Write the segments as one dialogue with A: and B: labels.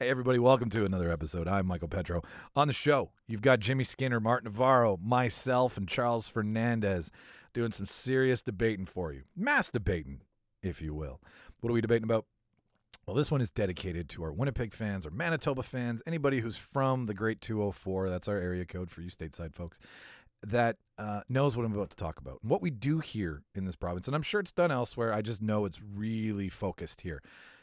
A: Hey, everybody, welcome to another episode. I'm Michael Petro. On the show, you've got Jimmy Skinner, Martin Navarro, myself, and Charles Fernandez doing some serious debating for you. Mass debating, if you will. What are we debating about? Well, this one is dedicated to our Winnipeg fans, our Manitoba fans, anybody who's from the Great 204. That's our area code for you stateside folks that uh, knows what I'm about to talk about. And what we do here in this province, and I'm sure it's done elsewhere, I just know it's really focused here,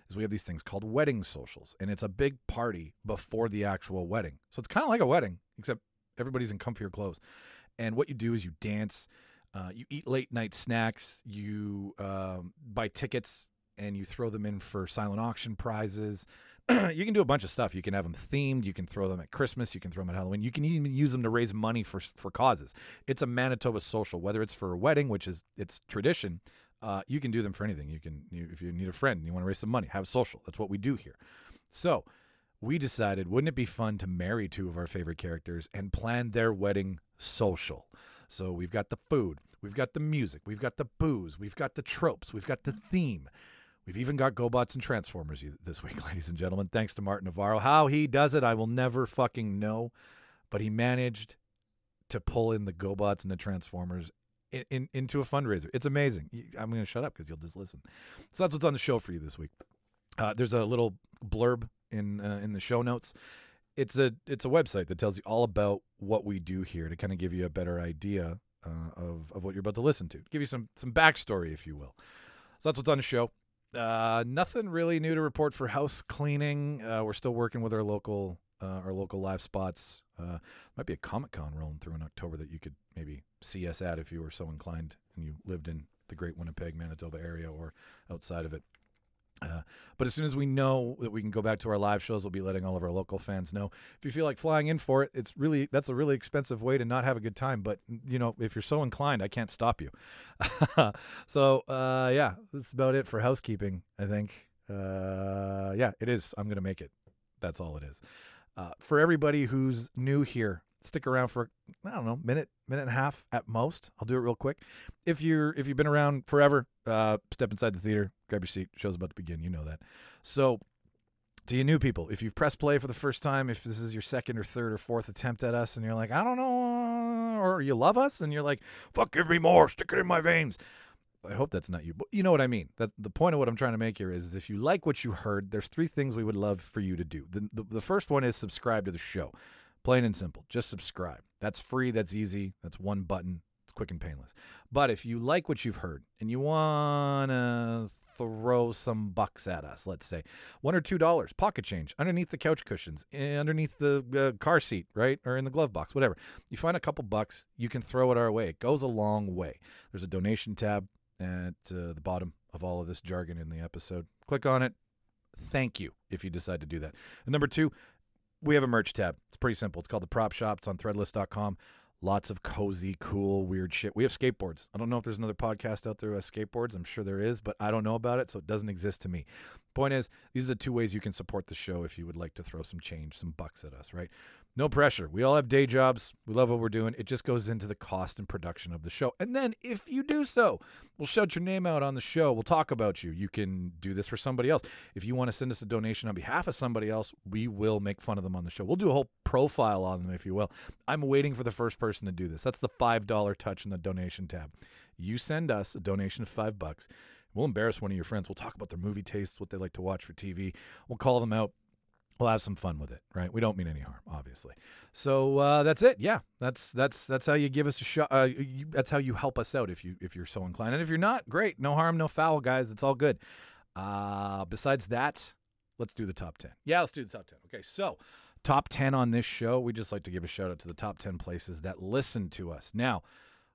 A: is we have these things called wedding socials. And it's a big party before the actual wedding. So it's kind of like a wedding, except everybody's in comfier clothes. And what you do is you dance, uh, you eat late night snacks, you um, buy tickets, and you throw them in for silent auction prizes. you can do a bunch of stuff. You can have them themed. You can throw them at Christmas. You can throw them at Halloween. You can even use them to raise money for for causes. It's a Manitoba social, whether it's for a wedding, which is its tradition. Uh, you can do them for anything. You can you, if you need a friend and you want to raise some money, have a social. That's what we do here. So we decided, wouldn't it be fun to marry two of our favorite characters and plan their wedding social? So we've got the food, we've got the music, we've got the booze, we've got the tropes, we've got the theme. We've even got GoBots and Transformers you- this week, ladies and gentlemen. Thanks to Martin Navarro. How he does it, I will never fucking know. But he managed to pull in the GoBots and the Transformers in, in, into a fundraiser. It's amazing. You- I'm going to shut up because you'll just listen. So that's what's on the show for you this week. Uh, there's a little blurb in uh, in the show notes. It's a it's a website that tells you all about what we do here to kind of give you a better idea uh, of of what you're about to listen to. Give you some some backstory, if you will. So that's what's on the show. Uh, nothing really new to report for house cleaning. Uh, we're still working with our local uh, our local live spots. Uh, might be a Comic Con rolling through in October that you could maybe see us at if you were so inclined and you lived in the Great Winnipeg, Manitoba area or outside of it. Uh, but as soon as we know that we can go back to our live shows, we'll be letting all of our local fans know. If you feel like flying in for it, it's really that's a really expensive way to not have a good time. But you know, if you're so inclined, I can't stop you. so uh, yeah, that's about it for housekeeping. I think. Uh, yeah, it is. I'm gonna make it. That's all it is. Uh, for everybody who's new here, stick around for I don't know minute, minute and a half at most. I'll do it real quick. If you're if you've been around forever, uh, step inside the theater, grab your seat. Show's about to begin. You know that. So to you new people, if you've pressed play for the first time, if this is your second or third or fourth attempt at us, and you're like, I don't know, or you love us, and you're like, fuck, give me more, stick it in my veins. I hope that's not you, but you know what I mean. That the point of what I'm trying to make here is, is if you like what you heard, there's three things we would love for you to do. The, the, the first one is subscribe to the show, plain and simple. Just subscribe. That's free. That's easy. That's one button. It's quick and painless. But if you like what you've heard and you wanna throw some bucks at us, let's say one or two dollars, pocket change, underneath the couch cushions, eh, underneath the uh, car seat, right, or in the glove box, whatever. You find a couple bucks, you can throw it our way. It goes a long way. There's a donation tab at uh, the bottom of all of this jargon in the episode. Click on it. Thank you if you decide to do that. And number two, we have a merch tab. It's pretty simple. It's called the Prop Shop. It's on threadless.com. Lots of cozy, cool, weird shit. We have skateboards. I don't know if there's another podcast out there with skateboards. I'm sure there is, but I don't know about it, so it doesn't exist to me. Point is, these are the two ways you can support the show if you would like to throw some change, some bucks at us, right? No pressure. We all have day jobs. We love what we're doing. It just goes into the cost and production of the show. And then if you do so, we'll shout your name out on the show. We'll talk about you. You can do this for somebody else. If you want to send us a donation on behalf of somebody else, we will make fun of them on the show. We'll do a whole profile on them, if you will. I'm waiting for the first person to do this. That's the $5 touch in the donation tab. You send us a donation of five bucks. We'll embarrass one of your friends. We'll talk about their movie tastes, what they like to watch for TV. We'll call them out we'll have some fun with it, right? We don't mean any harm, obviously. So uh, that's it. Yeah, that's that's that's how you give us a shot. Uh, you, that's how you help us out if you if you're so inclined, and if you're not, great, no harm, no foul, guys. It's all good. Uh, besides that, let's do the top ten. Yeah, let's do the top ten. Okay, so top ten on this show, we just like to give a shout out to the top ten places that listen to us. Now,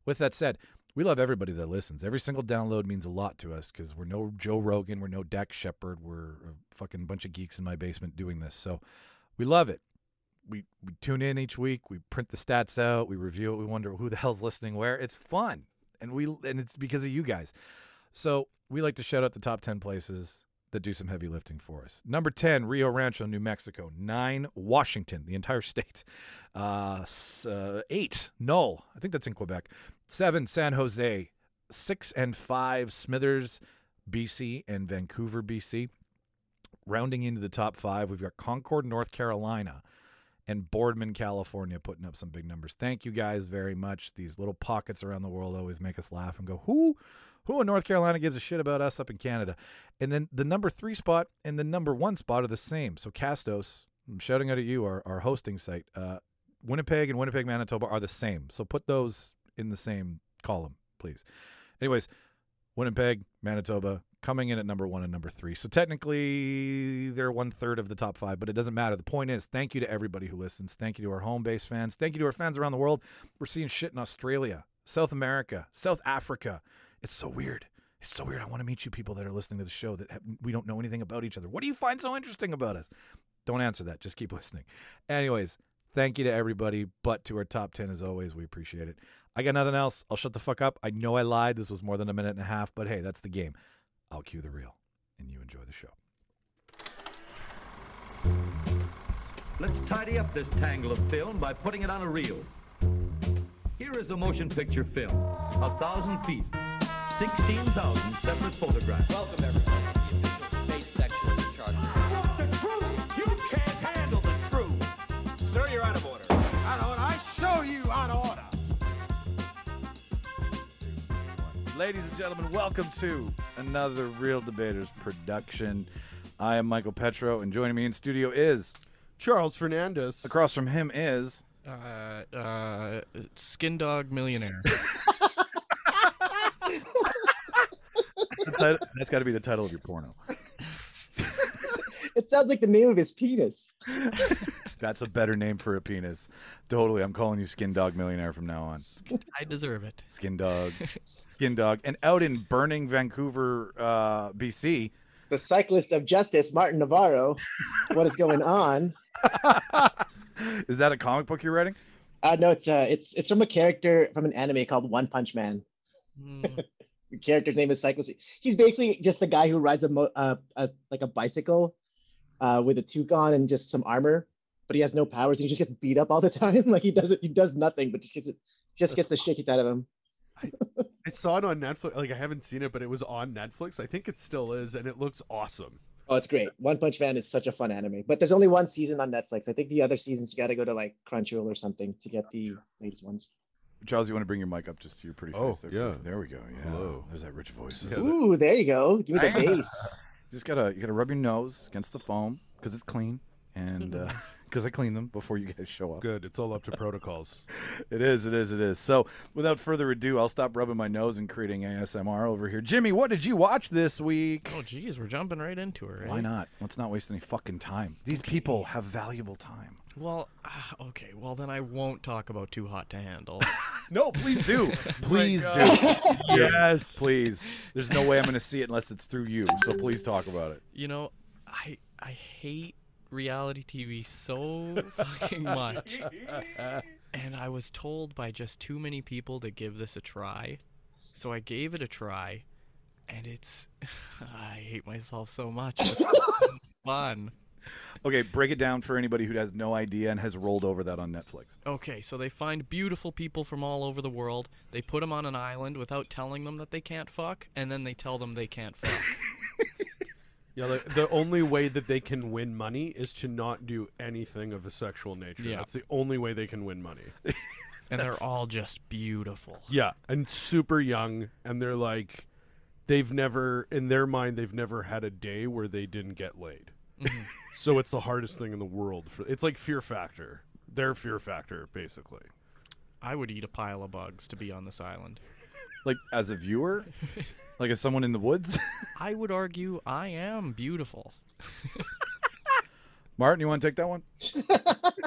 A: with that said. We love everybody that listens. Every single download means a lot to us because we're no Joe Rogan, we're no Dak Shepard, we're a fucking bunch of geeks in my basement doing this. So we love it. We we tune in each week. We print the stats out. We review it. We wonder who the hell's listening where. It's fun, and we and it's because of you guys. So we like to shout out the top ten places that do some heavy lifting for us. Number ten, Rio Rancho, New Mexico. Nine, Washington, the entire state. Uh, s- uh, eight, Null. I think that's in Quebec. Seven, San Jose. Six and five, Smithers, BC, and Vancouver, BC. rounding into the top five, we've got Concord, North Carolina, and Boardman, California, putting up some big numbers. Thank you guys very much. These little pockets around the world always make us laugh and go, who? Who in North Carolina gives a shit about us up in Canada? And then the number three spot and the number one spot are the same. So Castos, I'm shouting out at you, our, our hosting site, uh, Winnipeg and Winnipeg, Manitoba are the same. So put those in the same column, please. Anyways, Winnipeg, Manitoba coming in at number one and number three. So technically, they're one third of the top five, but it doesn't matter. The point is, thank you to everybody who listens. Thank you to our home base fans. Thank you to our fans around the world. We're seeing shit in Australia, South America, South Africa. It's so weird. It's so weird. I want to meet you people that are listening to the show that have, we don't know anything about each other. What do you find so interesting about us? Don't answer that. Just keep listening. Anyways, thank you to everybody, but to our top 10 as always, we appreciate it. I got nothing else. I'll shut the fuck up. I know I lied. This was more than a minute and a half, but hey, that's the game. I'll cue the reel and you enjoy the show.
B: Let's tidy up this tangle of film by putting it on a reel. Here is a motion picture film, a thousand feet, 16,000 separate photographs.
C: Welcome, everybody, to the official space section of the Charter.
D: want the truth. You can't handle the truth. Sir, you're out of order. Out of order. I show you out of order.
A: Ladies and gentlemen, welcome to another Real Debaters production. I am Michael Petro, and joining me in studio is,
E: Charles Fernandez.
A: across from him is,
F: Uh, uh, skin dog millionaire.
A: the tit- that's got to be the title of your porno.
G: It sounds like the name of his penis.
A: That's a better name for a penis. Totally. I'm calling you Skin Dog Millionaire from now on.
F: I deserve it.
A: Skin Dog. Skin Dog. And out in burning Vancouver, uh, BC,
G: The cyclist of justice, Martin Navarro. What is going on?
A: is that a comic book you're writing?
G: Uh, no, it's uh, it's it's from a character from an anime called One Punch Man.
F: Mm,
G: The character's name is Cyclist. He's basically just a guy who rides a, mo- uh, a like a bicycle uh, with a toucan and just some armor, but he has no powers and he just gets beat up all the time. Like he doesn't, he does nothing, but just gets, just gets the shit kicked out of him.
E: I saw it on Netflix. Like I haven't seen it, but it was on Netflix. I think it still is, and it looks awesome.
G: Oh, it's great. One Punch Man is such a fun anime, but there's only one season on Netflix. I think the other seasons you got to go to like Crunchyroll or something to get the latest ones.
A: Charles, you want to bring your mic up just to your pretty face?
E: Oh,
A: there?
E: yeah.
A: There we go. Yeah.
E: Hello.
A: There's that rich voice.
E: Yeah.
G: Ooh, there you go. Give me the
A: Damn.
G: bass.
A: Just gotta you gotta rub your nose against the foam because it's clean and because I clean them before you guys show up.
E: Good. It's all up to protocols.
A: It is. It is. It is. So without further ado, I'll stop rubbing my nose and creating ASMR over here. Jimmy, what did you watch this week?
F: oh, geez, we're jumping right into it. Right?
A: Why not? Let's not waste any fucking time. These people have valuable time.
F: Well, ah, okay. Well, then I won't talk about too hot to handle.
A: No, please do. please do.
E: yes.
A: Please. There's no way I'm going to see it unless it's through you. So please talk about it.
F: you know, I I hate reality TV so fucking much, and I was told by just too many people to give this a try, so I gave it a try, and it's I hate myself so much. but it's fun.
A: Okay, break it down for anybody who has no idea and has rolled over that on Netflix.
F: Okay, so they find beautiful people from all over the world. They put them on an island without telling them that they can't fuck, and then they tell them they can't fuck.
E: Yeah. Like, the only way that they can win money is to not do anything of a sexual nature.
F: Yeah.
E: That's the only way they can win money.
F: and they're all just beautiful.
E: Yeah, and super young, and they're like, they've never, in their mind, they've never had a day where they didn't get laid. so it's the hardest thing in the world. For it's like Fear Factor, their Fear Factor, basically.
F: I would eat a pile of bugs to be on this island.
A: Like, as a viewer? Like, as someone in the woods?
F: I would argue I am beautiful.
A: Martin, you want to take that one?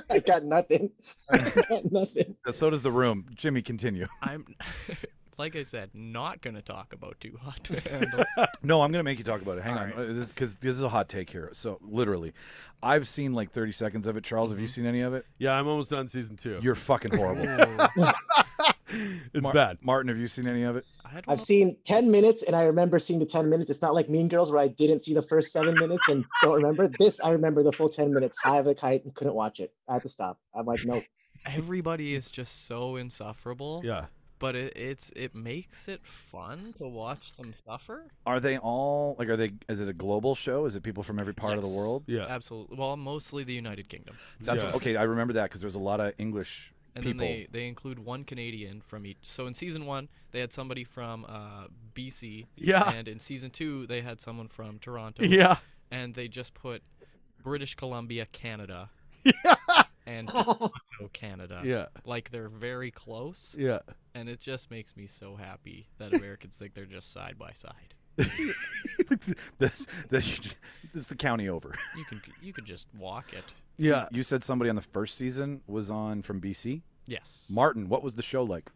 G: I got nothing. I got nothing.
A: Uh, So does the room. Jimmy, continue.
F: I'm, like I said, not going to talk about too hot to handle.
A: No, I'm going to make you talk about it. Hang
F: All
A: on.
F: right.
A: Because this, 'cause this is a hot take here. So, literally, I've seen like 30 seconds of it. Charles,
F: Mm-hmm.
A: have you seen any of it?
E: Yeah, I'm almost done season two.
A: You're fucking horrible.
E: it's
A: Mar-
E: bad.
A: Martin, have you seen any of it?
F: I don't
G: I've seen 10 minutes and I remember seeing the 10 minutes. It's not like Mean Girls where I didn't see the first seven minutes and don't remember. This, I remember the full 10 minutes. I have a kite and couldn't watch it. I had to stop. I'm like, nope.
F: everybody is just so insufferable.
E: Yeah,
F: but it, it's it makes it fun to watch them suffer.
A: Are they all like? Are they? Is it a global show? Is it people from every part of the
F: Yes.
A: world?
E: Yeah.
F: Absolutely. Well, mostly the United Kingdom.
A: That's
E: Yeah.
A: what, okay. I remember that because there's a lot of English
F: And
A: people.
F: then they, they include one Canadian from each. So in season one, they had somebody from uh, BC.
E: Yeah.
F: And in season two, they had someone from Toronto.
E: Yeah.
F: And they just put British Columbia, Canada. and Toronto,
G: That's
F: Canada.
E: Yeah.
F: Like they're very close.
E: Yeah.
F: And it just makes me so happy that Americans think they're just side by side.
A: That's- that's just- it's the county over.
F: You can you could just walk it.
E: Yeah.
A: You said somebody on the first season was on from BC.
F: Yes.
A: Martin, what was the show like?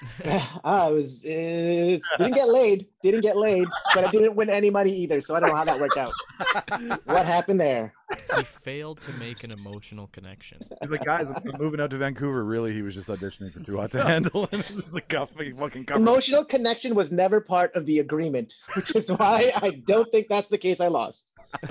G: I was uh, didn't get laid, didn't get laid, but I didn't win any money either, so I don't know how that worked out. what happened there?
F: He failed to make an emotional connection.
A: He's like, guys, I'm moving out to Vancouver. Really, he was just auditioning for Too Hot to Handle, and it was the cuff he fucking covered.
G: Emotional connection was never part of the agreement, which is why I don't think that's the case I lost.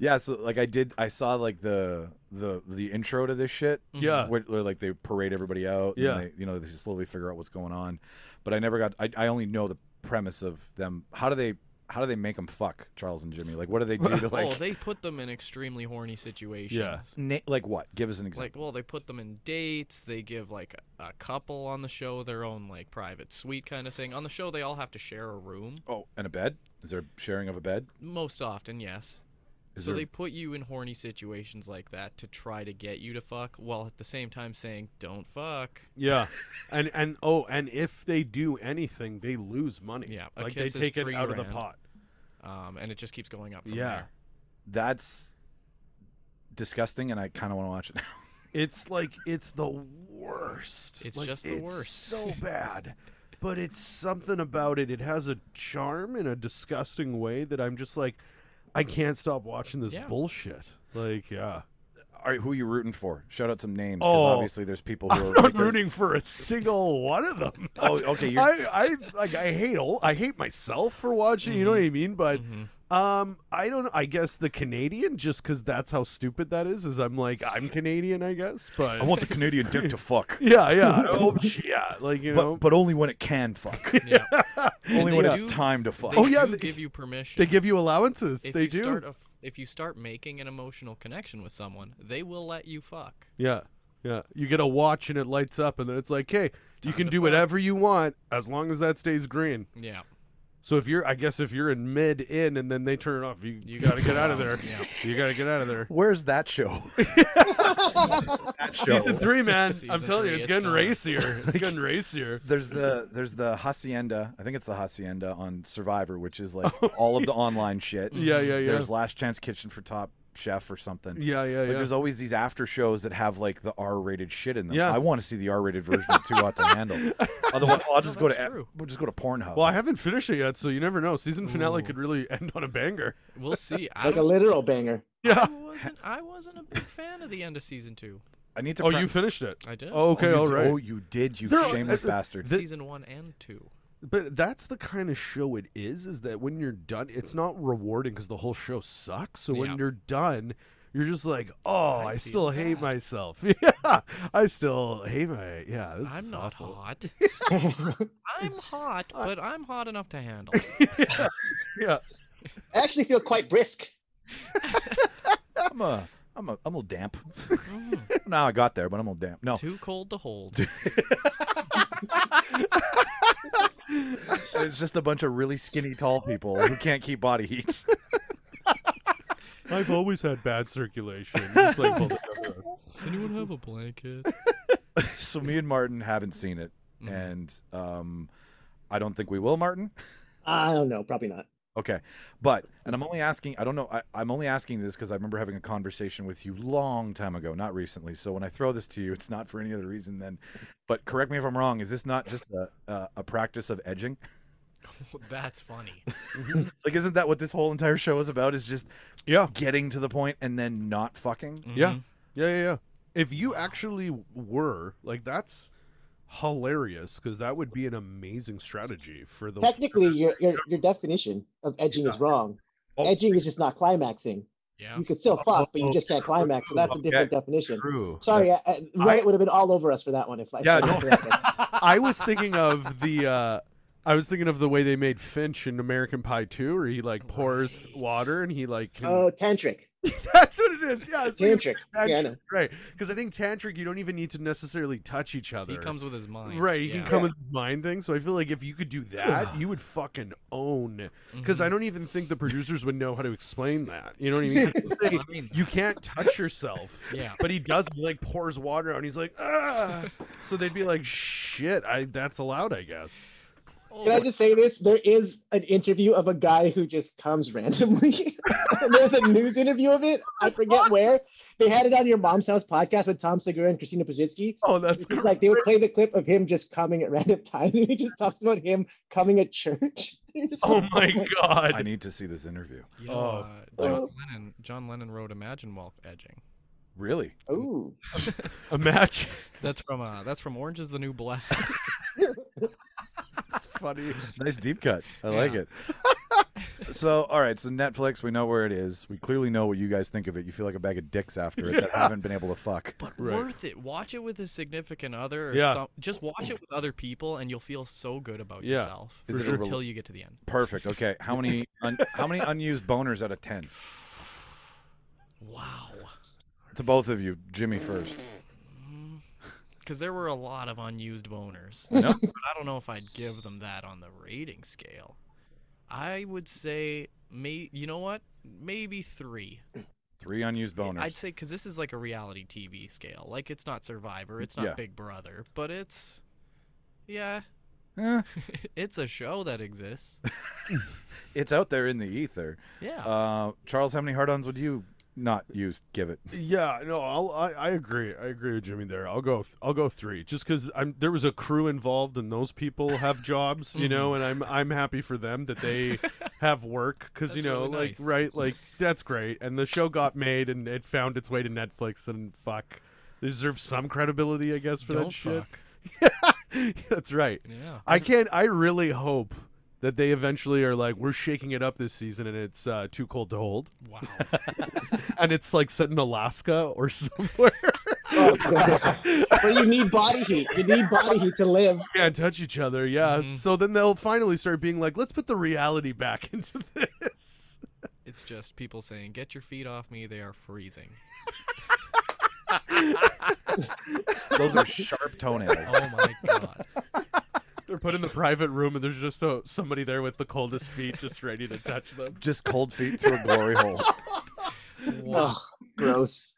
A: yeah, so like I did, I saw like the the the intro to this shit.
E: Yeah.
A: where, where, like they parade everybody out.
E: Yeah.
A: and they, you know they slowly figure out what's going on, but I never got. I, I only know the premise of them. How do they how do they make them fuck Charles and Jimmy? Like what do they do to like
F: oh, they put them in extremely horny situations.
A: na- like what? Give us an example.
F: Like, well, they put them in dates. They give like a, a couple on the show their own like private suite kind of thing. On the show, they all have to share a room.
A: oh, and a bed? Is there sharing of a bed?
F: Most often, yes.
A: Is
F: so
A: there-
F: they put you in horny situations like that to try to get you to fuck, while at the same time saying, "Don't fuck."
E: Yeah. And and oh, and if they do anything, they lose money.
F: Yeah, a
E: Like they
F: kiss is
E: take it
F: three
E: out of the
F: grand.
E: pot.
F: Um, and it just keeps going up from
E: Yeah.
F: there.
A: That's disgusting, and I kind of want to watch it now.
E: It's like it's the worst.
F: It's
E: Like,
F: just the
E: it's
F: worst.
E: So bad. But it's something about it. It has a charm in a disgusting way that I'm just like, I can't stop watching this
F: Yeah.
E: bullshit. Like, yeah.
A: All right, who are you rooting for? Shout out some names because
E: Oh.
A: obviously there's people who
E: I'm
A: are
E: not
A: like, they're-
E: rooting for a single one of them.
A: Oh, okay. You're,
E: I, I like I hate all I hate myself for watching. You know what I
A: Mm-hmm.
E: mean? But
F: Mm-hmm.
E: um, I don't. I guess the Canadian, just because that's how stupid that is, is I'm like I'm Canadian, I guess. But
A: I want the Canadian dick to fuck,
E: yeah, yeah, I hope- yeah. Like you know,
A: but but only when it can fuck,
F: Yeah.
A: only
F: they
A: when
F: do-
A: it's time to fuck.
F: They
E: Oh, yeah,
F: do
E: they-
F: give you permission.
E: they give you allowances.
F: if
E: they
F: you
E: do.
F: start a f if you start making an emotional connection with someone, they will let you fuck.
E: yeah, yeah. You get a watch and it lights up, and then it's like, hey, you
F: Time
E: can
F: to
E: do
F: fuck.
E: whatever you want as long as that stays green.
F: Yeah,
E: So if you're, I guess if you're in mid in, and then they turn it off, you
F: You
E: you gotta
F: gotta
E: get out of
F: go.
E: there.
F: Yeah.
E: You gotta get out of there.
A: Where's that show? that
E: Season three, man. I'm
F: Season
E: telling you,
F: three,
E: it's
F: it's
E: getting
F: coming.
E: racier. It's getting racier.
A: There's the there's the hacienda. I think it's the hacienda on Survivor, which is like all of the online shit.
E: Yeah, yeah, yeah.
A: There's Last Chance Kitchen for Top Chef or something.
E: Yeah, yeah,
A: Like,
E: yeah.
A: There's always these after shows that have like the R-rated shit in them.
E: Yeah.
A: I want to see the R-rated version of Too Hot to Handle. Otherwise, I'll just go
F: that's
A: to
F: true.
A: we'll just go to Pornhub.
E: well, I haven't finished it yet, so you never know. Season finale
F: Ooh.
E: could really end on a banger.
F: we'll see. I,
G: Like a
F: don't-
G: literal banger.
E: Yeah.
F: I wasn't I wasn't a big fan of the end of season two.
A: I need to.
E: Oh,
A: pre-
E: you finished it.
F: I did.
E: Oh, okay,
A: you
E: all
A: d-
E: right.
A: Oh, you did, you
E: There-
A: shameless
E: uh, uh,
A: bastard.
E: th-
F: season one and two.
E: But that's the kind of show it is. Is that when you're done, it's not rewarding because the whole show sucks. So when
F: Yeah.
E: you're done, you're just like, oh, I,
F: I feel
E: still hate
F: bad."
E: myself. yeah, I still hate my. Yeah, this
F: I'm
E: is
F: not
E: awful. Uh,
F: hot. I'm hot, but I'm hot enough to handle.
E: Yeah,
G: I actually feel quite brisk.
A: I'm a, I'm a, I'm a little damp. no, I got there, but I'm a little damp.
E: Oh.
A: No,
F: Mm, Too cold to hold.
A: it's just a bunch of really skinny, tall people who can't keep body heat.
E: I've always had bad circulation. It's like, well, whatever.
F: Does anyone have a blanket?
A: so me and Martin haven't seen it,
F: Mhm.
A: and um, I don't think we will, Martin.
G: I don't know, probably not.
A: Okay, but and I'm only asking. I don't know. I, I'm only asking this because I remember having a conversation with you long time ago, not recently. So when I throw this to you, it's not for any other reason than. But correct me if I'm wrong. Is this not just a, a, a practice of edging?
F: That's funny.
A: Like, isn't that what this whole entire show is about? Is just
E: yeah.
A: getting to the point and then not fucking?
F: Mm-hmm.
E: Yeah. Yeah, yeah, yeah. If you actually were, like that's hilarious cuz that would be an amazing strategy for the
G: Technically, your your, your definition of edging is wrong.
A: Oh.
G: Edging is just not climaxing.
F: Yeah.
G: You could still fuck, but you just can't climax. So that's a different definition.
A: True.
G: Sorry, I, I, Reddit would have been all over us for that one if I.
E: Yeah,
G: if I
E: no.
G: correct this.
E: I was thinking of the uh I was thinking of the way they made Finch in American Pie 2 where he like pours
F: Right.
E: water and he like can...
G: Oh, tantric,
E: That's what it is. Yeah, I was thinking
G: tantric.
E: of
G: Yeah,
E: tantric,
G: I know.
E: right. Cuz I think tantric you don't even need to necessarily touch each other.
F: He comes with his mind.
E: Right, he
F: Yeah.
E: can come with his mind thing. So I feel like if you could do that, you would fucking own. Because I don't even think the producers would know how to explain that. You know what I mean? 'Cause they-
F: Mm-hmm. I mean,
E: you can't touch yourself.
F: Yeah.
E: But he does. He like pours water out, and he's like, ah. So they'd be like, shit. I that's allowed, I guess.
F: Oh,
G: Can I just say this? There is an interview of a guy who just comes randomly. And There's a news interview of it. I forget where. They had it on your mom's house podcast with Tom Segura and Christina Pazinski.
E: Oh, that's
G: It's like they would play the clip of him just coming at random times, and he just talks about him coming at church. You're just
E: Oh
G: like,
E: my
A: I
E: god.
A: need to see this interview.
F: you know,
E: Oh.
F: uh, John
G: Oh.
F: Lennon. John Lennon wrote "Imagine While Edging."
A: Really?
G: Ooh.
E: Imagine.
F: That's from uh, that's from Orange Is the New Black.
E: That's funny.
A: Nice deep cut. I like
F: Yeah.
A: it. so, all right. So Netflix, we know where it is. We clearly know what you guys think of it. You feel like a bag of dicks after it that haven't been able to fuck.
F: But
E: Right.
F: worth it. Watch it with a significant other. Or
E: Yeah.
F: some, just watch it with other people, and you'll feel so good about
E: Yeah.
F: yourself
A: Is it a rel-
F: until you get to the end.
A: Perfect. Okay. How many un- how many unused boners out of ten?
F: Wow.
A: To both of you, Jimmy first.
F: Because Mm. there were a lot of unused boners.
A: No.
F: But I don't know if I'd give them that on the rating scale. I would say, may you know what? Maybe three.
A: Three unused boners.
F: I'd say because this is like a reality TV scale. Like it's not Survivor, it's not
A: Yeah.
F: Big Brother, but it's yeah,
A: Eh,
F: it's a show that exists.
A: it's out there in the ether.
F: Yeah.
A: Uh, Charles, how many hard-ons would you not use? Give it.
E: Yeah, no, I'll, I I agree. I agree with Jimmy there. I'll go th- I'll go 3 just cuz I'm there was a crew involved and those people have jobs, you know, and I'm I'm happy for them that they have work cuz you
F: That's
E: know,
F: really
E: like
F: nice.
E: right, like that's great. And the show got made and it found its way to Netflix and fuck they deserve some credibility, I guess, for
F: Don't
E: that shit.
F: fuck.
E: That's right.
F: Yeah.
E: I can't. I really hope that they eventually are like, we're shaking it up this season, and it's uh, too cold to hold,
F: Wow.
E: and it's like set in Alaska or somewhere.
G: Oh, God. but you need body heat. You need body heat to live.
E: Can't touch each other. Yeah.
F: Mhm.
E: So then they'll finally start being like, let's put the reality back into this.
F: it's just people saying, "Get your feet off me! They are freezing."
A: Those are sharp toenails.
F: Oh my god.
E: They're put in the private room, and there's just a, somebody there with the coldest feet, just ready to touch them.
A: Just cold feet through a glory hole.
F: Wow.
G: Ugh, gross.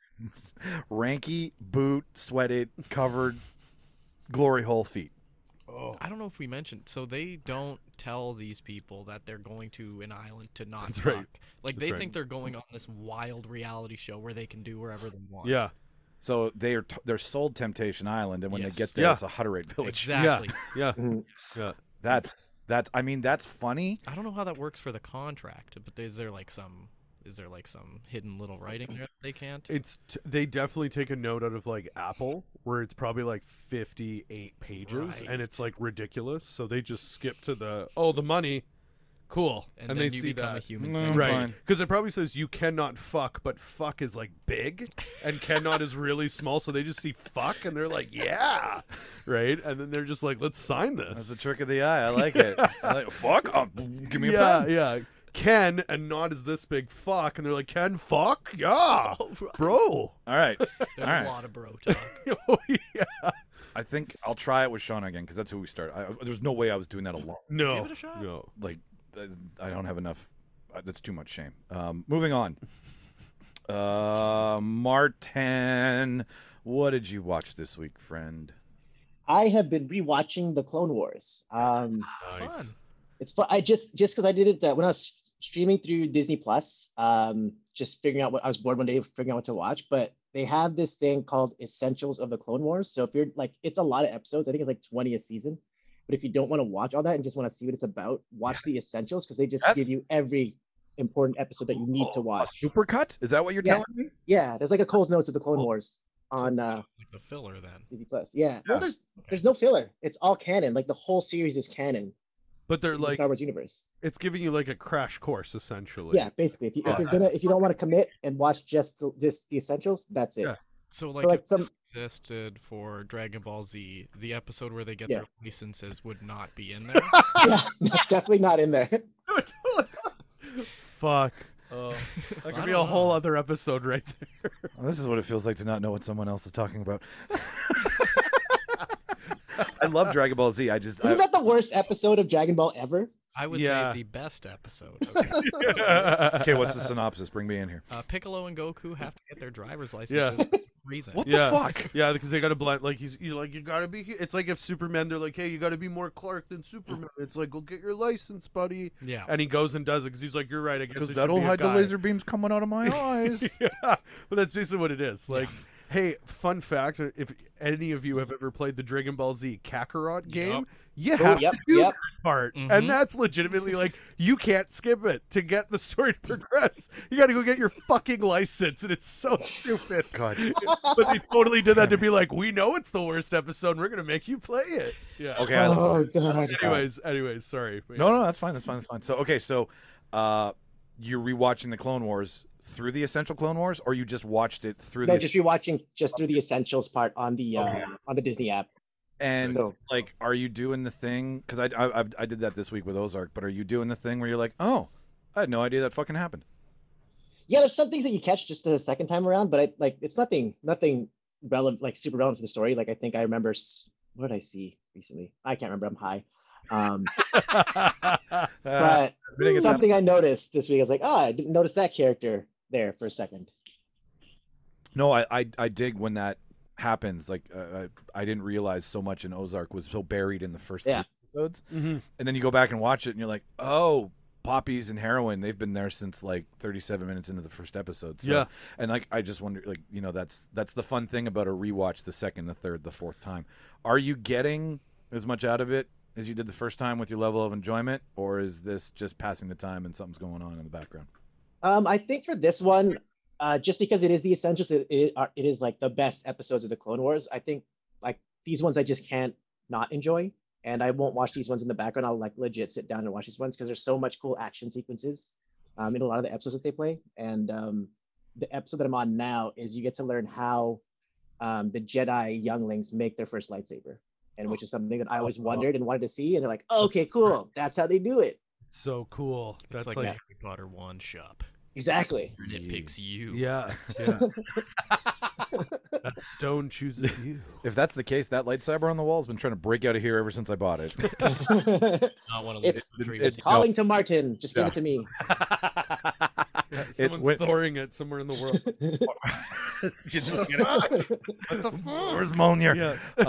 A: Ranky, boot, sweated, covered, glory hole feet.
F: I don't know if we mentioned. So they don't tell these people that they're going to an island to not
E: That's
F: fuck.
E: right.
F: Like
E: That's
F: they
E: right.
F: think they're going on this wild reality show where they can do wherever they want.
E: Yeah.
A: So they are t- they're sold Temptation Island, and when
F: Yes.
A: they get there,
E: Yeah.
A: it's a Hutterite village.
F: Exactly.
E: Yeah. Yeah.
G: Mhm.
E: Yeah.
A: That's that's. I mean, that's funny.
F: I don't know how that works for the contract, but is there like some is there like some hidden little writing there that they can't?
E: It's t- they definitely take a note out of like Apple, where it's probably like fifty-eight pages, and it's like ridiculous. So they just skip to the oh the money, cool,
F: And,
E: and,
F: then
E: they
F: you
E: see
F: become
E: that
F: a human
A: Mm,
F: centipede.
E: right
A: Fine.
E: because it probably says you cannot fuck, but fuck is like big, and cannot is really small. So they just see fuck, and they're like yeah, right, and then they're just like let's sign
A: That's
E: this.
A: a trick of the eye. I like it. I like, Fuck. um, give me a
E: yeah,
A: pen.
E: yeah. Ken and not is this big fuck, and they're like Ken fuck yeah,
A: Oh,
E: bro.
A: All right.
F: There's
A: All right.
F: a lot of bro talk.
E: oh yeah.
A: I think I'll try it with Shauna again because that's who we start. I, there's no way I was doing that alone.
E: No.
F: Give it a shot.
E: No.
A: Like, I, I don't have enough. uh, That's too much shame. Um, moving on. Uh, Martin, what did you watch this week, friend?
G: I have been rewatching the Clone Wars. Um,
F: Fun.
G: It's fun. I just just because I did it uh, when I was streaming through Disney Plus, um, just figuring out what I was bored one day, figuring out what to watch. But they have this thing called Essentials of the Clone Wars. So if you're like, it's a lot of episodes. I think it's like 20 a season. But if you don't want to watch all that and just want to see what it's about, watch the Essentials because they just
A: That's-
G: give you every important episode that you need to
A: A
G: watch.
A: supercut? Is that what you're
G: Yeah.
A: telling me?
G: Yeah, there's like a Cole's Notes of the Clone
F: Cool.
G: Wars on uh,
F: Like the filler then.
G: Disney Plus. Yeah. No,
A: Yeah.
G: there's there's no filler. It's all canon. Like the whole series is canon.
E: But they're
G: in the
E: like,
G: Star Wars universe.
E: it's giving you like a crash course essentially.
G: yeah, basically, if, you,
E: Yeah,
G: if you're
E: that's
G: gonna if you don't want to commit and watch just the, just the essentials, that's it.
E: Yeah.
F: So like,
G: like,
F: if
G: some-
F: this existed for Dragon Ball Z, the episode where they get
G: Yeah.
F: their licenses would not be in there.
G: Yeah, definitely not in there.
E: Fuck. Oh, that could be a whole other episode right there.
A: Well, this is what it feels like to not know what someone else is talking about. I love Dragon Ball Z. I just I,
G: Isn't that the worst episode of Dragon Ball ever?
F: I would
E: Yeah.
F: say the best episode. Okay.
A: okay. What's the synopsis? Bring me in here.
F: uh, Piccolo and Goku have to get their driver's licenses for no reason.
A: What
E: Yeah.
A: the fuck?
E: Yeah, because they got to blind. Like he's you like you gotta be. It's like if Superman, they're like, hey, you gotta be more Clark than Superman. It's like, go get your license, buddy.
F: Yeah.
E: And he goes and does it because he's like, you're right. I guess
A: Because
E: I should
A: that'll
E: be a
A: hide the
E: guy."
A: laser beams coming out of my eyes.
E: yeah, well, that's basically what it is. Like, hey, fun fact: if any of you have ever played the Dragon Ball Z Kakarot game,
A: Oh,
E: you have
G: yep,
E: to do
G: yep.
E: that part,
F: Mhm.
E: and that's legitimately like you can't skip it to get the story to progress. You got to go get your fucking license, and it's so stupid.
A: God.
E: but they totally did that to be like, we know it's the worst episode. and We're gonna make you play it. Yeah.
A: Okay. I,
G: Oh god.
E: Anyways, anyways, sorry. But
A: no, no, that's fine. That's fine. That's fine. So okay, so uh, you're rewatching the Clone Wars through the Essential Clone Wars, or you just watched it through
G: No,
A: the
G: just rewatching just through the essentials part on the uh, on the Disney app.
A: and
G: so
A: like are you doing the thing because I, I I've- I did that this week with ozark but are you doing the thing where you're like oh i had no idea that fucking happened
G: yeah, there's some things that you catch just the second time around, but I like it's nothing nothing relevant like super relevant to the story. Like I think I remember s- what did I see recently? I can't remember. I'm high. Um,
A: Uh,
G: but
A: I think it's-
G: something I noticed this week. I was like, oh, I didn't notice that character there for a second.
A: no I, I i dig when that happens like uh, I, I didn't realize so much in ozark was so buried in the first
G: Yeah.
A: three episodes and then you go back and watch it and you're like oh poppies and heroin they've been there since like 37 minutes into the first episode so,
E: Yeah.
A: and like i just wonder like you know that's that's the fun thing about a rewatch the second the third the fourth time are you getting as much out of it as you did the first time with your level of enjoyment or is this just passing the time and something's going on in the background
G: Um, I think for this one, uh, just because it is the essentials, it, it, are, it is like the best episodes of the Clone Wars. I think like these ones I just can't not enjoy, and I won't watch these ones in the background. I'll like legit sit down and watch these ones because there's so much cool action sequences um, in a lot of the episodes that they play. And um, the episode that I'm on now is you get to learn how um, the Jedi younglings make their first lightsaber, and which is something that I always wondered and wanted to see. And they're like, okay, cool, that's how they do it.
E: So cool.
F: It's
E: That's
F: like,
E: like,
F: a Harry Potter one shop.
G: Exactly.
F: And it picks you.
E: yeah, yeah. that stone chooses you.
A: if that's the case that lightsaber on the wall has been trying to break out of here ever since i bought it
F: Not one of
G: It's-
F: the three.
A: it's-
G: Calling to Martin, just give
A: Yeah.
G: it to me.
E: Yeah,
A: it
E: someone's
A: went-
E: throwing it somewhere in the world. what the fuck?
A: where's Mjolnir?
E: Yeah.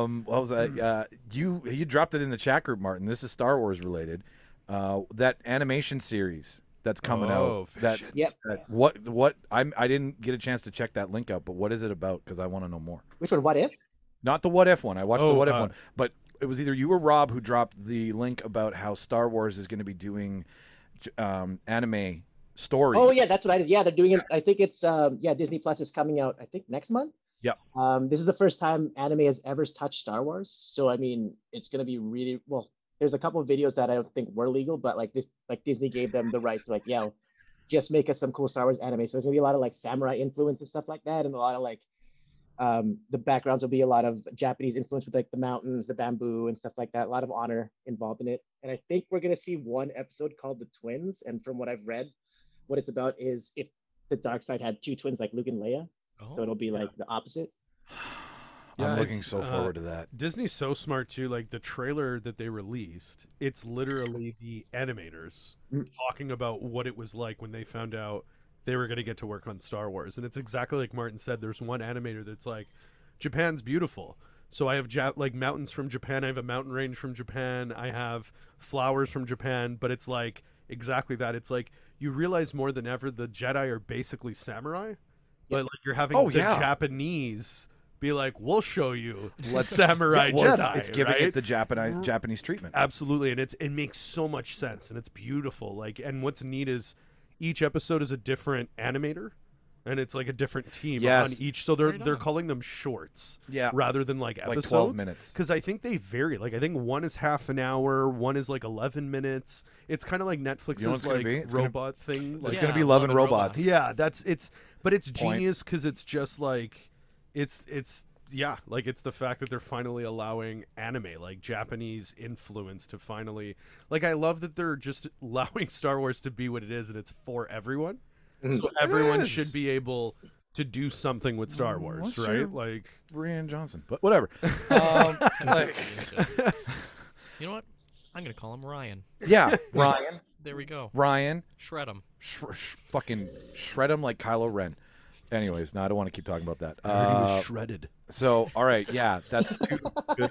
A: um, what was I? Uh, you you dropped it in the chat group, Martin. This is Star Wars related. Uh, that animation series that's coming
E: Oh,
A: out. That,
E: visions.
G: Yep.
A: that- what what I'm I didn't get a chance to check that link out, but what is it about? Because I want to know more.
G: Which one? What if?
A: Not the what if one. I watched the
E: Oh,
A: what if
E: uh,
A: one, but it was either you or Rob who dropped the link about how Star Wars is going to be doing j- um, anime story.
G: Oh yeah, that's what I did. Yeah, they're doing it. I think it's um yeah, Disney Plus is coming out. I think next month.
A: Yep.
G: Um, this is the first time anime has ever touched Star Wars, so I mean, it's gonna be really well. There's a couple of videos that I don't think were legal, but like this, like Disney gave them the rights. Like, yo, just make us some cool Star Wars anime. So there's gonna be a lot of like samurai influence and stuff like that, and a lot of like, um, the backgrounds will be a lot of Japanese influence with like the mountains, the bamboo, and stuff like that. A lot of honor involved in it, and I think we're gonna see one episode called The Twins. And from what I've read, what it's about is if the dark side had two twins like Luke and Leia,
F: Oh,
G: so it'll be like the opposite.
A: I'm
E: Yeah,
A: looking
E: it's,
A: so
E: uh,
A: forward to that.
E: Disney's so smart too. Like the trailer that they released, it's literally the animators
G: Mm.
E: talking about what it was like when they found out they were going to get to work on Star Wars. And it's exactly like Martin said. There's one animator that's like, Japan's beautiful. So I have ja- like mountains from Japan. I have a mountain range from Japan. I have flowers from Japan. But it's like exactly that. It's like you realize more than ever the Jedi are basically samurai. But like you're having
A: Oh,
E: the
A: yeah.
E: Japanese be like, we'll show you
A: Let's-
E: samurai
A: Yeah, well, it's-
E: Jedi.
A: it's giving
E: right? Uh,
A: it the Japanese Japanese treatment.
E: absolutely, and it's it makes so much sense, and it's beautiful. Like, and what's neat is each episode is a different animator, and it's like a different team
A: Yes.
E: on each. So they're
F: Right
E: they're
F: on.
E: calling them shorts
A: Yeah.
E: rather than like
A: Like
E: episodes.
A: 12 minutes.
E: Because I think they vary. Like I think one is half an hour, one is like eleven minutes. It's kind of like Netflix's
A: what it's gonna
E: like
A: be? It's gonna-
E: robot thing. Like,
A: It's gonna be Love and Robots.
E: yeah, that's it's, but it's
A: Point.
E: genius because it's just like, it's it's yeah, like it's the fact that they're finally allowing anime, like Japanese influence, to finally like I love that they're just allowing Star Wars to be what it is, and it's for everyone. So everyone
A: is.
E: should be able to do something with Star Wars,
A: What's
E: right?
A: your-
E: Like
A: Rian Johnson, but whatever. Um, like,
F: You know what? I'm gonna call him Ryan.
A: yeah, Ryan,
F: There we go.
A: Ryan,
F: Shred him.
A: sh- sh- fucking shred him like Kylo Ren. Anyways, no, I don't want to keep talking about that.
E: everything was
A: Uh,
E: shredded.
A: So, all right, yeah, that's two good.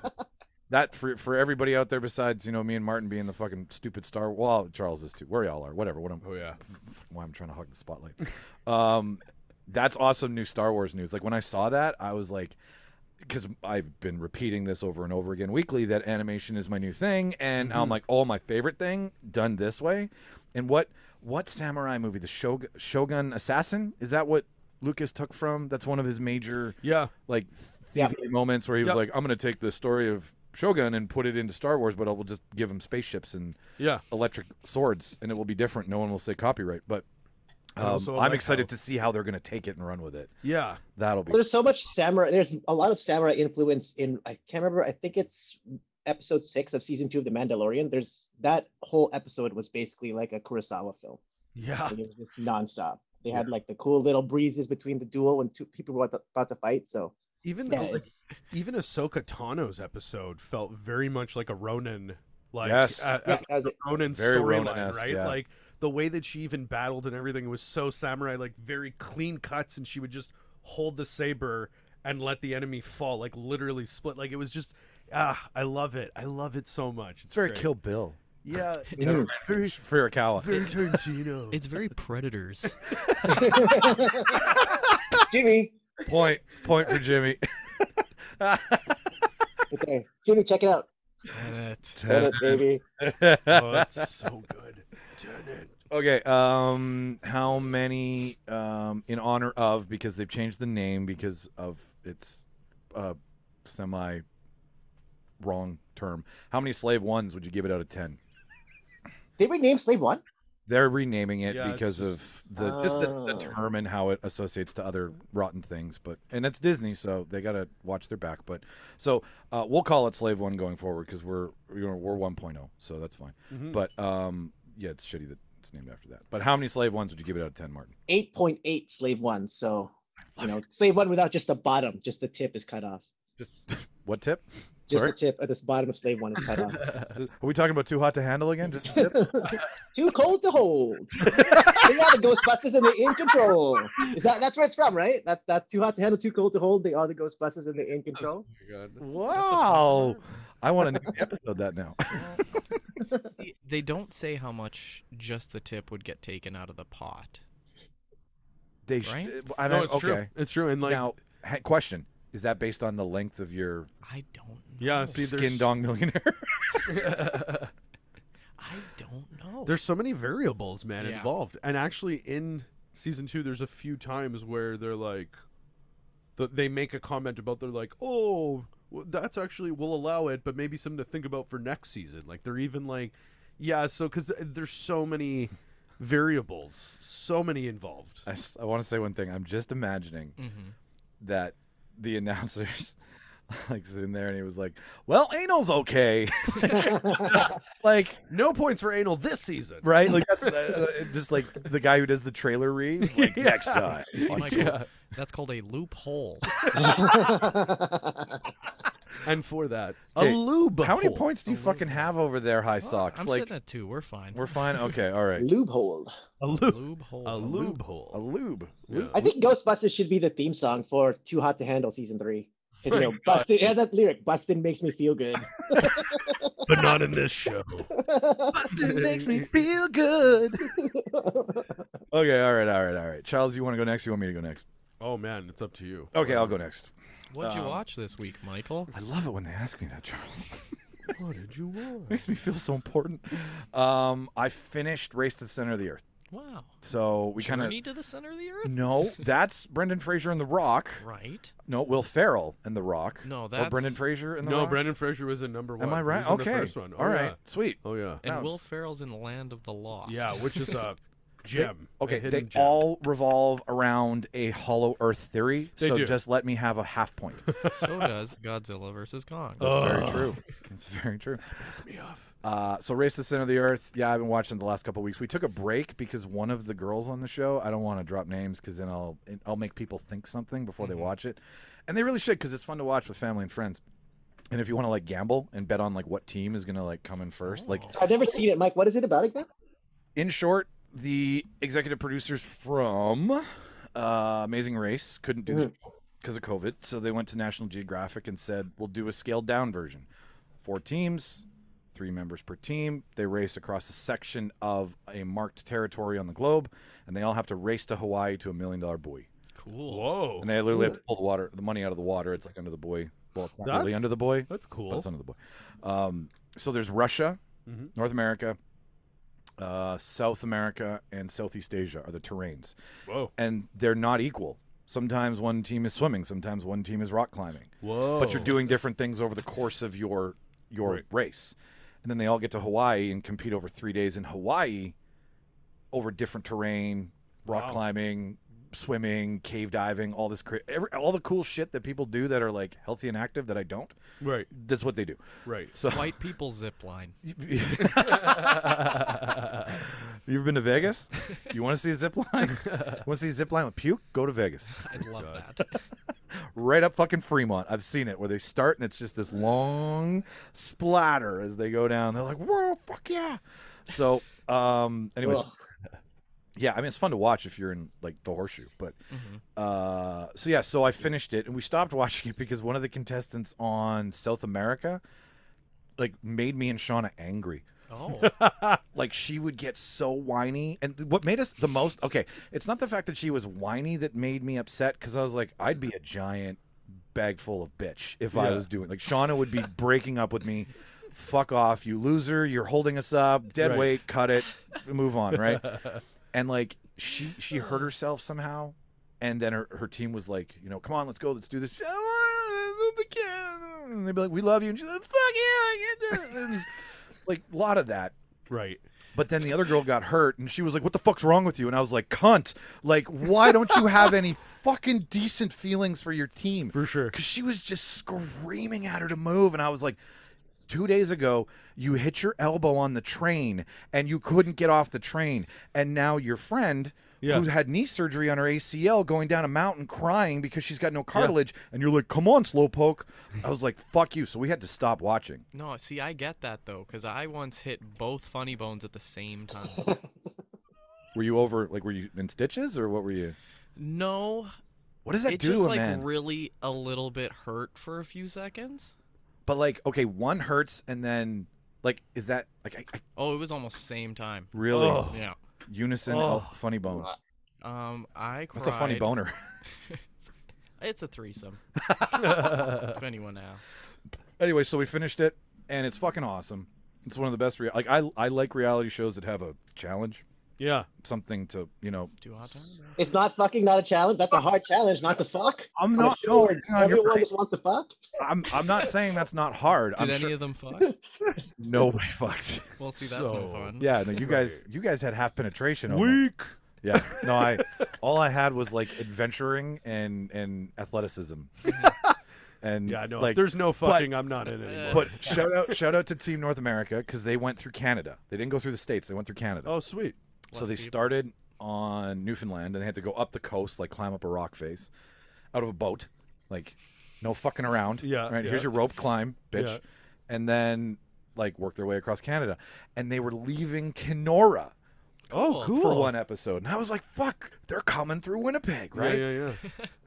A: That for for everybody out there besides you know me and Martin being the fucking stupid star. Well, Charles is too. Where y'all are, whatever. What I'm. Oh yeah. Why I'm trying to hug the spotlight. Um, that's awesome new Star Wars news. Like when I saw that, I was like, because I've been repeating this over and over again weekly that animation is my new thing, and I'm like, oh, my favorite thing done this way. And what what samurai movie? The Shog- Shogun Assassin is that what Lucas took from? That's one of his major
E: Yeah,
A: like thievery moments where he was
E: Yep.
A: like, "I'm going to take the story of Shogun and put it into Star Wars, but I will just give him spaceships and
E: yeah.
A: electric swords, and it will be different. No one will say copyright." But
E: And
A: um,
E: also I
A: I'm
E: like
A: excited
E: how-
A: to see how they're going to take it and run with it.
E: Yeah,
A: That'll be
G: There's so much samurai. There's a lot of samurai influence in. I can't remember. I think it's episode six of season two of The Mandalorian. There's that whole episode was basically like a Kurosawa film.
E: yeah.
G: Like, it was just nonstop. They had like the cool little breezes between the duel when two people were about to, about to fight. So
E: Even
G: yeah,
E: though, like,
G: it's
E: even Ahsoka Tano's episode felt very much like a Ronin, like
A: Yes.
E: a, a
G: yeah, that was it.
E: Ronin
A: Very
E: storyline,
A: Ronin-esque,
E: right?
A: yeah.
E: Like the way that she even battled and everything was so samurai, like very clean cuts, and she would just hold the saber and let the enemy fall, like literally split. Like it was just, ah, I love it. I love it so much.
A: it's very
E: great.
A: Kill Bill.
E: Yeah,
A: It's very Furukawa.
E: very Tarantino.
F: It's very predators.
G: Jimmy.
A: Point point for Jimmy.
G: Okay, Jimmy, check it out.
F: Tenet.
G: Got it, baby.
E: oh, it's so good. Tenet.
A: Okay. Um, how many? Um, in honor of because they've changed the name because of its uh, semi wrong term. How many slave ones would you give it out of ten?
G: They renamed Slave One.
A: They're renaming it
E: Yeah, it's
A: because
E: just- Oh.
A: of the just the, the
G: Ah.
A: term and how it associates to other rotten things. But and it's Disney, so they gotta watch their back. But so uh, we'll call it Slave One going forward because we're you know we're 1.0, so that's fine.
E: Mm-hmm. Hmm.
A: But um, yeah, it's shitty that it's named after that. But how many slave ones would you give it out of ten, Martin?
G: Eight point eight Slave One. So you know, Slave One without just the bottom, just the tip is cut off.
A: Just what tip?
G: Just
A: Sorry?
G: the tip of this bottom of Slave One is cut off.
A: Are we talking about too hot to handle again? Just the tip?
G: Too cold to hold. they are the Ghostbusters and the In Control. Is that that's where it's from, right? That's that's too hot to handle, too cold to hold. They are the Ghostbusters and the In Control.
E: Oh
A: wow! I want to name the episode that now.
F: They don't say how much just the tip would get taken out of the pot.
A: They sh-
F: Right?
A: I
E: No,
A: don't.
E: it's
A: okay.
E: true. It's true. And like,
A: now, ha- question: Is that based on the length of your
F: I don't know.
E: yeah, see,
A: skin
E: there's
A: dong millionaire?
F: I don't know.
E: there's so many variables, man,
F: Yeah.
E: involved. And actually, in season two, there's a few times where they're like, th- they make a comment about they're like, oh, well, that's actually we'll allow it, but maybe something to think about for next season. Like they're even like, yeah, so because there's so many variables, so many involved.
A: I, s- I want to say one thing. I'm just imagining
F: Mm-hmm.
A: that the announcers like sitting there and he was like, "Well, anal's okay." like
E: No points for anal this season.
A: right? Like that's uh, just like the guy who does the trailer read. Like next time.
E: Oh
A: on
F: Michael, that's called a loophole.
E: And for that,
A: Okay,
E: a lube.
A: How many
E: hole.
A: points
F: Oh
A: do you fucking have over there, High Socks?
F: I'm
A: like,
F: sitting at two. We're fine.
A: we're fine. Okay, all right.
G: Lube hold.
E: A lube.
F: lube hole.
E: A lube
A: A
E: hole.
A: lube.
E: Yeah.
G: I think Ghostbusters should be the theme song for Too Hot to Handle season three. Because you know, Bustin, it has that lyric, Bustin makes me feel good.
E: but not in this show.
A: feel good. okay, all right, all right, all right. Charles, you want to go next? You want me to go next?
E: Oh man, it's up to you.
A: Okay, I'll go next.
F: What'd
E: um,
F: you watch this week, Michael?
A: I love it when they ask me that, Charles.
E: What did you want?
A: Makes me feel so important. Um, I finished Race to the Center of the Earth.
F: Wow.
A: So we kind of
F: Journey to the center of the earth?
A: no. That's Brendan Fraser and The Rock.
F: Right?
A: No, Will Ferrell and The Rock.
F: No,
A: or
F: that's-
A: Brendan Fraser and The
E: No,
A: Rock.
E: Brendan Fraser was in number one.
A: Am I right?
E: He was in
A: Okay.
E: The first one. Oh,
A: All right.
E: yeah.
A: Sweet.
E: Oh yeah.
F: And
A: No.
F: Will Ferrell's in Land of the Lost.
E: Yeah, which is a gem. a
A: Okay, they
E: hidden gem.
A: all revolve around a hollow earth theory.
E: They
A: so
E: do.
A: just let me have a half point. That's
F: so does Godzilla versus Kong.
A: very true. That's very true.
E: piss Oh. me off.
A: Uh, so Race to the Center of the Earth. Yeah, I've been watching the last couple weeks. We took a break because one of the girls on the show. I don't want to drop names because then I'll I'll make people think something before
E: Mm-hmm.
A: they watch it, and they really should because it's fun to watch with family and friends. And if you want to like gamble and bet on like what team is gonna like come in first, like
E: Oh.
G: I've never seen it, Mike. What is it about again?
A: in short, the executive producers from uh, Amazing Race couldn't do this because of COVID, so they went to National Geographic and said, "We'll do a scaled down version. Four teams, three members per team. They race across a section of a marked territory on the globe, and they all have to race to Hawaii to a million dollar buoy.
F: Cool.
E: Whoa,
A: And they literally have to pull the water, the money out of the water. It's like under the buoy. Well, it's not really
E: That's-
A: under the buoy,
E: that's cool.
A: but it's under the boy. Um, so there's Russia,
E: Mhm.
A: North America, uh, South America, and Southeast Asia are the terrains,
E: Whoa,
A: and they're not equal. Sometimes one team is swimming, sometimes one team is rock climbing,
E: whoa.
A: but you're doing different things over the course of your your race, and then they all get to Hawaii and compete over three days in Hawaii, over different terrain, rock
E: Wow.
A: climbing. Swimming, cave diving, all this, cra- every, all the cool shit that people do that are like healthy and active that I don't.
E: right,
A: That's what they do.
E: right.
A: So
F: White people zip line.
A: You've been to Vegas? You want to see a zip line? Want to see a zip line with puke? Go to Vegas.
F: I'd love that.
A: Right up fucking Fremont. I've seen it where they start and it's just this long splatter as they go down. They're like, whoa, fuck yeah. So, um, anyways,
G: Ugh.
A: yeah, I mean, it's fun to watch if you're in like the horseshoe, but uh, so yeah, so I finished it and we stopped watching it because one of the contestants on South America like made me and Shauna angry.
F: Oh.
A: like she would get so whiny and th- what made us the most okay it's not the fact that she was whiny that made me upset because i was like i'd be a giant bag full of bitch if i
E: Yeah.
A: was doing like shauna would be breaking up with me fuck off you loser you're holding us up dead
E: Right.
A: weight cut it move on right and like she she hurt herself somehow and then her, her team was like you know come on let's go let's do this "Ah, and they'd be like we love you and she's like fuck you I can't do it." And, like a lot of that
E: Right.
A: but then the other girl got hurt and she was like, What the fuck's wrong with you? And I was like, Cunt, like, why don't you have any fucking decent feelings for your team?
E: For sure.
A: Because she was just screaming at her to move. And I was like, Two days ago, you hit your elbow on the train and you couldn't get off the train. And now your friend.
E: Yeah.
A: Who had knee surgery on her ACL going down a mountain crying because she's got no cartilage, and you're like, Come on, slowpoke. I was like, Fuck you. So we had to stop watching.
F: No, see, I get that though, because I once hit both funny bones at the same time.
A: Were you over, like, were you in stitches or what were you?
F: no,
A: What does that
F: it
A: do
F: just
A: to a
F: like
A: man?
F: really a little bit hurt for a few seconds.
A: But like, okay, one hurts, and then like, is that like I, I
F: Oh, it was almost same time.
A: really
E: Oh.
F: Yeah.
A: unison?
E: Oh.
A: Oh, funny bone.
F: Um, I cried.
A: That's a funny boner.
F: It's a threesome. if anyone asks.
A: anyway, so we finished it, and it's fucking awesome. It's one of the best. Rea- like I, I like reality shows that have a challenge,
E: Yeah.
A: something to you know.
F: Do I tell you?
G: It's not fucking not a challenge. That's a hard challenge not to fuck.
A: I'm
G: On a
A: not-
G: show
A: no,
G: where
A: hang on, you're
G: everyone
A: right.
G: just wants to fuck.
A: I'm, I'm not saying that's not hard.
F: Did
A: I'm
F: any
A: sure
F: of them fuck?
A: nobody fucked.
F: Well, see, that's
E: So-
F: no fun.
A: Yeah, no, you guys, you guys had half penetration. almost.
E: Weak.
A: Yeah, no, I, all I had was like adventuring and and athleticism, and
E: Yeah. No.
A: like
E: if there's no fucking. I'm not in anymore.
A: But shout out, shout out to Team North America because they went through Canada. They didn't go through the states. They went through Canada.
E: oh, sweet.
A: so they started on Newfoundland and they had to go up the coast, like climb up a rock face, out of a boat, like no fucking around.
E: Yeah,
A: Right.
E: yeah.
A: Here's your rope, climb, bitch,
E: Yeah.
A: and then like work their way across Canada. And they were leaving Kenora
E: Oh, cool.
A: for one episode, and I was like, "Fuck, they're coming through Winnipeg,
E: Yeah.
A: right?"
E: Yeah. Yeah.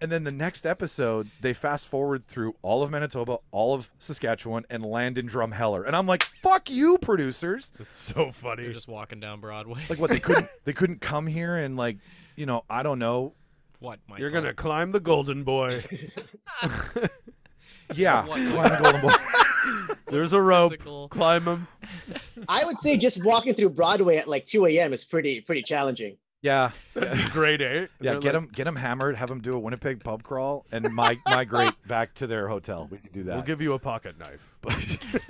A: And then the next episode, they fast forward through all of Manitoba, all of Saskatchewan, and land in Drumheller. And I'm like, fuck you, producers.
E: That's so funny.
F: You're just walking down Broadway.
A: Like what they couldn't they couldn't come here and like, you know, I don't know.
F: what,
A: oh.
F: Mike?
E: You're gonna climb the golden boy.
A: Yeah.
F: What?
A: climb the Golden Boy.
E: There's a rope.
F: physical.
E: Climb him.
G: I would say just walking through Broadway at like 2 a.m. is pretty pretty challenging.
A: Yeah, yeah,
E: Grade eight. And
A: yeah.
E: they're
A: Get
E: like,
A: them, get them hammered. Have them do a Winnipeg pub crawl and mi- migrate back to their hotel. We can do that.
E: We'll give you a pocket knife.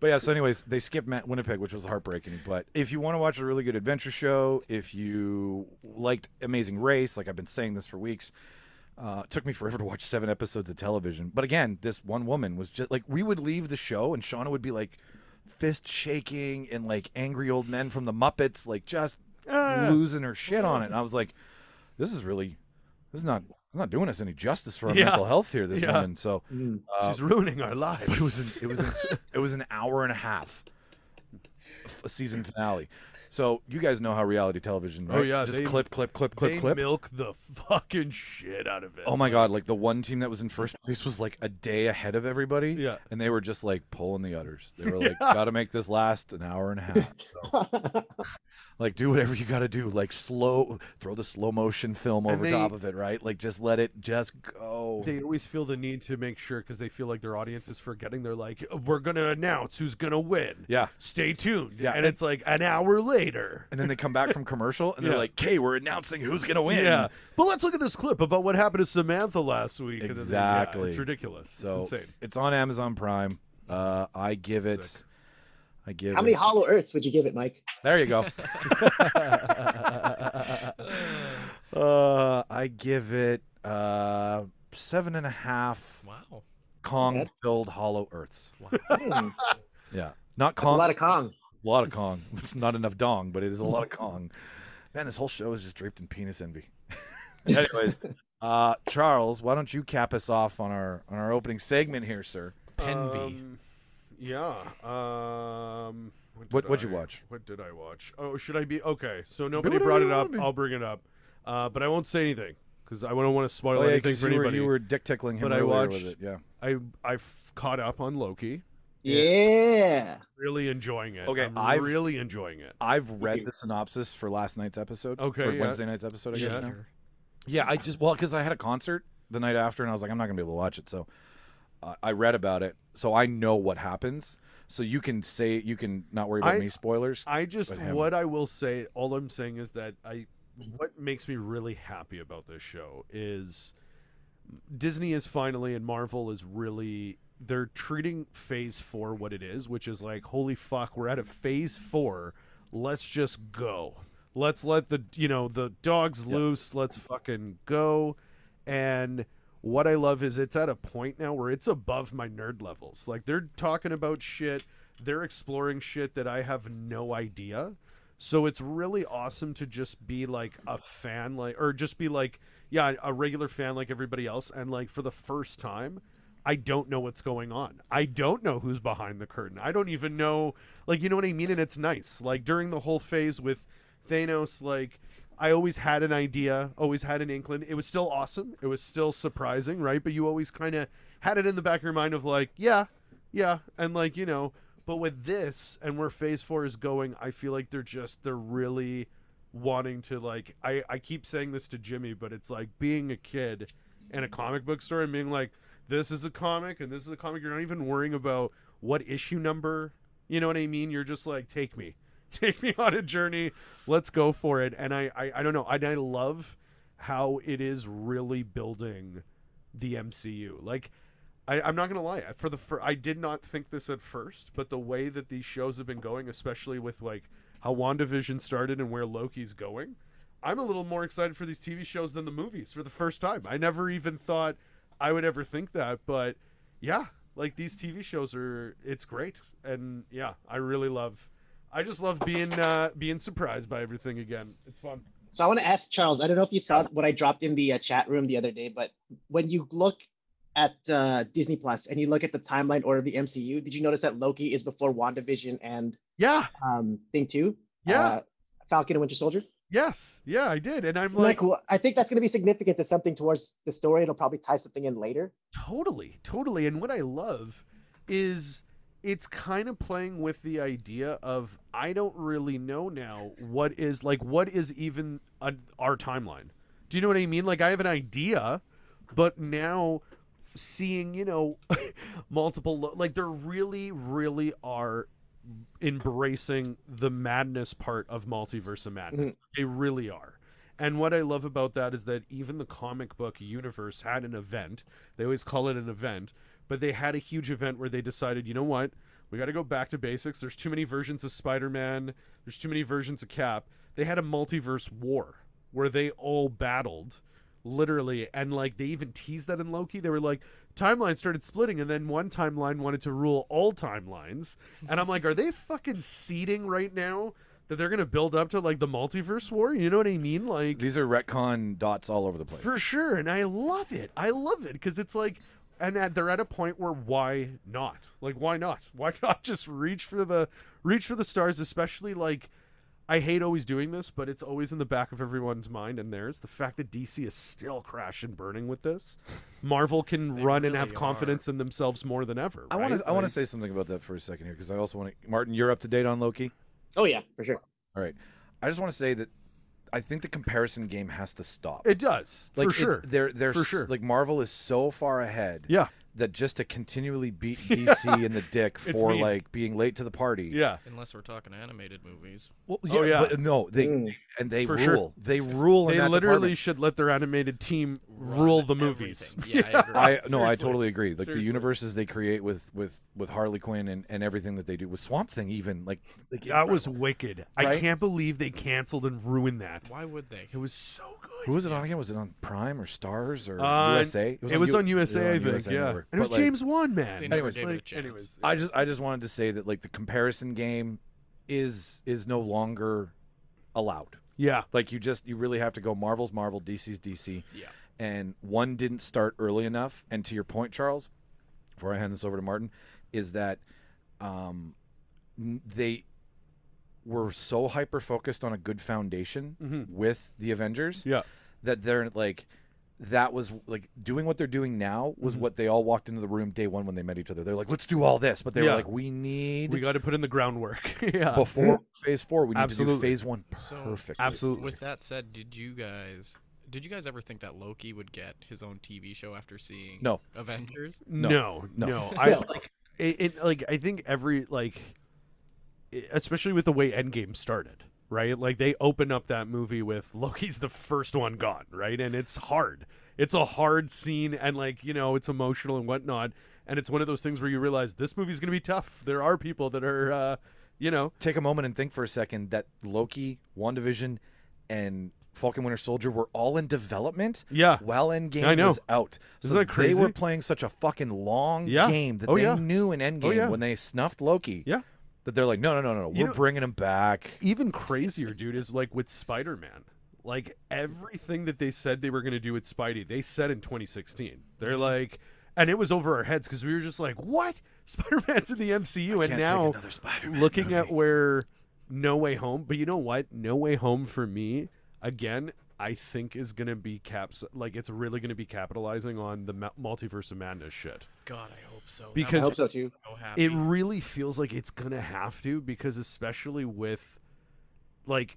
A: But yeah, so anyways, they skipped Matt Winnipeg, which was heartbreaking. But if you want to watch a really good adventure show, if you liked Amazing Race, like I've been saying this for weeks, uh, it took me forever to watch seven episodes of television. But again, this one woman was just like we would leave the show and Shauna would be like fist shaking and like angry old men from the Muppets, like just uh,
E: Ah.
A: losing her shit on it. And I was like, this is really, this is not, I'm not doing us any justice for our
E: Yeah.
A: mental health here. This
E: Yeah. Mm-hmm.
A: woman, so.
E: She's ruining our lives.
A: uh, But it was an, it was an, it was an hour and a half f- season finale. So you guys know how reality television.
E: Oh,
A: Right?
E: yeah,
A: just
E: they-
A: clip, clip, clip,
E: they
A: clip, clip.
E: milk the fucking shit out of it.
A: Oh my god! Like the one team that was in first place was like a day ahead of everybody.
E: Yeah.
A: and they were just like pulling the udders. They were like, "Got to make this last an hour and a half." Like, do whatever you got to do. Like, slow, throw the slow motion film
E: And
A: over
E: they-
A: top of it, right? Like, just let it just go.
E: They always feel the need to make sure because they feel like their audience is forgetting. They're like, "We're gonna announce who's gonna win."
A: Yeah.
E: Stay tuned.
A: Yeah,
E: And,
A: and-
E: it's like an hour later.
A: and then they come back from commercial and
E: Yeah.
A: they're like, "Okay, we're announcing who's gonna win."
E: Yeah. But let's look at this clip about what happened to Samantha last week. And then they- yeah,
A: Exactly.
E: it's ridiculous.
A: So
E: it's insane.
A: on Amazon Prime. Uh, I give it.
E: Sick.
A: I give.
G: How many
A: it-
G: Hollow Earths would you give it, Mike?
A: There you go. uh, I give it uh, seven and a half
F: Wow.
A: Kong-filled Hollow Earths.
G: Hmm,
A: Yeah, not
G: a
A: Kong.
G: lot of Kong.
A: it's a lot of Kong. It's not enough Dong, but it is a lot of Kong. Man, this whole show is just draped in penis envy. Anyways, uh, Charles, why don't you cap us off on our on our opening segment here, sir?
F: Penvy.
E: Um, yeah. Um.
A: What-
E: did
A: what'd you
E: I-
A: watch?
E: What did I watch? Oh, should I be okay? So nobody
A: whatever
E: brought
A: you
E: it up.
A: wanna do.
E: I'll bring it up, uh, but I won't say anything because I don't want to spoil
A: Oh, yeah,
E: anything
A: 'cause
E: for
A: you were,
E: anybody.
A: you were dick tickling him
E: But I
A: earlier
E: watched-
A: with it. Yeah.
E: I I f- caught up on Loki.
G: Yeah.
E: Really enjoying it.
A: Okay,
E: I'm
A: I've-
E: really enjoying it.
A: I've read the synopsis for last night's episode.
E: Okay,
A: or
E: yeah.
A: Wednesday night's episode, I guess.
E: Yeah.
A: now. yeah I just well because I had a concert the night after, and I was like, I'm not gonna be able to watch it, so uh, I read about it, so I know what happens. So you can say you can not worry about
E: I-
A: me spoilers.
E: I just
A: But him.
E: what I will say, all I'm saying is that I what makes me really happy about this show is Disney is finally and Marvel is really they're treating phase 4 what it is, which is like holy fuck, we're out of phase 4. Let's just go. Let's let the you know the dogs loose. Let's fucking go. And what I love is it's at a point now where it's above my nerd levels. Like they're talking about shit, they're exploring shit that I have no idea. So it's really awesome to just be like a fan like or just be like yeah, a regular fan like everybody else and like for the first time I don't know what's going on. I don't know who's behind the curtain. I don't even know like you know what I mean and it's nice. Like during the whole phase with Thanos like I always had an idea, always had an inkling. It was still awesome. It was still surprising, right? But you always kind of had it in the back of your mind of like, yeah, yeah, and like you know. But with this and where Phase Four is going, I feel like they're just they're really wanting to like. I I keep saying this to Jimmy, but it's like being a kid in a comic book store and being like, this is a comic and this is a comic. You're not even worrying about what issue number. You know what I mean? You're just like, take me, take me on a journey. Let's go for it. And I, I, I don't know. And I love how it is really building the MCU. Like, I, I'm not gonna lie. For the fir- I did not think this at first, but the way that these shows have been going, especially with like how WandaVision started and where Loki's going, I'm a little more excited for these TV shows than the movies for the first time. I never even thought I would ever think that, but yeah, like these TV shows are it's great, and yeah, I really love. I just love being uh, being surprised by everything again. It's fun.
G: So I want to ask Charles. I don't know if you saw what I dropped in the uh, chat room the other day, but when you look at uh, Disney Plus and you look at the timeline order of the MCU, did you notice that Loki is before WandaVision and
E: Yeah.
G: um, Thing Two?
E: Yeah.
G: Uh, Falcon and Winter Soldier.
E: Yes. Yeah, I did, and I'm
G: Like, wh- I think that's going to be significant to something towards the story. It'll probably tie something in later.
E: Totally, totally. And what I love is it's kind of playing with the idea of I don't really know now what is like what is even a, our timeline. Do you know what I mean? Like I have an idea, but now seeing you know multiple lo- like there really really are embracing the madness part of multiverse of madness they really are and what i love about that is that even the comic book universe had an event they always call it an event but they had a huge event where they decided you know what we got to go back to basics there's too many versions of spider-man there's too many versions of cap they had a multiverse war where they all battled literally and like they even teased that in loki they were like timeline started splitting and then one timeline wanted to rule all timelines and i'm like are they fucking seeding right now that they're gonna build up to like the multiverse war you know what i mean like
A: These are retcon dots all over the place.
E: for sure and i love it i love it because it's like and at, they're at a point where why not like why not why not just reach for the reach for the stars especially like i hate always doing this but it's always in the back of everyone's mind and there's the fact that dc is still crash and burning with this marvel can run and have
F: really are.
E: confidence in themselves more than ever
A: I want
E: right?
A: to I want to
E: Like-
A: say something about that for a second here because I also want to Martin, you're up to date on Loki.
G: Oh yeah, for sure.
A: All right, I just want to say that I think the comparison game has to stop.
E: it does
A: like
E: for
A: it's-
E: sure
A: they're they're
E: For
A: s-
E: sure.
A: like Marvel is so far ahead.
E: yeah
A: That just to continually beat DC in the dick
E: It's
A: for
E: mean.
A: like being late to the party.
E: yeah
F: Unless we're talking animated movies.
A: Well, yeah,
E: Oh, yeah.
A: But no, they
G: Mm.
A: and they
E: For
A: rule.
E: sure.
A: They rule. in
E: they
A: that
E: literally
A: department.
E: should let their animated team
F: Run
E: rule the
F: everything.
E: movies
F: Yeah, I agree.
A: I no, I
E: Seriously.
A: totally agree. Like the
E: Seriously.
A: universes they create with with with Harley Quinn and, and everything that they do with Swamp Thing, even like, like
E: That was wicked. I
A: Right?
E: can't believe they canceled and ruined that.
F: Why would they?
E: It was so good.
A: who was it on again? Was it on Prime or Stars or
E: Uh,
A: USA?
E: It was
A: U-
E: on USA,
A: yeah,
E: I think.
A: USA
E: yeah,
A: Network.
E: and it was
A: But, like,
E: James Wan, man.
F: They never
A: Anyways,
F: gave it a
E: Like,
F: chance.
E: anyways,
A: I just I just wanted to say that like the comparison game is is no longer allowed.
E: yeah,
A: Like you just you really have to go Marvel's Marvel, DC's DC.
F: Yeah.
A: And one didn't start early enough. And to your point, Charles, before I hand this over to Martin, is that um, n- they were so hyper focused on a good foundation
E: Mhm.
A: with the Avengers
E: yeah,
A: that they're like that was like doing what they're doing now was
E: Mm-hmm.
A: what they all walked into the room day one when they met each other. They're like, let's do all this, but they
E: Yeah.
A: were like, we need
E: we got to put in the groundwork. yeah,
A: before phase four, we need to
E: Absolutely.
A: do phase one
F: So-
A: perfect.
E: absolutely.
F: With that said, did you guys did you guys ever think that Loki would get his own TV show after seeing
A: No.
F: Avengers?
E: no, no,
A: no.
E: I like it, it. Like I think every like, i- especially with the way Endgame started, right? Like they open up that movie with Loki's the first one gone, right? And it's hard. It's a hard scene, and like you know, it's emotional and whatnot. And it's one of those things where you realize this movie's gonna be tough. There are people that are, uh, you know,
A: take a moment and think for a second that Loki, WandaVision, and Falcon Winter Soldier were all in development.
E: Yeah.
A: While Endgame
E: I know.
A: was out. so
E: Isn't that
A: They were
E: crazy?
A: playing such a fucking long
E: Yeah.
A: game that
E: Oh,
A: they
E: yeah.
A: knew in Endgame
E: Oh, yeah.
A: when they snuffed Loki.
E: Yeah.
A: That they're like, no, no, no, no, no.
E: You
A: We're
E: know-
A: bringing him back.
E: even crazier, dude, is like with Spider Man. Like everything that they said they were going to do with Spidey, they said in 2016. They're
A: Mm-hmm.
E: like, and it was over our heads because we were just like, what? Spider Man's in the MCU. and
A: Can't
E: now
A: take another Spider-Man
E: looking at
A: movie.
E: where No Way Home, but you know what? No Way Home for me, again, I think is going to be caps. Like it's really going to be capitalizing on the mu- multiverse of madness shit.
F: God, I hope so. That
E: Because-
G: I
F: was
G: hope so too.
F: so happy.
E: It really feels like it's gonna have to because especially with like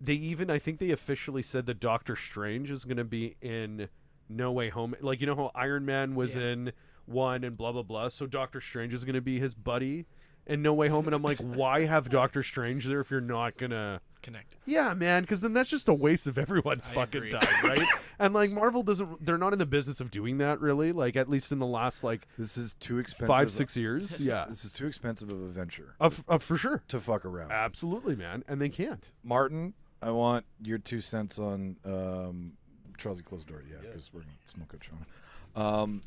E: they even I think they officially said that Doctor Strange is gonna be in No Way Home. Like you know how Iron Man was in one and blah blah blah. So Doctor Strange is gonna be his buddy in No Way Home, and I'm like, why have Doctor Strange there if you're not gonna?
F: connected.
E: Yeah, man, because then that's just a waste of everyone's
F: I
E: fucking
F: agree.
E: time, right? and like Marvel doesn't, they're not in the business of doing that really. Like at least in the last like
A: This is too expensive.
E: five six years, yeah.
A: This is too expensive of a venture
E: Of, of for sure.
A: to fuck around.
E: Absolutely, man. And they can't.
A: Uh, Martin, I want your two cents on um, Charles, you close the door, yeah, because we're gonna smoke a chona. Um,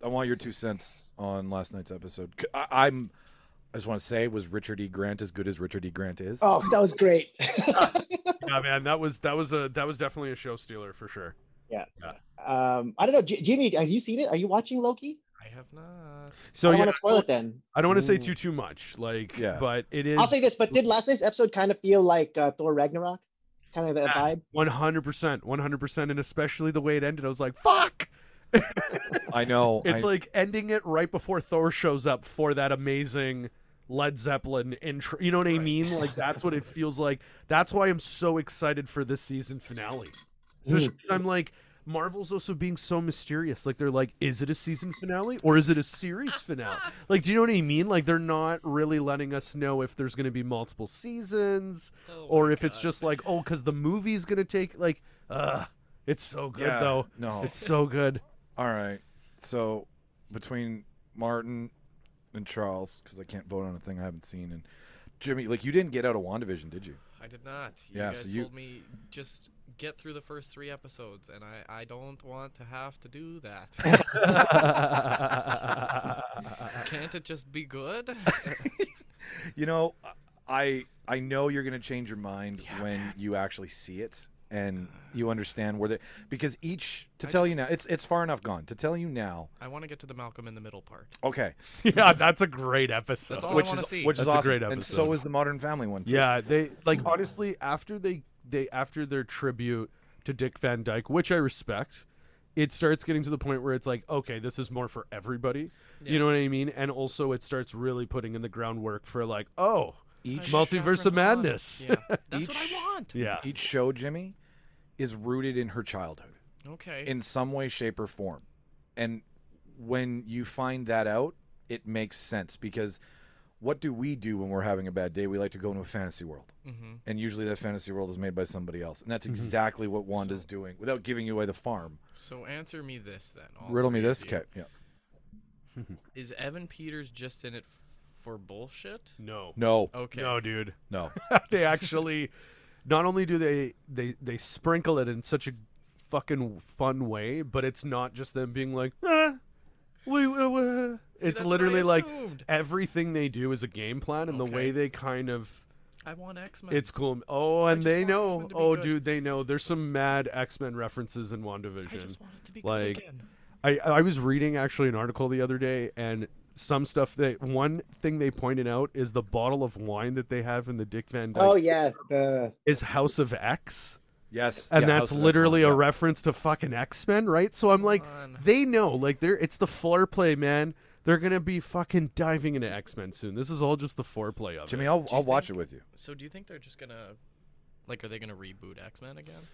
A: I want your two cents on last night's episode. C- I, am I just want to say, was Richard E. Grant as good as Richard E. Grant is?
G: Oh, that was great.
E: Yeah, man. That was that was a that was definitely a show stealer for sure.
G: um, I don't know, J- Jimmy. Have you seen it? Are you watching Loki?
F: I have not.
E: So
G: I don't
E: yeah,
G: want to spoil it then.
E: I don't want to say
G: Ooh.
E: too too much, like,
A: Yeah.
E: but it
G: I'll
E: is
G: say this, but did last night's episode kind of feel like uh, Thor Ragnarok? Kind of that
E: Yeah.
G: vibe.
E: one hundred percent, one hundred percent, and especially the way it ended. I was like, fuck.
A: I know.
E: It's
A: I-
E: like ending it right before Thor shows up for that amazing Led Zeppelin intro. You know what I mean? Like that's what it feels like. That's why I'm so excited for this season finale. Especially 'cause I'm like, Marvel's also being so mysterious. Like they're like, is it a season finale or is it a series finale? Like, do you know what I mean? Like they're not really letting us know if there's going to be multiple seasons
A: Oh
E: or if it's just like, oh, because the movie's going to take like, uh, it's so good
A: Yeah,
E: though.
A: no.
E: it's so good.
A: All right. So between Martin and Charles, because I can't vote on a thing I haven't seen, and Jimmy, like you didn't get out of Wandavision, did you?
F: I did not. You
A: Yeah,
F: guys
A: so you-
F: told me just get through the first three episodes, and I, I don't want to have to do that. Can't it just be good?
A: You know, I I know you're gonna change your mind when you actually see it and you understand where they because each to
F: I
A: tell you
F: just-
A: now it's it's far enough gone to tell you now.
F: I want to get to the Malcolm in the Middle part.
A: Okay,
E: yeah, that's a great episode.
F: That's all
A: which
F: Oh, I want
A: is
F: to see.
A: which is
E: That's a
A: awesome,
E: great
A: and
E: episode.
A: so is the Modern Family one. Too.
E: Yeah, they like honestly after they they after their tribute to Dick Van Dyke, which I respect, it starts getting to the point where it's like, okay, this is more for everybody. You
F: Yeah.
E: know what I mean? And also it starts really putting in the groundwork for like, oh,
A: each
E: Mul- Multiverse of Madness.
F: Yeah, that's what
A: Each-
F: I want.
E: yeah.
A: each show, Jimmy, is rooted in her childhood.
F: Okay.
A: in some way, shape, or form. And when you find that out, it makes sense because what do we do when we're having a bad day? We like to go into a fantasy world.
F: Mhm.
A: And usually that fantasy world is made by somebody else. And
E: Mm-hmm.
A: that's exactly what Wanda's doing without giving away the farm.
F: So answer me this then.
E: Oh,
F: all
A: Riddle me
F: three of
A: this,
F: you.
A: Kat. Yeah.
F: Is Evan Peters just in it f- for bullshit?
E: No.
A: No,
F: Okay.
E: No, dude.
A: no.
E: they actually not only do they they they sprinkle it in such a fucking fun way, but it's not just them being like, ah, we, we- we."
F: that's
E: it's
F: what I
E: literally like
F: assumed.
E: everything they do is a game plan, and the
F: Okay.
E: way they kind of
F: I want X Men.
E: it's cool. Oh, and
F: just
E: they
F: want
E: know.
F: X-Men to be
E: Oh,
F: good.
E: dude, they know. There's some mad X Men references in
F: I
E: WandaVision.
F: just want it to be
E: like-
F: good again.
E: I I was reading actually an article the other day and some stuff that one thing they pointed out is the bottle of wine that they have in the Dick Van Dyke
G: Oh yeah, the
E: is House of X,
A: Yes.
E: and
A: yeah, House
E: that's
A: of X
E: literally
A: one,
E: a
A: yeah.
E: reference to fucking X Men, right? So I'm like,
F: on.
E: they know, like they're it's the foreplay, man. They're gonna be fucking diving into X Men soon. This is all just the foreplay of
A: Jimmy,
E: it.
A: I'll,
F: Do you
A: I'll watch it
F: think-
A: with you.
F: So do you think they're just gonna, like, are they gonna reboot X Men again?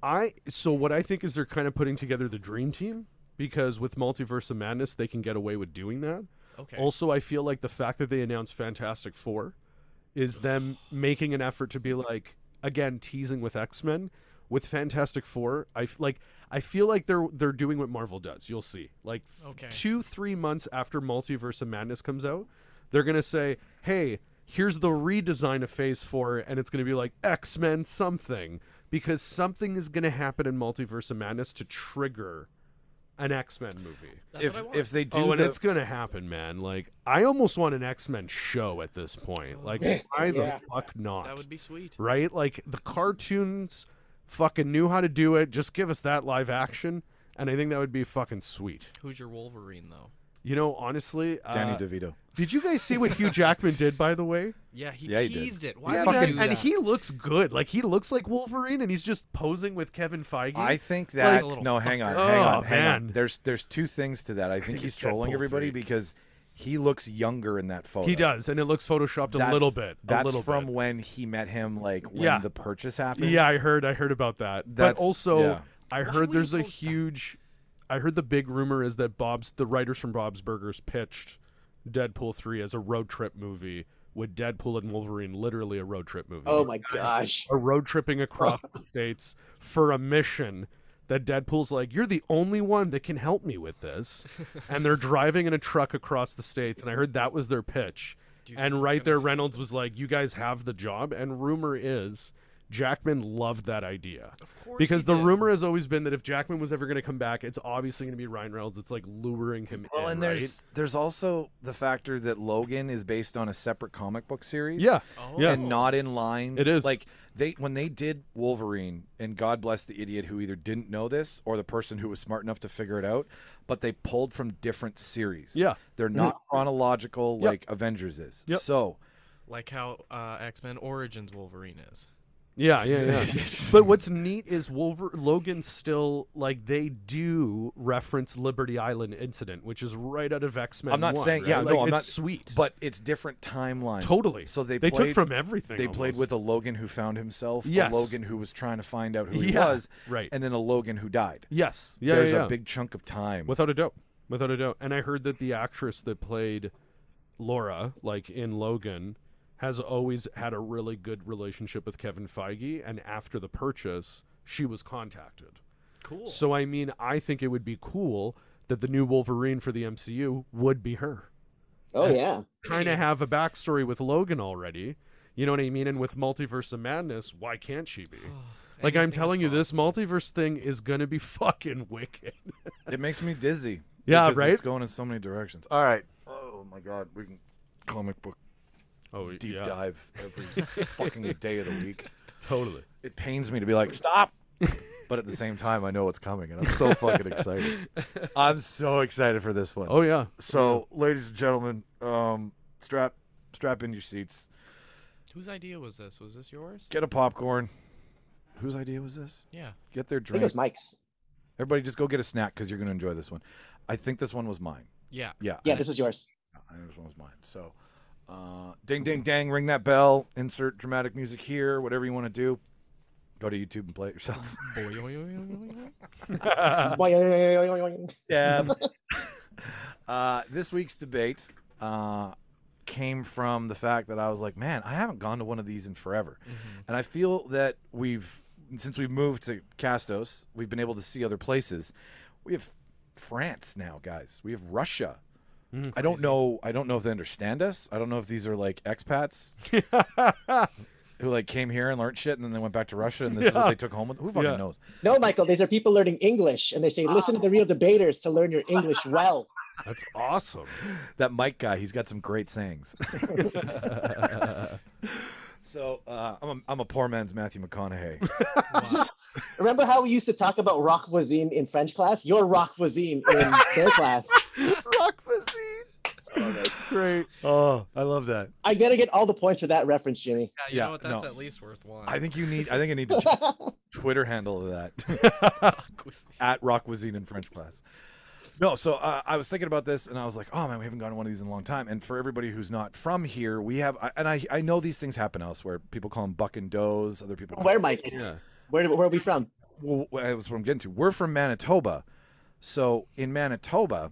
E: I so what I think is they're kind of putting together the dream team because with Multiverse of Madness they can get away with doing that.
F: Okay.
E: Also, I feel like the fact that they announced Fantastic Four is them making an effort to be like again teasing with X Men. With Fantastic Four, I f- like I feel like they're they're doing what Marvel does. You'll see, like th-
F: Okay.
E: two three months after Multiverse of Madness comes out, they're gonna say, "Hey, here's the redesign of Phase Four, and it's gonna be like X Men something because something is gonna happen in Multiverse of Madness to trigger an X Men movie."
F: That's
A: If
F: what I want.
A: if they do
E: oh, and
A: the-
E: it's gonna happen, man. Like I almost want an X Men show at this point. Like why
G: Yeah.
E: the fuck not?
F: that would be sweet.
E: right? Like the cartoons fucking knew how to do it. Just give us that live action, and I think that would be fucking sweet.
F: Who's your Wolverine though?
E: You know, honestly, uh,
A: Danny DeVito.
E: did you guys see what Hugh Jackman did? By the way,
F: Yeah, he
A: Yeah, he did.
F: teased it. Why would
E: man,
F: he do
E: and
F: that?
E: he looks good. Like he looks like Wolverine, and he's just posing with Kevin Feige.
A: I think that
F: little
A: no, hang on,
E: fucker.
A: hang
E: Oh,
A: on, hang on.
E: man.
A: There's there's two things to that. I think
E: think
A: he's
E: it's Deadpool
A: trolling everybody
E: three.
A: because he looks younger in that photo.
E: he does, and it looks photoshopped a
A: That's-
E: little bit.
A: That's
E: a little
A: from
E: bit.
A: when he met him, like when
E: Yeah.
A: the purchase happened.
E: Yeah, I heard. I heard about that.
A: That's-
E: but also,
A: yeah.
E: I heard there's a huge. I heard the big rumor is that Bob's the writers from Bob's Burgers pitched Deadpool three as a road trip movie with Deadpool and Wolverine, literally a road trip movie.
G: oh my gosh.
E: Are road tripping across the states for a mission. That Deadpool's like, you're the only one that can help me with this, and they're driving in a truck across the states. And I heard that was their pitch.
F: Do you think
E: And
F: it's
E: right
F: gonna-
E: there, Reynolds was like, "You guys have the job." And rumor is, Jackman loved that idea
F: Of course
E: because
F: he
E: the
F: did.
E: rumor has always been that if Jackman was ever going to come back, it's obviously going to be Ryan Reynolds. It's like luring him
A: Well,
E: in,
A: and
E: right?
A: there's there's also the factor that Logan is based on a separate comic book series.
E: yeah,
F: Oh.
E: yeah.
A: And not in line.
E: It is.
A: like they when they did Wolverine, and God bless the idiot who either didn't know this or the person who was smart enough to figure it out. But they pulled from different series.
E: Yeah. Mm-hmm.
A: they're not chronological
E: Yep.
A: like Avengers is.
E: Yep.
A: So
F: like how uh, X Men Origins Wolverine is.
E: Yeah, yeah, yeah. but what's neat is Wolver Logan still like they do reference Liberty Island incident, which is right out of X Men.
A: I'm not saying
E: right?
A: yeah,
E: Like,
A: no, I'm
E: it's
A: not
E: sweet,
A: but it's different timelines.
E: totally.
A: So they
E: they
A: played,
E: took from everything.
A: They played
E: almost.
A: with a Logan who found himself,
E: Yes.
A: a Logan who was trying to find out who he
E: Yeah,
A: was,
E: right.
A: and then a Logan who died.
E: yes, yeah,
A: There's
E: yeah, yeah.
A: a big chunk of time.
E: Without a doubt. Without a doubt. And I heard that the actress that played Laura, like in Logan, has always had a really good relationship with Kevin Feige. And after the purchase, she was contacted.
F: Cool.
E: So, I mean, I think it would be cool that the new Wolverine for the MCU would be her.
G: Oh yeah.
E: Kind of have a backstory with Logan already. You know what I mean? And with Multiverse of Madness, why can't she be? Like, I'm telling you, this multiverse thing is going to be fucking wicked.
A: it makes me dizzy.
E: Yeah,
A: because It's
E: right?
A: going in so many directions. All right. Oh my God, we can comic book
E: Oh,
A: deep dive every fucking day of the week.
E: Totally.
A: It pains me to be like stop, but at the same time, I know what's coming, and I'm so fucking excited. I'm so excited for this one.
E: Oh, yeah.
A: So, ladies and gentlemen, um, strap strap in your seats.
F: Whose idea was this? Was this yours?
A: Get a popcorn. Whose idea was this?
F: Yeah.
A: Get their
G: I think it
A: drink.
G: was Mike's.
A: Everybody, just go get a snack because you're going to enjoy this one. I think this one was mine.
F: Yeah.
A: Yeah.
G: Yeah,
A: I
G: this was yours.
A: I think this one was mine. So, uh, ding, ding, dang, ring that bell. Insert dramatic music here. Whatever you want to do. Go to YouTube and play it yourself.
G: Uh-huh.
A: Uh, this week's debate uh, came from the fact that I was like, man, I haven't gone to one of these in forever,
E: Mm-hmm.
A: and I feel that we've since we've moved to Castos, we've been able to see other places. We have France now, guys. We have Russia.
E: Mm,
A: I don't know. I don't know if they understand us. I don't know if these are like expats who like came here and learned shit, and then they went back to Russia, and this is what they took home with. Who fucking
E: Yeah.
A: knows?
G: No, Michael, these are people learning English, and they say, listen to the real debaters to learn your English well.
E: That's awesome.
A: that Mike guy, he's got some great sayings. so uh, I'm, a, I'm a poor man's Matthew McConaughey.
G: Remember how we used to talk about rock voisine in French class? Your rock voisine in their class.
E: Rock cuisine. Oh, that's great.
A: oh, I love that.
G: I gotta get all the points for that reference, Jimmy.
F: you
A: Yeah,
F: know what? That's
A: no.
F: at least worth one.
A: I think you need. I think I need to ch- Twitter handle of that at Rock Cuisine in French class. No, so uh, I was thinking about this, and I was like, "Oh man, we haven't gone to one of these in a long time." And for everybody who's not from here, we have, I- and I I know these things happen elsewhere. People call them buck and does. Other people call
G: Where, Mike?
E: Yeah.
G: Where, where are we from?
A: well, wh- that's what I'm getting to. We're from Manitoba, so in Manitoba,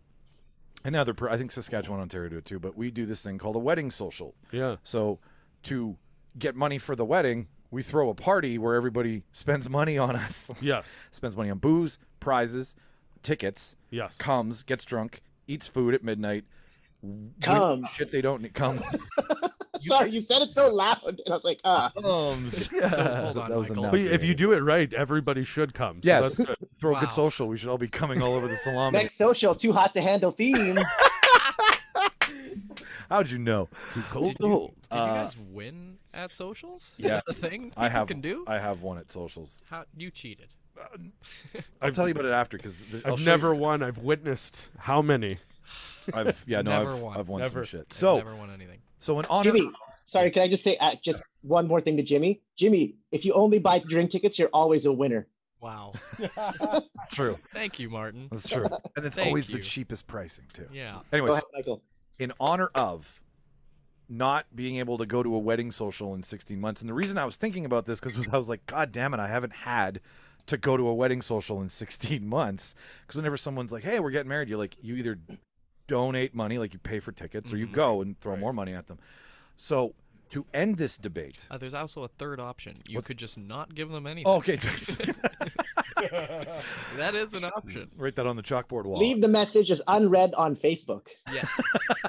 A: another per- I think Saskatchewan, Ontario do it too, but we do this thing called a wedding social.
E: Yeah.
A: So to get money for the wedding, we throw a party where everybody spends money on us,
E: Yes.
A: spends money on booze, prizes, tickets,
E: Yes.
A: comes, gets drunk, eats food at midnight. win-
G: Comes.
A: shit they don't need come
G: Sorry, you said it so loud, and I was like, ah.
A: comes.
F: so hold
A: That
F: on,
A: was a
F: Michael.
A: no.
E: But if you do it right, everybody should come. So
A: Yes.
E: that's good.
A: Throw a
F: Wow.
A: good social. We should all be coming all over the salami.
G: Next social, too hot to handle theme.
A: How'd you know?
E: Too
F: Did
E: cold.
F: you, did you
A: Uh,
F: guys win at socials? Is
A: yeah.
F: that a thing
A: I
F: people
A: have
F: can do?
A: I have one at socials.
F: How you cheated?
A: I'll tell you about it after because
E: I've never won. I've witnessed how many.
A: I've yeah, no,
F: Never
A: I've,
F: won.
A: I've won some
E: Never.
A: shit.
F: I've
A: So,
F: never won anything.
A: so in honor,
G: Jimmy, sorry, can I just say uh, just one more thing to Jimmy? Jimmy, if you only buy drink tickets, you're always a winner.
F: Wow.
A: that's true.
F: Thank you, Martin.
A: That's true, and it's
F: Thank
A: always the
F: you.
A: cheapest pricing too.
F: Yeah.
G: Go
A: Anyways,
G: ahead, Michael.
A: in honor of not being able to go to a wedding social in 16 months, and the reason I was thinking about this because I was like, God damn it, I haven't had to go to a wedding social in 16 months. Because whenever someone's like, Hey, we're getting married, you're like, you either donate money, like you pay for tickets,
E: Mm-hmm.
A: or you go and throw more money at them. So to end this debate.
F: Uh, there's also a third option. You could just not give them anything.
A: Okay,
F: That is an option.
A: write that on the chalkboard wall.
G: Leave the message as unread on Facebook.
F: Yes.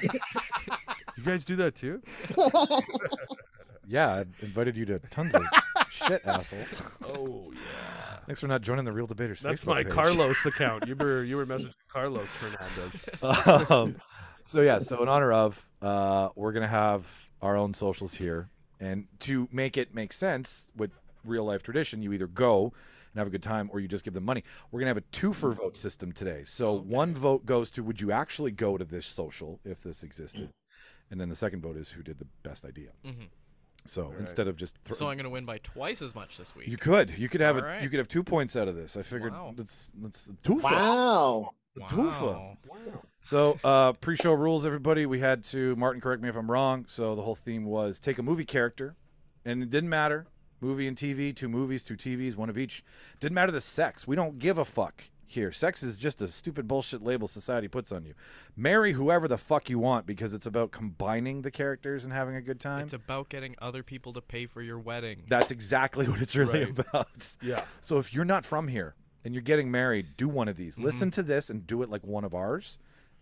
E: You guys do that too?
A: Yeah, I invited you to tons of shit, asshole.
E: Oh yeah.
A: Thanks for not joining the real debaters.
E: That's
A: Facebook
E: my
A: page.
E: Carlos account. You were you were messaging Carlos Fernandez.
A: um, so yeah, so in honor of, uh, we're gonna have our own socials here, and to make it make sense with real life tradition, you either go and have a good time, or you just give them money. We're gonna have a two for vote system today. So one vote goes to would you actually go to this social if this existed, and then the second vote is who did the best idea.
F: Mhm.
A: So instead of just thr-
F: So I'm gonna win by twice as much this week.
A: you could you could have
F: All
A: it
F: right.
A: you could have two points out of this. I figured
F: Wow.
A: let's let's twofer.
G: Wow.
A: A twofer.
F: wow.
A: So, uh, pre-show rules, everybody. We had to Martin correct me if I'm wrong. So the whole theme was take a movie character, and it didn't matter movie and TV, two movies, two TVs, one of each. Didn't matter the sex. We don't give a fuck here. Sex is just a stupid bullshit label society puts on you. Marry whoever the fuck you want because it's about combining the characters and having a good time.
F: It's about getting other people to pay for your wedding.
A: That's exactly what it's really
E: Right.
A: about.
E: Yeah.
A: So if you're not from here and you're getting married, do one of these.
E: Mm-hmm.
A: Listen to this and do it like one of ours,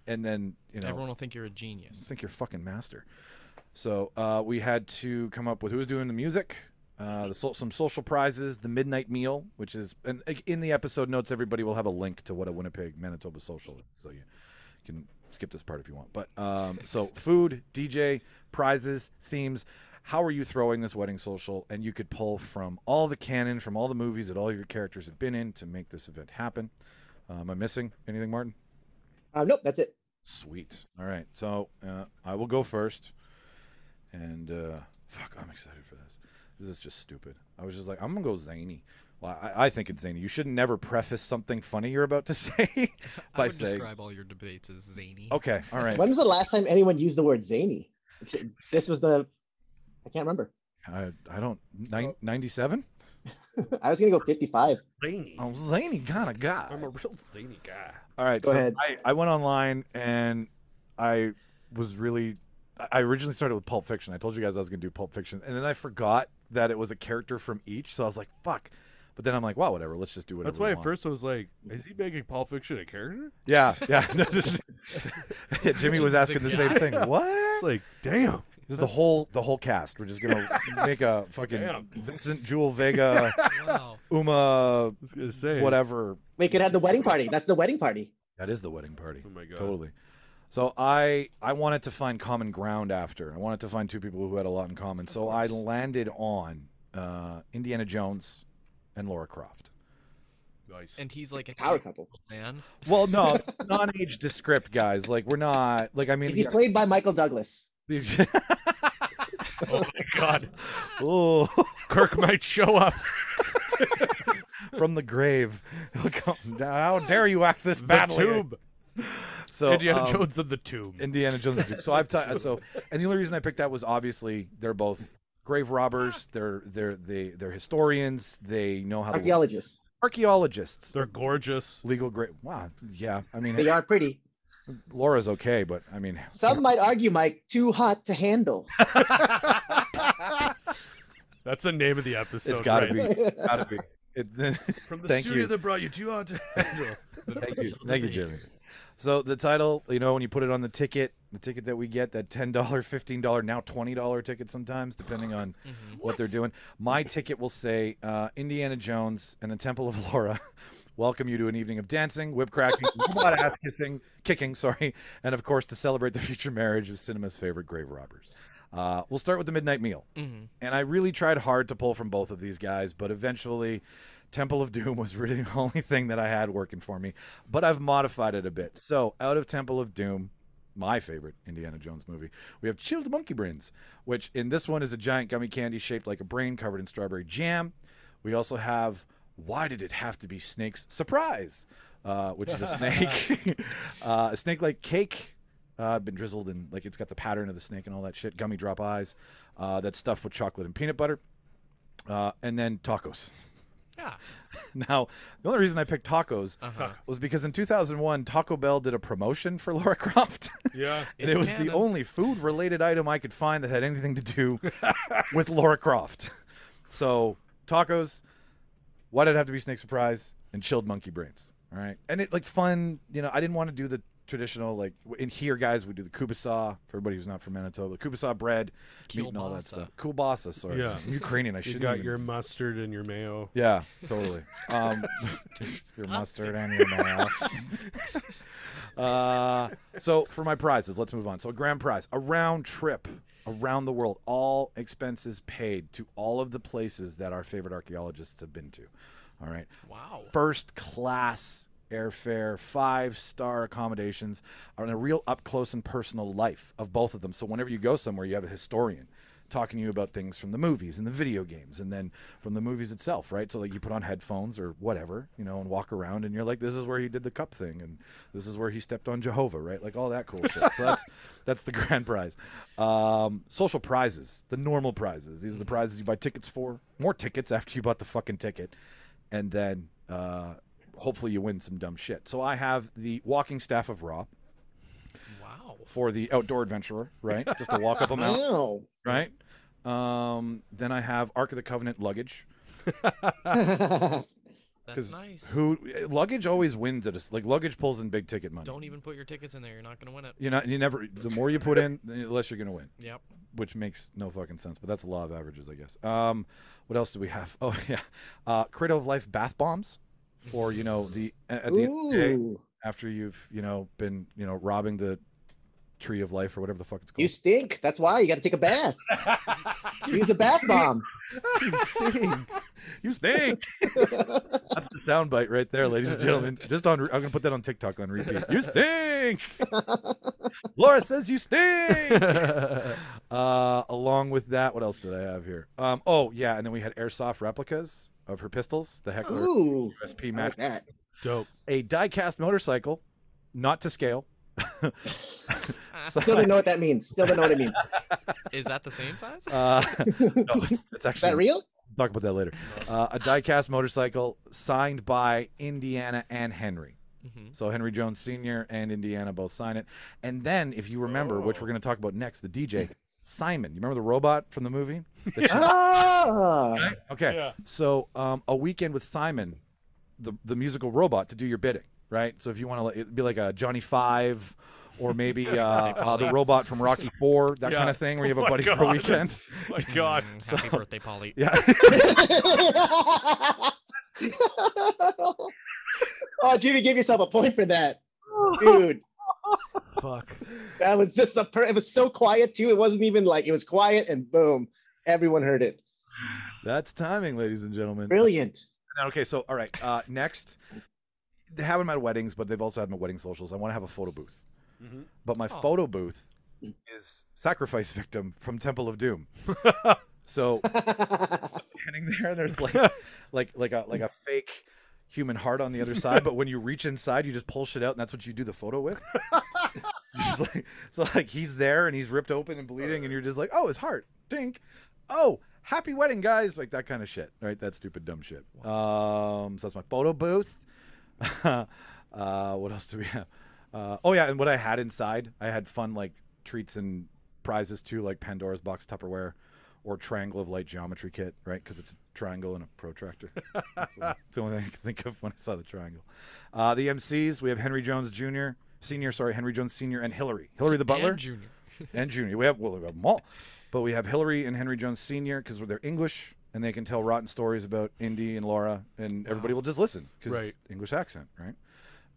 A: and then you know
F: Everyone will think you're a genius.
A: just think you're fucking master. So uh, we had to come up with who was doing the music, uh, the so- some social prizes, the midnight meal, which is and i- in the episode notes, everybody will have a link to what a Winnipeg Manitoba social is, so you can skip this part if you want. But um, so food, DJ, prizes, themes. How are you throwing this wedding social? And you could pull from all the canon, from all the movies that all your characters have been in to make this event happen. Uh, am I missing anything, Martin?
G: Um, nope, that's it.
A: Sweet. All right. So uh, I will go first. And uh, fuck, I'm excited for this. This is just stupid. I was just like, I'm going to go zany. Well, I, I think it's zany. You should never preface something funny you're about to say
F: I
A: by
F: would
A: saying.
F: describe all your debates as zany.
A: Okay. All right.
G: When was the last time anyone used the word zany? Except- This was the. I can't remember.
A: I, I don't. nine- 97?
G: I was gonna go 55.
E: Zany.
A: I'm Oh, zany kind of guy.
E: I'm a real zany guy.
A: All right,
G: Go
A: so
G: ahead.
A: I, I went online and I was really I- I originally started with Pulp Fiction. I told you guys I was gonna do Pulp Fiction, and then I forgot that it was a character from each, so I was like, fuck. But then I'm like, wow, whatever, let's just do whatever.
E: That's why
A: we
E: at
A: want.
E: first I was like, is he making Pulp Fiction a character?
A: Yeah, yeah. no, just- Yeah, Jimmy was asking the same thing. What?
E: It's like, damn.
A: This is the whole the whole cast. We're just gonna make a fucking
E: Damn.
A: Vincent Jewel Vega
F: Wow.
A: Uma
E: I was gonna say
A: whatever
G: We could have the wedding party. That's the wedding party.
A: That is the wedding party.
E: Oh my God.
A: Totally. So I I wanted to find common ground after. I wanted to find two people who had a lot in common. So I landed on uh, Indiana Jones and Laura Croft.
E: Nice.
F: And he's like an
G: Power
F: eight-year-old
G: couple.
F: man.
A: Well, no, non-age descript guys. Like we're not like I mean.
G: If you played by Michael Douglas.
E: oh my god.
A: oh,
E: Kirk might show up.
A: from the grave, He'll come down. How dare you act this badly?
E: the tube.
A: So
E: Indiana
A: um,
E: Jones and the tomb.
A: Indiana Jones. and Duke. So I've t- so, and the only reason I picked that was obviously they're both grave robbers. They're they're they they're historians. They know how to
G: Archaeologists.
A: archaeologists.
E: They're gorgeous.
A: legal grave. Wow. Yeah. I
G: They
A: mean,
G: are pretty.
A: Laura's okay, but I mean,
G: Some might argue, Mike, too hot to handle.
E: That's the name of the episode.
A: it's gotta
E: right?
A: be, gotta be. It,
E: From the
A: Thank
E: studio
A: you.
E: that brought you to our
A: Thank you, thank you, Jimmy. So the title, you know, when you put it on the ticket, the ticket that we get, that ten dollar, fifteen dollar, now twenty dollar ticket, sometimes depending on what they're doing. My ticket will say uh, Indiana Jones and the Temple of Laura. Welcome you to an evening of dancing, whip cracking, robot ass kissing, kicking, sorry, and of course to celebrate the future marriage of cinema's favorite grave robbers. Uh, we'll start with the midnight meal.
F: Mhm.
A: And I really tried hard to pull from both of these guys, but eventually Temple of Doom was really the only thing that I had working for me. But I've modified it a bit. So out of Temple of Doom, my favorite Indiana Jones movie, we have Chilled Monkey Brains, which in this one is a giant gummy candy shaped like a brain covered in strawberry jam. We also have Why Did It Have to Be Snakes? Surprise! Uh, which is a snake, uh, a snake like cake uh, been drizzled and like it's got the pattern of the snake and all that shit. Gummy drop eyes. Uh, that's stuffed with chocolate and peanut butter. Uh, and then tacos.
F: Yeah.
A: Now, the only reason I picked tacos
F: Uh-huh.
A: was because in 2001, Taco Bell did a promotion for Laura Croft.
E: Yeah.
A: and it
F: It's
A: was the
F: canon.
A: only food related item I could find that had anything to do with Laura Croft. So, tacos, why did it have to be Snake Surprise and Chilled Monkey Brains? All right. And it like fun, you know, I didn't want to do the traditional, like w- in here, guys, we do the kubasa for everybody who's not from Manitoba, kubasa bread, meat and all that
F: Kielbasa.
A: stuff. Kubasa, sorry.
E: Yeah.
A: I'm Ukrainian, I
E: You
A: should
E: got your mustard and your mayo.
A: yeah, totally. Um, your mustard and your mayo. uh, so for my prizes, let's move on. So a grand prize, a round trip around the world, all expenses paid to all of the places that our favorite archaeologists have been to. All right
F: Wow.
A: first class airfare, five star accommodations, and a real up close and personal life of both of them. So whenever you go somewhere, you have a historian talking to you about things from the movies and the video games and then from the movies itself, right? So like you put on headphones or whatever, you know, and walk around and you're like, this is where he did the cup thing and this is where he stepped on Jehovah, right? Like all that cool shit. So that's that's the grand prize. Um, social prizes, the normal prizes. These are the prizes you buy tickets for. More tickets after you bought the fucking ticket. And then uh, hopefully you win some dumb shit. So I have the walking staff of Raw
F: Wow.
A: for the outdoor adventurer, right? Just to walk up a mountain,
G: Wow.
A: right? Um, then I have Ark of the Covenant luggage
F: That's
A: because
F: nice.
A: who luggage always wins at us. Like luggage pulls in big ticket money.
F: Don't even put your tickets in there. You're not going to win it.
A: you know, you never. The more you put in, the less you're gonna win,
F: Yep.
A: which makes no fucking sense. But that's the law of averages, I guess. Um, what else do we have? Oh yeah, uh, Cradle of Life bath bombs for you know the at the end of the day
G: Ooh,
A: after you've you know been you know robbing the tree of life or whatever the fuck it's called.
G: you stink. That's why you got to take a bath. Use a bath bomb.
A: You stink. That's the sound bite right there, ladies and gentlemen. Just on, I'm gonna put that on TikTok on repeat. You stink. Laura says you stink. Uh, along with that, what else did I have here? Um, oh yeah, and then we had airsoft replicas of her pistols, the Heckler
G: Ooh,
A: USP
G: I like
A: match,
G: that.
E: Dope.
A: a die-cast motorcycle, not to scale.
G: Still don't know what that means. Still don't know what it means. Is
F: Is that the same size?
A: Uh, no, it's, it's actually
G: that real?
A: talk about that later. Uh, a die-cast motorcycle signed by Indiana and Henry.
F: Mhm.
A: So Henry Jones Sr. and Indiana both sign it. And then, if you remember, which
G: Oh.
A: we're going to talk about next, the DJ Simon. You remember the robot from the movie? That she-
G: Ah,
A: okay.
E: Yeah.
A: So um, a weekend with Simon, the the musical robot, to do your bidding, right? So if you want to, it'd be like a Johnny Five. Or maybe uh, uh, the robot from Rocky Four, that
E: Yeah.
A: kind of thing, where you have
E: Oh
A: a
E: my
A: buddy for a
E: God.
A: weekend.
E: My God.
F: Mm, happy birthday, Polly.
A: Yeah,
G: oh, Jimmy, give yourself a point for that, dude.
E: Fuck.
G: That was just the. Per- it was so quiet too. It wasn't even like it was quiet, and boom, everyone heard it.
A: that's timing, ladies and gentlemen.
G: Brilliant.
A: Now, Okay, so all right, uh, next they have them at weddings, but they've also had them at wedding socials. I want to have a photo booth,
E: Mhm.
A: but my
F: Oh.
A: photo booth is sacrifice victim from Temple of Doom. so standing there, there's like like like a like a fake human heart on the other side, but when you reach inside, you just pull shit out, and that's what you do the photo with. You're just like, so like he's there and he's ripped open and bleeding, and you're just like, oh, his heart, dink, oh. Happy wedding, guys! Like that kind of shit, right? That stupid dumb shit. Um, so that's my photo booth. uh, what else do we have? Uh, oh yeah, and what I had inside, I had fun like treats and prizes too, like Pandora's box Tupperware or triangle of light geometry kit, right? Because it's a triangle and a protractor. That's the- it's the only thing I can think of when I saw the triangle. Uh, the MCs, we have Henry Jones Jr., Senior, sorry, Henry Jones Senior, and Hillary, Hillary the Butler,
F: And Junior.
A: and Junior. We have well, we have them all, but we have Hillary and Henry Jones Senior because they're English and they can tell rotten stories about Indy and Laura, and everybody will just listen because
E: Right.
A: English accent, right?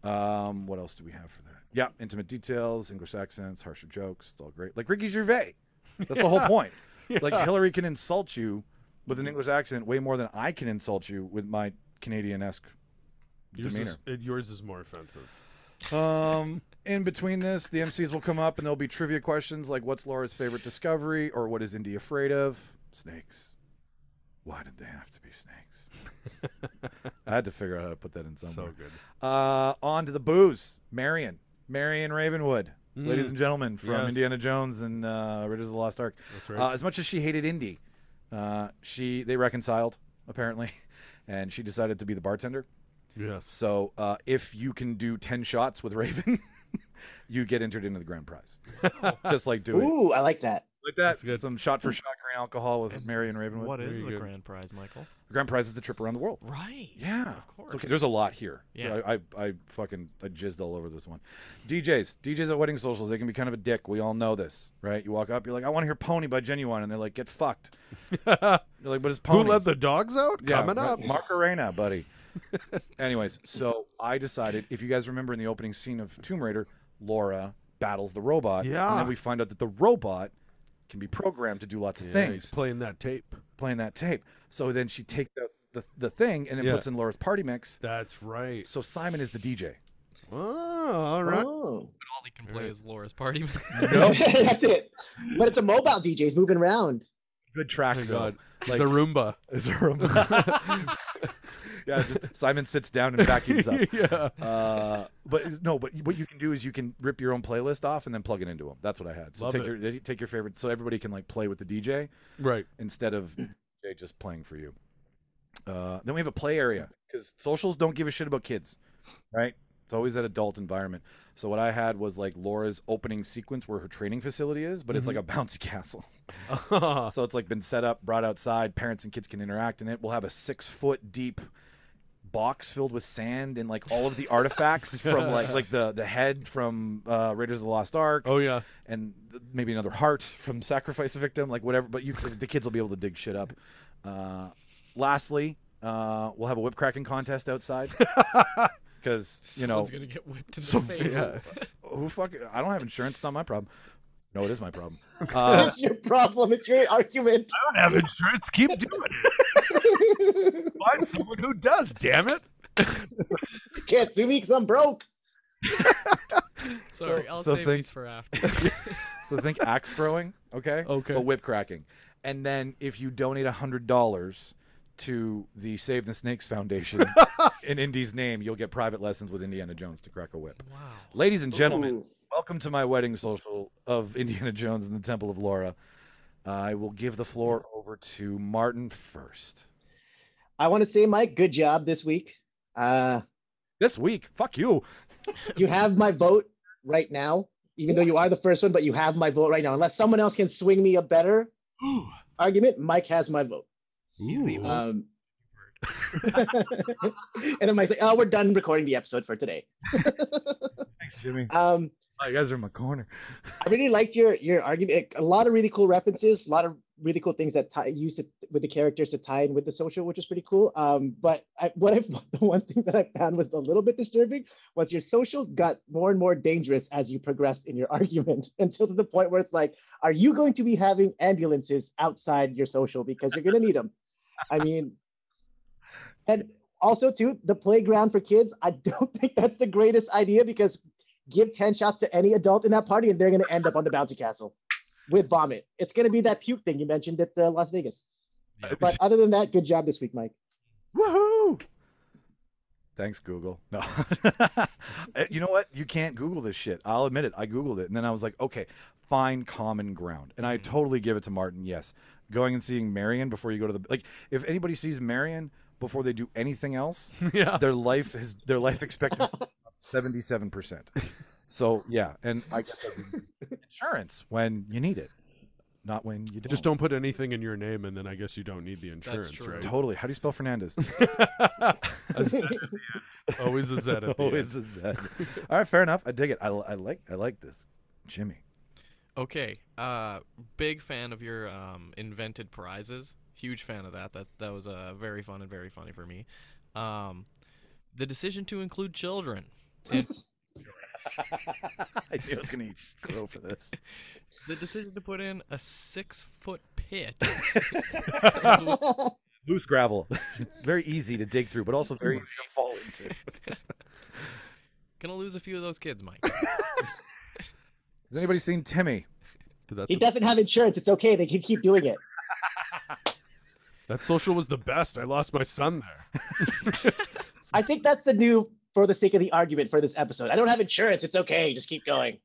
A: Um, what else do we have for that? Yeah, intimate details, English accents, harsher jokes. It's all great. Like Ricky Gervais. That's the whole point. Like Hillary can insult you with an English accent way more than I can insult you with my Canadian esque
E: Yours
A: demeanor.
E: is, uh, yours is more offensive.
A: Um, in between this, the MCs will come up and there'll be trivia questions like what's Laura's favorite discovery or what is Indy afraid of? Snakes. Why did they have to be snakes? I had to figure out how to put that in somewhere.
E: So good.
A: Uh, on to the booze. Marion. Marion Ravenwood. Ladies and gentlemen, from
E: Mm. Yes.
A: Indiana Jones and uh, Raiders of the Lost Ark.
E: That's right.
A: Uh, as much as she hated Indy, uh, she they reconciled apparently, and she decided to be the bartender.
E: yes.
A: So uh, if you can do ten shots with Raven, you get entered into the grand prize. Just like do it
G: Ooh, I like that.
A: like that.
E: That's good.
A: Some shot for shot green alcohol with Marion Ravenwood.
F: What is
E: you
F: the
E: go.
F: grand prize, Michael?
A: The grand prize is the trip around the world.
F: Right.
A: Yeah,
F: Of course.
A: It's okay. There's a lot here.
F: Yeah.
A: I, I, I fucking I jizzed all over this one. DJs, DJs at wedding socials, they can be kind of a dick. We all know this, right? You walk up, you're like, I want to hear Pony by Genuine, and they're like, get fucked. you're like, but it's Pony.
E: Who let the dogs out? Coming
A: right.
E: up.
A: Macarena, buddy. Anyways, so I decided if you guys remember in the opening scene of Tomb Raider, Laura battles the robot, and
E: Yeah.
A: then we find out that the robot can be programmed to do lots of
E: He's
A: things.
E: playing that tape.
A: Playing that tape, so then she takes the, the the thing and it
E: Yeah.
A: puts in Laura's party mix.
E: That's right.
A: So Simon is the DJ.
E: Oh, all right.
F: All
G: Oh.
F: they can play is Laura's party.
G: That's it. But it's a mobile DJ. He's moving around.
A: good track
E: my
A: though.
E: God.
A: Like,
E: it's a Roomba.
A: is there a- yeah, just Simon sits down and vacuums up.
E: yeah.
A: Uh, but no, but what you can do is you can rip your own playlist off and then plug it into them. That's what I had. So
E: Love
A: take
E: it.
A: your take your favorite, so everybody can like play with the DJ
E: Right.
A: instead of DJ just playing for you. Uh, then we have a play area because socials don't give a shit about kids, right? It's always that adult environment. So what I had was like Laura's opening sequence where her training facility is, but it's like a
E: Mm-hmm.
A: bouncy castle. So it's like been set up, brought outside. Parents and kids can interact in it. We'll have a six foot deep box filled with sand and like all of the artifacts from like like the the head from uh, Raiders of the Lost Ark.
E: oh yeah.
A: and th- maybe another heart from Sacrifice a Victim, like whatever. But you the kids will be able to dig shit up. Uh, lastly, uh, we'll have a whip cracking contest outside because you know
F: Someone's gonna get whipped in the
A: some-
F: face.
A: yeah. who fuck I don't have insurance. It's not my problem. No, it is my problem. Uh,
G: That's your problem. It's your argument.
E: I don't have insurance. Keep doing it. Find someone who does. Damn it.
G: Can't sue me because I'm broke.
F: Sorry, I'll
A: so
F: save
A: think-
F: these for after.
A: So think axe throwing, okay?
E: Okay.
A: But whip cracking. And then if you donate $100 to the Save the Snakes Foundation in Indy's name, you'll get private lessons with Indiana Jones to crack a whip.
F: wow.
A: Ladies and gentlemen,
G: Ooh.
A: welcome to my wedding social of Indiana Jones and the Temple of Laura. I will give the floor over to Martin first.
G: I want to say, Mike, good job this week. Uh,
A: This week, fuck you.
G: you have my vote right now, even though you are the first one, but you have my vote right now. Unless someone else can swing me a better argument, Mike has my vote. Um, and Mike's like, oh, we're done recording the episode for today.
A: Thanks, Jimmy.
G: Um,
A: Oh, you guys are in my corner.
G: I really liked your your argument. A lot of really cool references, a lot of really cool things that tie used to, with the characters to tie in with the social, which is pretty cool. Um, but I, what I the one thing that I found was a little bit disturbing was your social got more and more dangerous as you progressed in your argument until to the point where it's like, are you going to be having ambulances outside your social because you're going to need them? I mean, and also too the playground for kids. I don't think that's the greatest idea because give 10 shots to any adult in that party and they're going to end up on the bouncy castle with vomit. It's going to be that puke thing you mentioned at uh, Las Vegas. But other than that, good job this week, Mike.
A: Woohoo! Thanks, Google. No. Uh, you know what? You can't Google this shit. I'll admit it. I Googled it. And then I was like, okay, find common ground. And I totally give it to Martin. Yes. Going and seeing Marion before you go to the. Like, if anybody sees Marion before they do anything else,
E: Yeah.
A: their life is their life expectancy is up 77%. So, yeah. And I guess I can- insurance when you need it, not when you don't.
E: Just don't put anything in your name, and then I guess you don't need the insurance,
F: That's true.
E: right?
A: Totally. How do you spell Fernandez?
E: A Z at the end. Always a Z at the
A: Always
E: end.
A: a Z. All right, fair enough. I dig it. I, li- I like I like this, Jimmy.
F: Okay. Uh, big fan of your um, invented prizes. Huge fan of that. That that was uh, very fun and very funny for me. Um, the decision to include children.
A: I knew I was gonna eat crow for this.
F: The decision to put in a six foot pit.
A: Loose gravel, very easy to dig through, but also very easy to fall into.
F: Gonna lose a few of those kids, Mike.
A: Has anybody seen Timmy?
E: That's
G: He doesn't have insurance. It's okay. They can keep doing it.
E: That social was the best. I lost my son there.
G: I think that's the new for the sake of the argument for this episode. I don't have insurance. It's okay. Just keep going.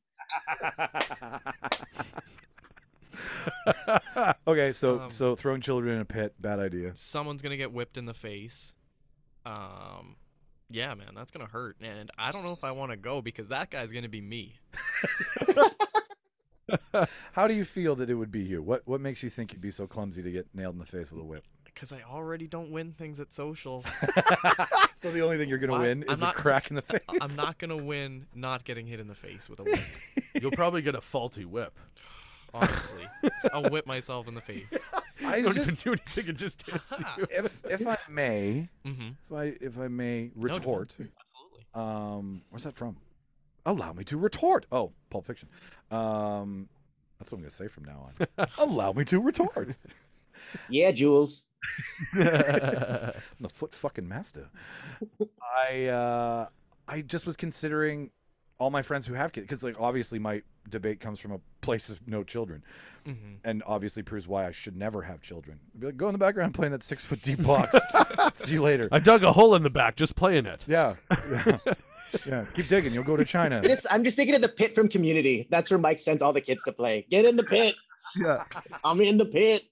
A: Okay, so
F: Um,
A: so throwing children in a pit, bad idea.
F: Someone's gonna get whipped in the face. Um, yeah, man, that's gonna hurt. And I don't know if I want to go because that guy's gonna be me.
A: How do you feel that it would be you? What what makes you think you'd be so clumsy to get nailed in the face with a whip?
F: Because I already don't win things at social.
A: So the only thing you're gonna
F: Why-
A: win
F: I'm
A: is
F: not-
A: a crack in the face.
F: I'm not gonna win not getting hit in the face with a whip.
E: You'll probably get a faulty whip.
F: Honestly, I'll whip myself in the face.
A: I
E: Don't even
A: just
E: do anything. It just hits you.
A: if if I may,
F: Mm-hmm.
A: if I if I may retort.
F: absolutely.
A: Um, where's that from? Allow me to retort. Oh, Pulp Fiction. Um, that's what I'm gonna say from now on. Allow me to retort.
G: Yeah, Jules.
A: I'm the foot fucking master. I uh, I just was considering all my friends who have kids, because like obviously my debate comes from a place of no children,
F: Mhm.
A: and obviously proves why I should never have children. Be like, go in the background playing that six foot deep box. See you later.
E: I dug a hole in the back just playing it.
A: Yeah. yeah. Keep digging. You'll go to China.
G: I just, I'm just thinking of the pit from Community. That's where Mike sends all the kids to play. Get in the pit.
A: Yeah.
G: I'm in the pit.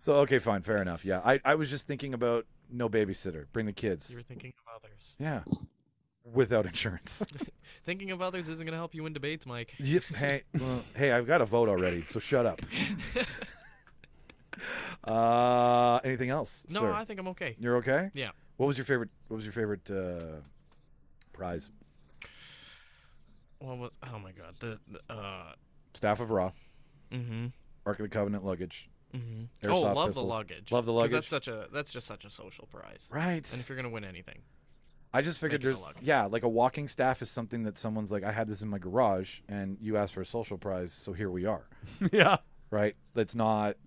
A: So okay, fine, fair enough. Yeah. I, I was just thinking about no babysitter. Bring the kids.
F: You were thinking of others.
A: Yeah. Without insurance.
F: Thinking of others isn't going to help you in debates, Mike.
A: Yep. Hey, well, hey, I've got a vote already, so shut up. Uh, anything else?
F: No,
A: sir?
F: I think I'm okay.
A: You're okay?
F: Yeah.
A: What was your favorite? What was your favorite uh, prize?
F: Well, what, oh my god. The, the uh
A: Staff of Raw,
F: mhm.
A: Ark of the Covenant luggage.
F: Mhm. Oh,
A: Airsoft
F: love the
A: pistols.
F: luggage.
A: Love the
F: 'Cause
A: luggage.
F: That's such a that's just such a social prize.
A: Right.
F: And if you're going to win anything.
A: I just figured
F: making a
A: there's
F: luggage.
A: yeah, like a walking staff is something that someone's like, I had this in my garage, and you asked for a social prize, so here we are.
E: yeah.
A: Right? That's not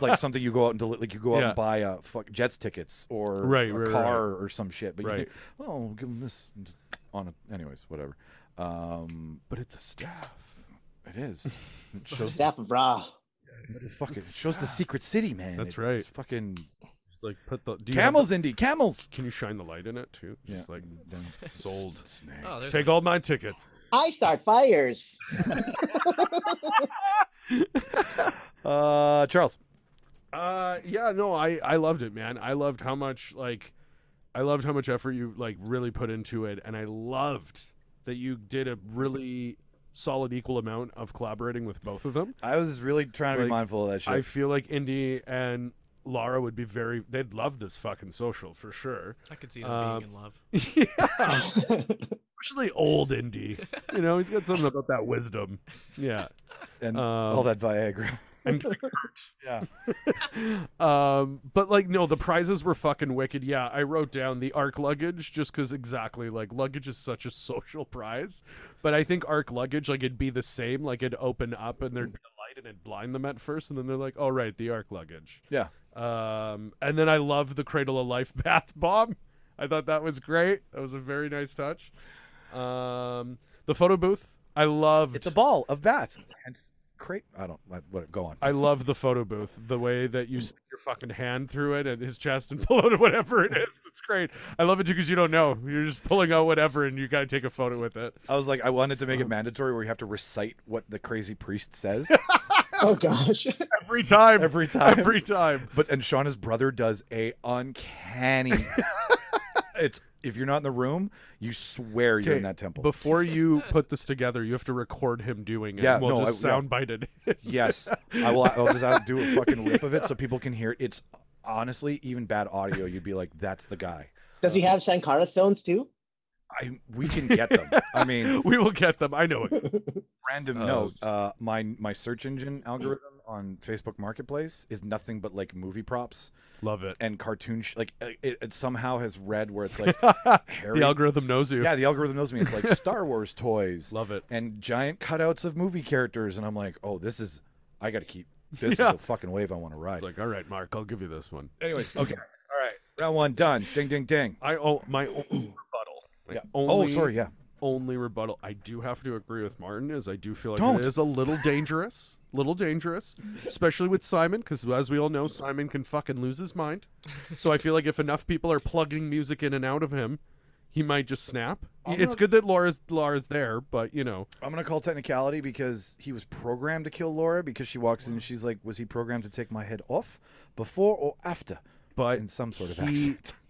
A: like something you go out and deli- like you go out
E: Yeah.
A: and buy a fuck Jets tickets or
E: Right,
A: a
E: right, right,
A: car or some shit. But
E: Right.
A: you, oh, we'll give them this and just on a, anyways, whatever. Um,
E: But it's a staff.
A: it is. It shows
G: Staff of Ra.
A: It's the fucking, it shows the secret city, man.
E: That's
A: It-
E: right.
A: It's fucking
E: Like put the do you have
A: camels, Indy camels.
E: the- can you shine the light in it too? Just like
A: Then-
E: sold.
A: Snake.
F: Oh, there's
E: Take all my tickets.
G: I start fires.
A: Uh, Charles.
E: Uh, yeah, no, I I loved it, man. I loved how much like I loved how much effort you like really put into it, and I loved that you did a really solid equal amount of collaborating with both of them.
A: I was really trying to be
E: Like,
A: mindful of that shit.
E: I feel like Indy and Lara would be very they'd love this fucking social for sure.
F: I could see them
E: Um,
F: being in love.
E: Especially old Indy. You know, he's got something about that wisdom. Yeah.
A: and
E: Um,
A: all that Viagra.
E: and
A: Yeah.
E: um but like no the prizes were fucking wicked yeah i wrote down the arc luggage just because exactly like luggage is such a social prize but i think arc luggage like it'd be the same like it'd open up and there'd be a light and it'd blind them at first and then they're like all right the arc luggage
A: Yeah.
E: um and then i love the cradle of life bath bomb i thought that was great that was a very nice touch um the photo booth i loved
A: It's a ball of bath. And crate. I don't. I, what, go on.
E: I love the photo booth. The way that you stick your fucking hand through it and his chest and pull out whatever it is. That's great. I love it because you don't know. You're just pulling out whatever and you gotta take a photo with it.
A: I was like, I wanted to make it mandatory where you have to recite what the crazy priest says
G: Oh gosh.
E: Every time.
A: every time.
E: Every time.
A: But and Shauna's brother does a uncanny. it's if you're not in the room, you swear you're in
E: Okay,
A: that temple.
E: Before you put this together, you have to record him doing it.
A: Yeah,
E: we'll
A: no,
E: just
A: I- yeah.
E: soundbite it.
A: Yes, I will. I'll just I'll do a fucking rip of it so people can hear it. It's honestly even bad audio. You'd be like, "That's the guy."
G: Does he have Shankara stones too?
A: I we can get them. I mean,
E: we will get them. I know it.
A: random
E: Uh,
A: note: uh, my my search engine algorithm on Facebook Marketplace is nothing but like movie props
E: Love it.
A: and cartoon. Sh- like uh, it, it somehow has read where it's like Harry.
E: The algorithm knows you.
A: yeah, the algorithm knows me. It's like Star Wars toys
E: Love it.
A: and giant cutouts of movie characters, and I'm like, oh, this is. I got to keep. This
E: Yeah.
A: is a fucking wave I want to ride.
E: It's like, all right, Mark, I'll give you this one.
A: Anyways, okay. All right. Round one done. Ding, ding, ding.
E: I oh my only rebuttal. My
A: Yeah.
E: Only,
A: oh, sorry. Yeah.
E: only rebuttal I do have to agree with Martin is I do feel like
A: Don't.
E: it is a little dangerous, little dangerous, especially with Simon because as we all know, Simon can fucking lose his mind. So I feel like if enough people are plugging music in and out of him, he might just snap. it's good that Laura's Laura's there, but you know,
A: I'm gonna call technicality because he was programmed to kill Laura because she walks in and she's like, "Was he programmed to take my head off before or after?"
E: but
A: In some sort of
E: he-
A: accent.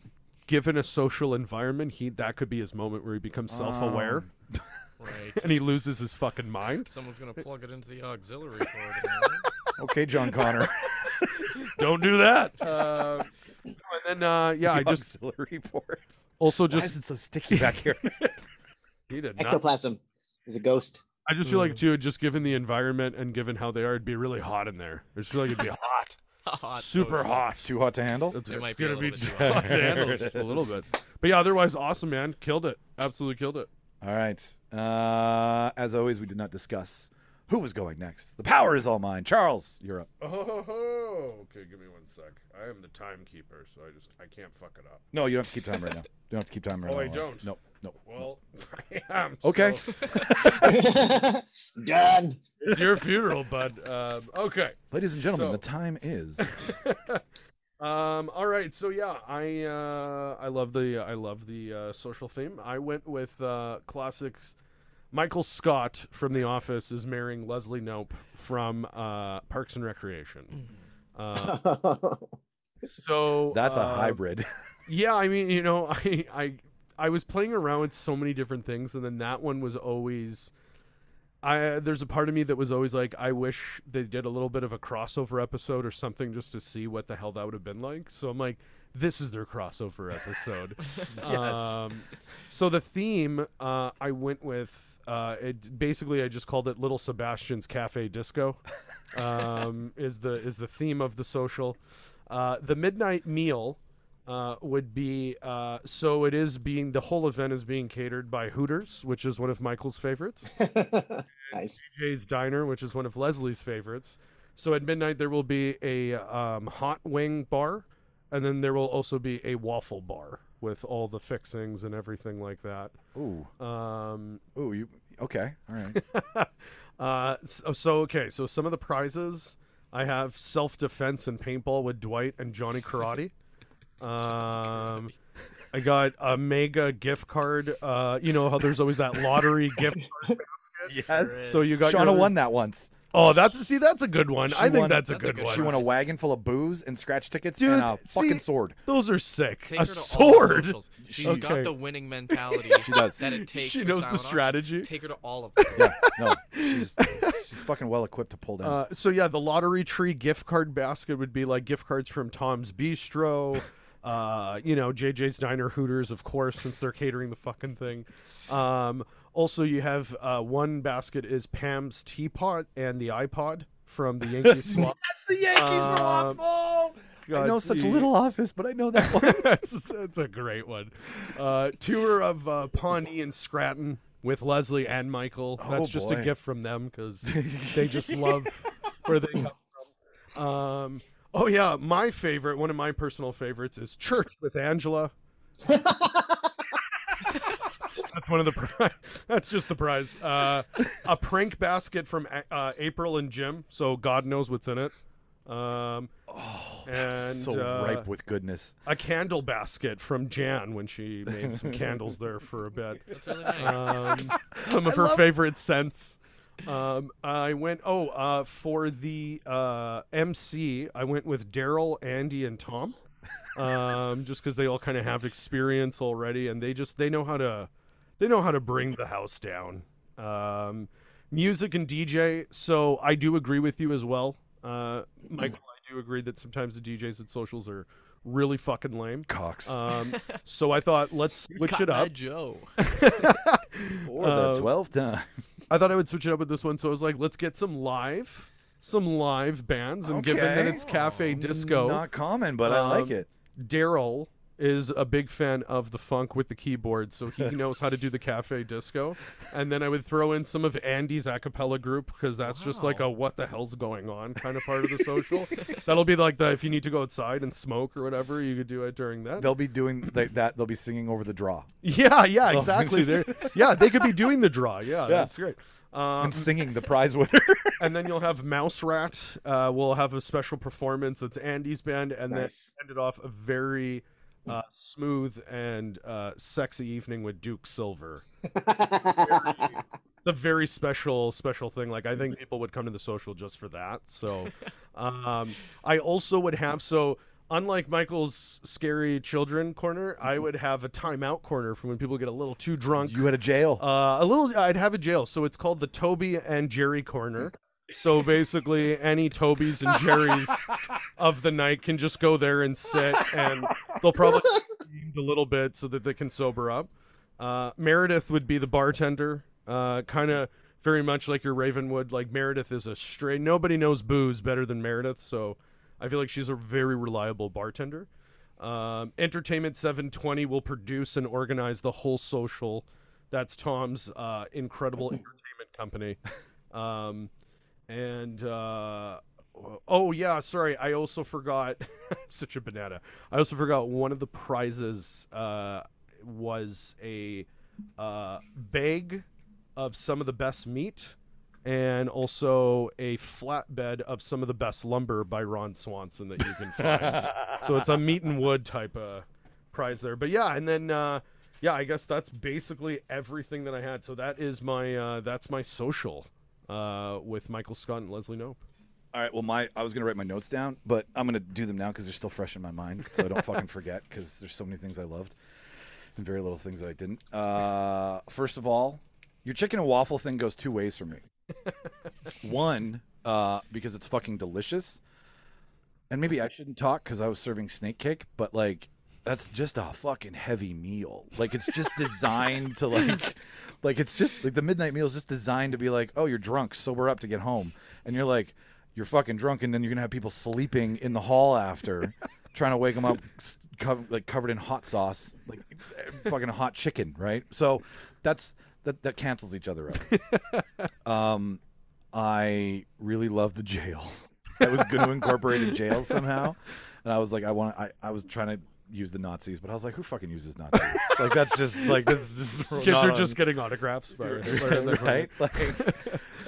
E: given a social environment, he that could be his moment where he becomes self-aware
F: Right.
E: and he loses his fucking mind.
F: Someone's going to plug it into the auxiliary cord. am I right?
A: Okay, John Connor.
E: Don't do that. Uh, and then uh, yeah, I just
A: auxiliary port.
E: also
A: Why is
E: just
A: it so sticky back here?
E: he did not
G: Ectoplasm. He's a ghost.
E: I just feel
F: Mm.
E: like too, just given the environment and given how they are, it'd be really hot in there. I just feel like it'd be hot,
F: Hot, so
E: super hot.
A: Too hot to handle.
E: It's,
F: It might
E: it's
F: be a
E: gonna be
F: little
E: just
F: bit too
E: hot to
A: hot.
E: handle just a little bit. But yeah, otherwise, awesome, man. Killed it. Absolutely killed it.
A: All right. Uh, as always, we did not discuss who was going next. The power is all mine. Charles, you're up.
E: Oh, ho, ho. okay. Give me one sec. I am the timekeeper, so I just I can't fuck it up.
A: No, you don't have to keep time right now. You don't have to keep time right
E: Oh,
A: now.
E: I don't?
A: Nope.
E: Well, I am.
A: Okay.
E: so
G: Done.
E: it's your funeral, bud. Um, okay.
A: Ladies and gentlemen,
E: So-
A: the time is.
E: um all right so yeah i uh i love the i love the uh social theme i went with uh classics michael scott from the office is marrying leslie nope from uh parks and recreation uh, so
A: That's a
E: uh,
A: hybrid.
E: yeah i mean you know i i i was playing around with so many different things and then that one was always i there's a part of me that was always like i wish they did a little bit of a crossover episode or something just to see what the hell that would have been like so i'm like this is their crossover episode um, so the theme uh, i went with uh, it basically i just called it little sebastian's cafe disco um, is the is the theme of the social uh, the midnight meal uh, would be uh, so it is being the whole event is being catered by Hooters, which is one of Michael's favorites,
G: nice.
E: Jay's Diner, which is one of Leslie's favorites. So at midnight there will be a um, hot wing bar, and then there will also be a waffle bar with all the fixings and everything like that.
A: Ooh,
E: Um,
A: ooh, you okay? All right.
E: uh, so, so okay, so some of the prizes I have self defense and paintball with Dwight and Johnny Karate. Um, I got a mega gift card. Uh, you know how there's always that lottery gift card basket.
A: yes.
E: So you got
A: Shauna
E: your,
A: won that once.
E: Oh, that's see, that's a good one.
A: She
E: I think
A: won-
E: that's, a
F: That's a
E: good
F: good
E: one.
A: She won a
F: Nice.
A: wagon full of booze and scratch tickets
E: Dude,
A: and a
E: see-
A: fucking sword.
E: Those are sick. a
F: Take her to All
E: sword.
F: socials. She's got
E: Okay.
F: the winning mentality
A: She does.
F: that it takes.
E: She
F: for
E: knows
F: silent
E: the
F: auction.
E: strategy.
F: Take her to all of them.
A: Yeah. No, she's she's fucking well equipped to pull down.
E: Uh, so yeah, the lottery tree gift card basket would be like gift cards from Tom's Bistro, uh, you know, JJ's Diner, Hooters, of course, since they're catering the fucking thing. Um, also, you have uh, one basket is Pam's teapot and the iPod from the Yankees swap.
A: the Yankees
E: uh, swap.
A: I know such
E: God,
A: little office, but I know that one.
E: that's, that's a great one. Uh, tour of uh, Pawnee and Scranton with Leslie and Michael.
A: Oh,
E: That's just a
A: boy.
E: gift from them because they just love where they come from. Um, oh yeah, my favorite, one of my personal favorites, is Church with Angela. that's one of the. Pri- that's just the prize. Uh, a prank basket from A- uh, April and Jim. So God knows what's in it. Um, oh, and
A: so
E: uh,
A: ripe with goodness.
E: a candle basket from Jan when she made some candles there for a bit.
F: That's really nice.
E: Um, some of her favorite scents. Um, I went, oh, uh, for the uh, MC, I went with Daryl, Andy, and Tom. Um, just because they all kind of have experience already, and they just they know how to they know how to bring the house down. Um, music and DJ. So I do agree with you as well, uh, Michael. I do agree that sometimes the DJs at socials are really fucking lame.
A: Cox
E: Um, so I thought let's switch it up.
F: Joe.
A: for the
E: um,
A: twelfth time.
E: I thought I would switch it up with this one, so I was like, let's get some live, some live bands, and given that
A: Okay. Oh,
E: it's cafe disco,
A: Not common, but I like
E: Um,
A: it.
E: Daryl is a big fan of the funk with the keyboard, so he knows how to do the cafe disco. And then I would throw in some of Andy's a cappella group because that's just like a what the hell's going on kind of part of the social. That'll be like the if you need to go outside and smoke or whatever, you could do it during that.
A: They'll be doing th- that. They'll be singing over the draw
E: Yeah, yeah, exactly. They're, yeah, they could be doing the draw. Yeah, that's great. Um,
A: and singing the prize winner.
E: and then you'll have Mouse Rat. Uh, we'll have a special performance. That's Andy's band, and
G: Nice.
E: then ended off a very uh, smooth and uh, sexy evening with Duke Silver. It's a very special, special thing. Like I think people would come to the social just for that. So, um, I also would have so. Unlike Michael's scary children corner, I would have a timeout corner for when people get a little too drunk.
A: you had a jail.
E: Uh, a little. I'd have a jail. So it's called the Toby and Jerry corner. So basically, any Tobys and Jerrys of the night can just go there and sit, and they'll probably be shamed a little bit so that they can sober up. Uh, Meredith would be the bartender, uh, kind of very much like your Ravenwood. Like Meredith is a straight. Nobody knows booze better than Meredith, so I feel like she's a very reliable bartender. Um, Entertainment 720 will produce and organize the whole social. That's Tom's uh, incredible entertainment company. Um, and uh, oh yeah, sorry, I also forgot. I'm such a banana. I also forgot one of the prizes uh, was a uh, bag of some of the best meat and also a flatbed of some of the best lumber by Ron Swanson that you can find. so it's a meat and wood type of prize there. But yeah, and then uh, yeah, I guess that's basically everything that I had. So that is my uh, that's my social uh, with Michael Scott and Leslie Nope.
A: All right. Well, my I was gonna write my notes down, but I'm gonna do them now because they're still fresh in my mind, so I don't fucking forget. Because there's so many things I loved, and very little things that I didn't. Uh, first of all, your chicken and waffle thing goes two ways for me. One, uh, because it's fucking delicious, and maybe I shouldn't talk because I was serving snake cake, but like. That's just a fucking heavy meal. Like it's just designed to like, like it's just like the midnight meal is just designed to be like, oh, you're drunk, sober up to get home, and you're like, you're fucking drunk, and then you're gonna have people sleeping in the hall after, trying to wake them up, s- co- like covered in hot sauce, like eh, fucking hot chicken, right? So that's that that cancels each other out. um, I really love the jail. I was gonna incorporate a jail somehow, and I was like, I want. I I was trying to use the Nazis, but I was like, who fucking uses Nazis? like that's just like this is just
E: Kids
A: not
E: are
A: on-
E: just getting autographs. By
A: right? Like,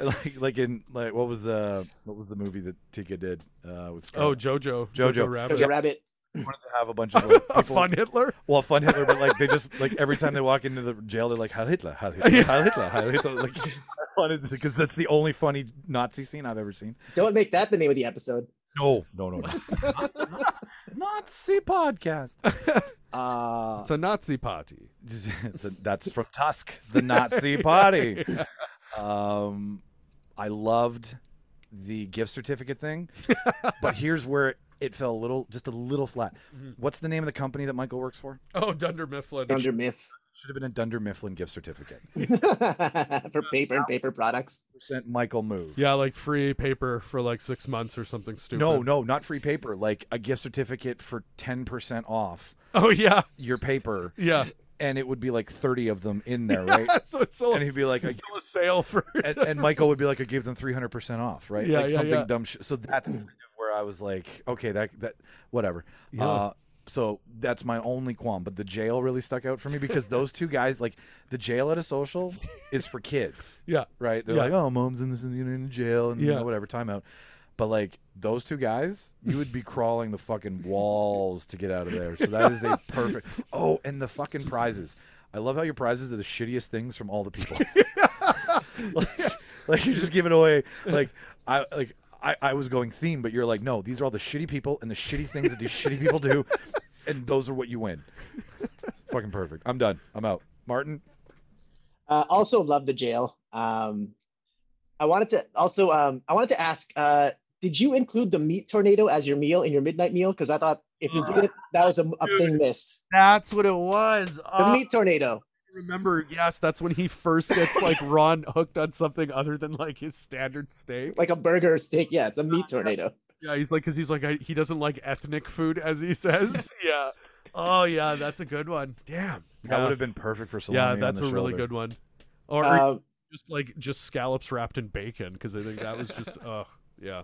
A: like, like in like what was uh what was the movie that Tika did uh with
E: Oh,
A: Scarlett?
E: Jojo.
A: Jojo.
E: Rabbit.
G: Jojo Rabbit.
A: She wanted to have a bunch of like,
E: a
A: people-
E: fun Oh, Hitler.
A: well, fun Hitler, but like they just like every time they walk into the jail, they're like Heil Hitler, Heil Hitler, Heil Hitler, Heil Hitler. Like, because that's the only funny Nazi scene I've ever seen.
G: Don't make that the name of the episode.
A: No, no, no, no. Nazi podcast. Uh,
E: It's a Nazi party.
A: the- that's from Tusk, the Nazi party. Um, I loved the gift certificate thing, but here's where it fell a little, just a little flat. What's the name of the company that Michael works for?
E: Oh, Dunder Mifflin.
G: Thunder Myth.
A: Should have been a Dunder Mifflin gift certificate.
G: For paper and paper products.
A: Percent Michael move.
E: Yeah, like free paper for like six months or something stupid.
A: No, no, not free paper. Like a gift certificate for ten percent off
E: Oh yeah,
A: your paper,
E: yeah.
A: and it would be like thirty of them in there, right?
E: so it's still,
A: And he'd be like,
E: it's
A: I-
E: still a sale for.
A: and, and Michael would be like, "I gave them three hundred percent off, right?
E: Yeah,
A: like
E: yeah,
A: something
E: yeah.
A: dumb." Sh- so that's kind of where I was like, "Okay, that that whatever."
E: Yeah.
A: Uh, so that's my only qualm, but the jail really stuck out for me because those two guys, like the jail at a social, is for kids,
E: yeah,
A: right? They're
E: Yeah.
A: like, "Oh, mom's in this in, in jail and you
E: Yeah.
A: know, whatever timeout." But like those two guys, you would be crawling the fucking walls to get out of there. So that is a perfect. Oh, and the fucking prizes. I love how your prizes are the shittiest things from all the people like you're just giving away like I like I, I was going theme, but you're like, no, these are all the shitty people and the shitty things that these shitty people do, and those are what you win. Fucking perfect. I'm done. I'm out. Martin.
G: Uh, also love the jail. Um, I wanted to also um, I wanted to ask, uh, did you include the meat tornado as your meal in your midnight meal? Because I thought if you did it, that was a, a thing missed.
E: that's what it was.
G: The meat tornado.
E: remember, yes, that's when he first gets like Ron hooked on something other than like his standard steak.
G: Like a burger or steak. Yeah, it's a meat tornado.
E: Yeah, he's like, because he's like, I, he doesn't like ethnic food, as he says. yeah. Oh yeah, that's a good one. Damn.
A: That
E: Yeah.
A: would have been perfect for
E: yeah,
A: salami.
E: that's a
A: on the
E: really
A: shoulder.
E: good one. Oh, Or
G: Um,
E: just like just scallops wrapped in bacon, because I think that was just, uh, yeah.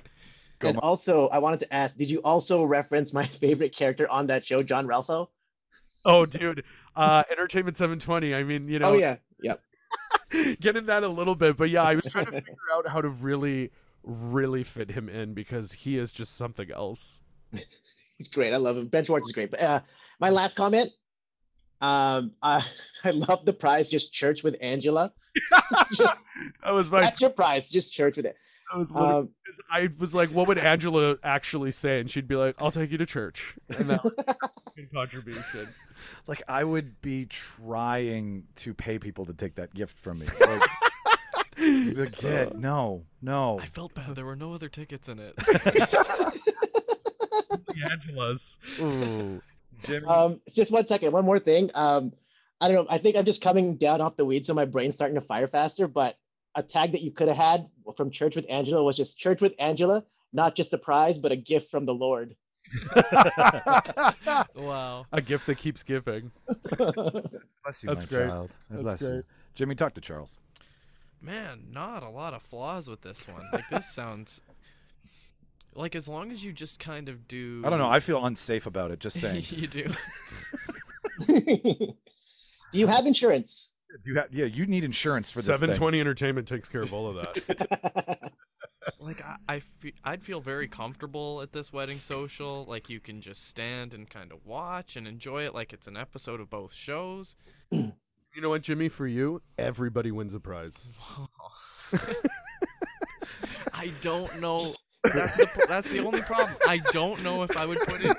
A: Go,
G: and
A: Mark.
G: also, I wanted to ask, did you also reference my favorite character on that show, John Ralpho?
E: Oh, dude. Uh, Entertainment 720. I mean, you know,
G: Oh yeah,
E: get in that a little bit. But yeah, I was trying to figure out how to really, really fit him in because he is just something else.
G: He's great. I love him. Benchmark is great. But uh, my last comment. Um, uh, I love the prize, just church with Angela. Just-
E: That was my,
G: that's your prize, just church with it.
E: that was literally,
G: Um,
E: I was like, what would Angela actually say? And she'd be like, I'll take you to church. And that was my contribution.
A: Like I would be trying to pay people to take that gift from me. Like, just be like,
E: Uh.
A: yeah, no, no.
F: I felt bad. There were no other tickets in it.
E: The Angela's. Ooh. Jimmy.
G: um, just one second, one more thing. Um, I don't know. I think I'm just coming down off the weeds, so my brain's starting to fire faster. But a tag that you could have had from church with Angela was just church with Angela, not just a prize, but a gift from the Lord.
F: wow.
E: a gift that keeps giving.
A: Bless you,
E: That's
A: my
E: great.
A: child. I
E: That's
A: bless you.
E: great.
A: Jimmy, talk to Charles.
F: Man, not a lot of flaws with this one. Like this sounds like as long as you just kind of do
A: I don't know. I feel unsafe about it. Just saying.
F: you do.
G: Do you have insurance?
A: You have, yeah, you need insurance for this. thing.
E: 720 Entertainment takes care of all of that.
F: like I, I fe- I'd feel very comfortable at this wedding social. Like you can just stand and kind of watch and enjoy it, like it's an episode of both shows.
E: you know what, Jimmy? For you, everybody wins a prize.
F: I don't know. That's the pro- that's the only problem. I don't know if I would put it.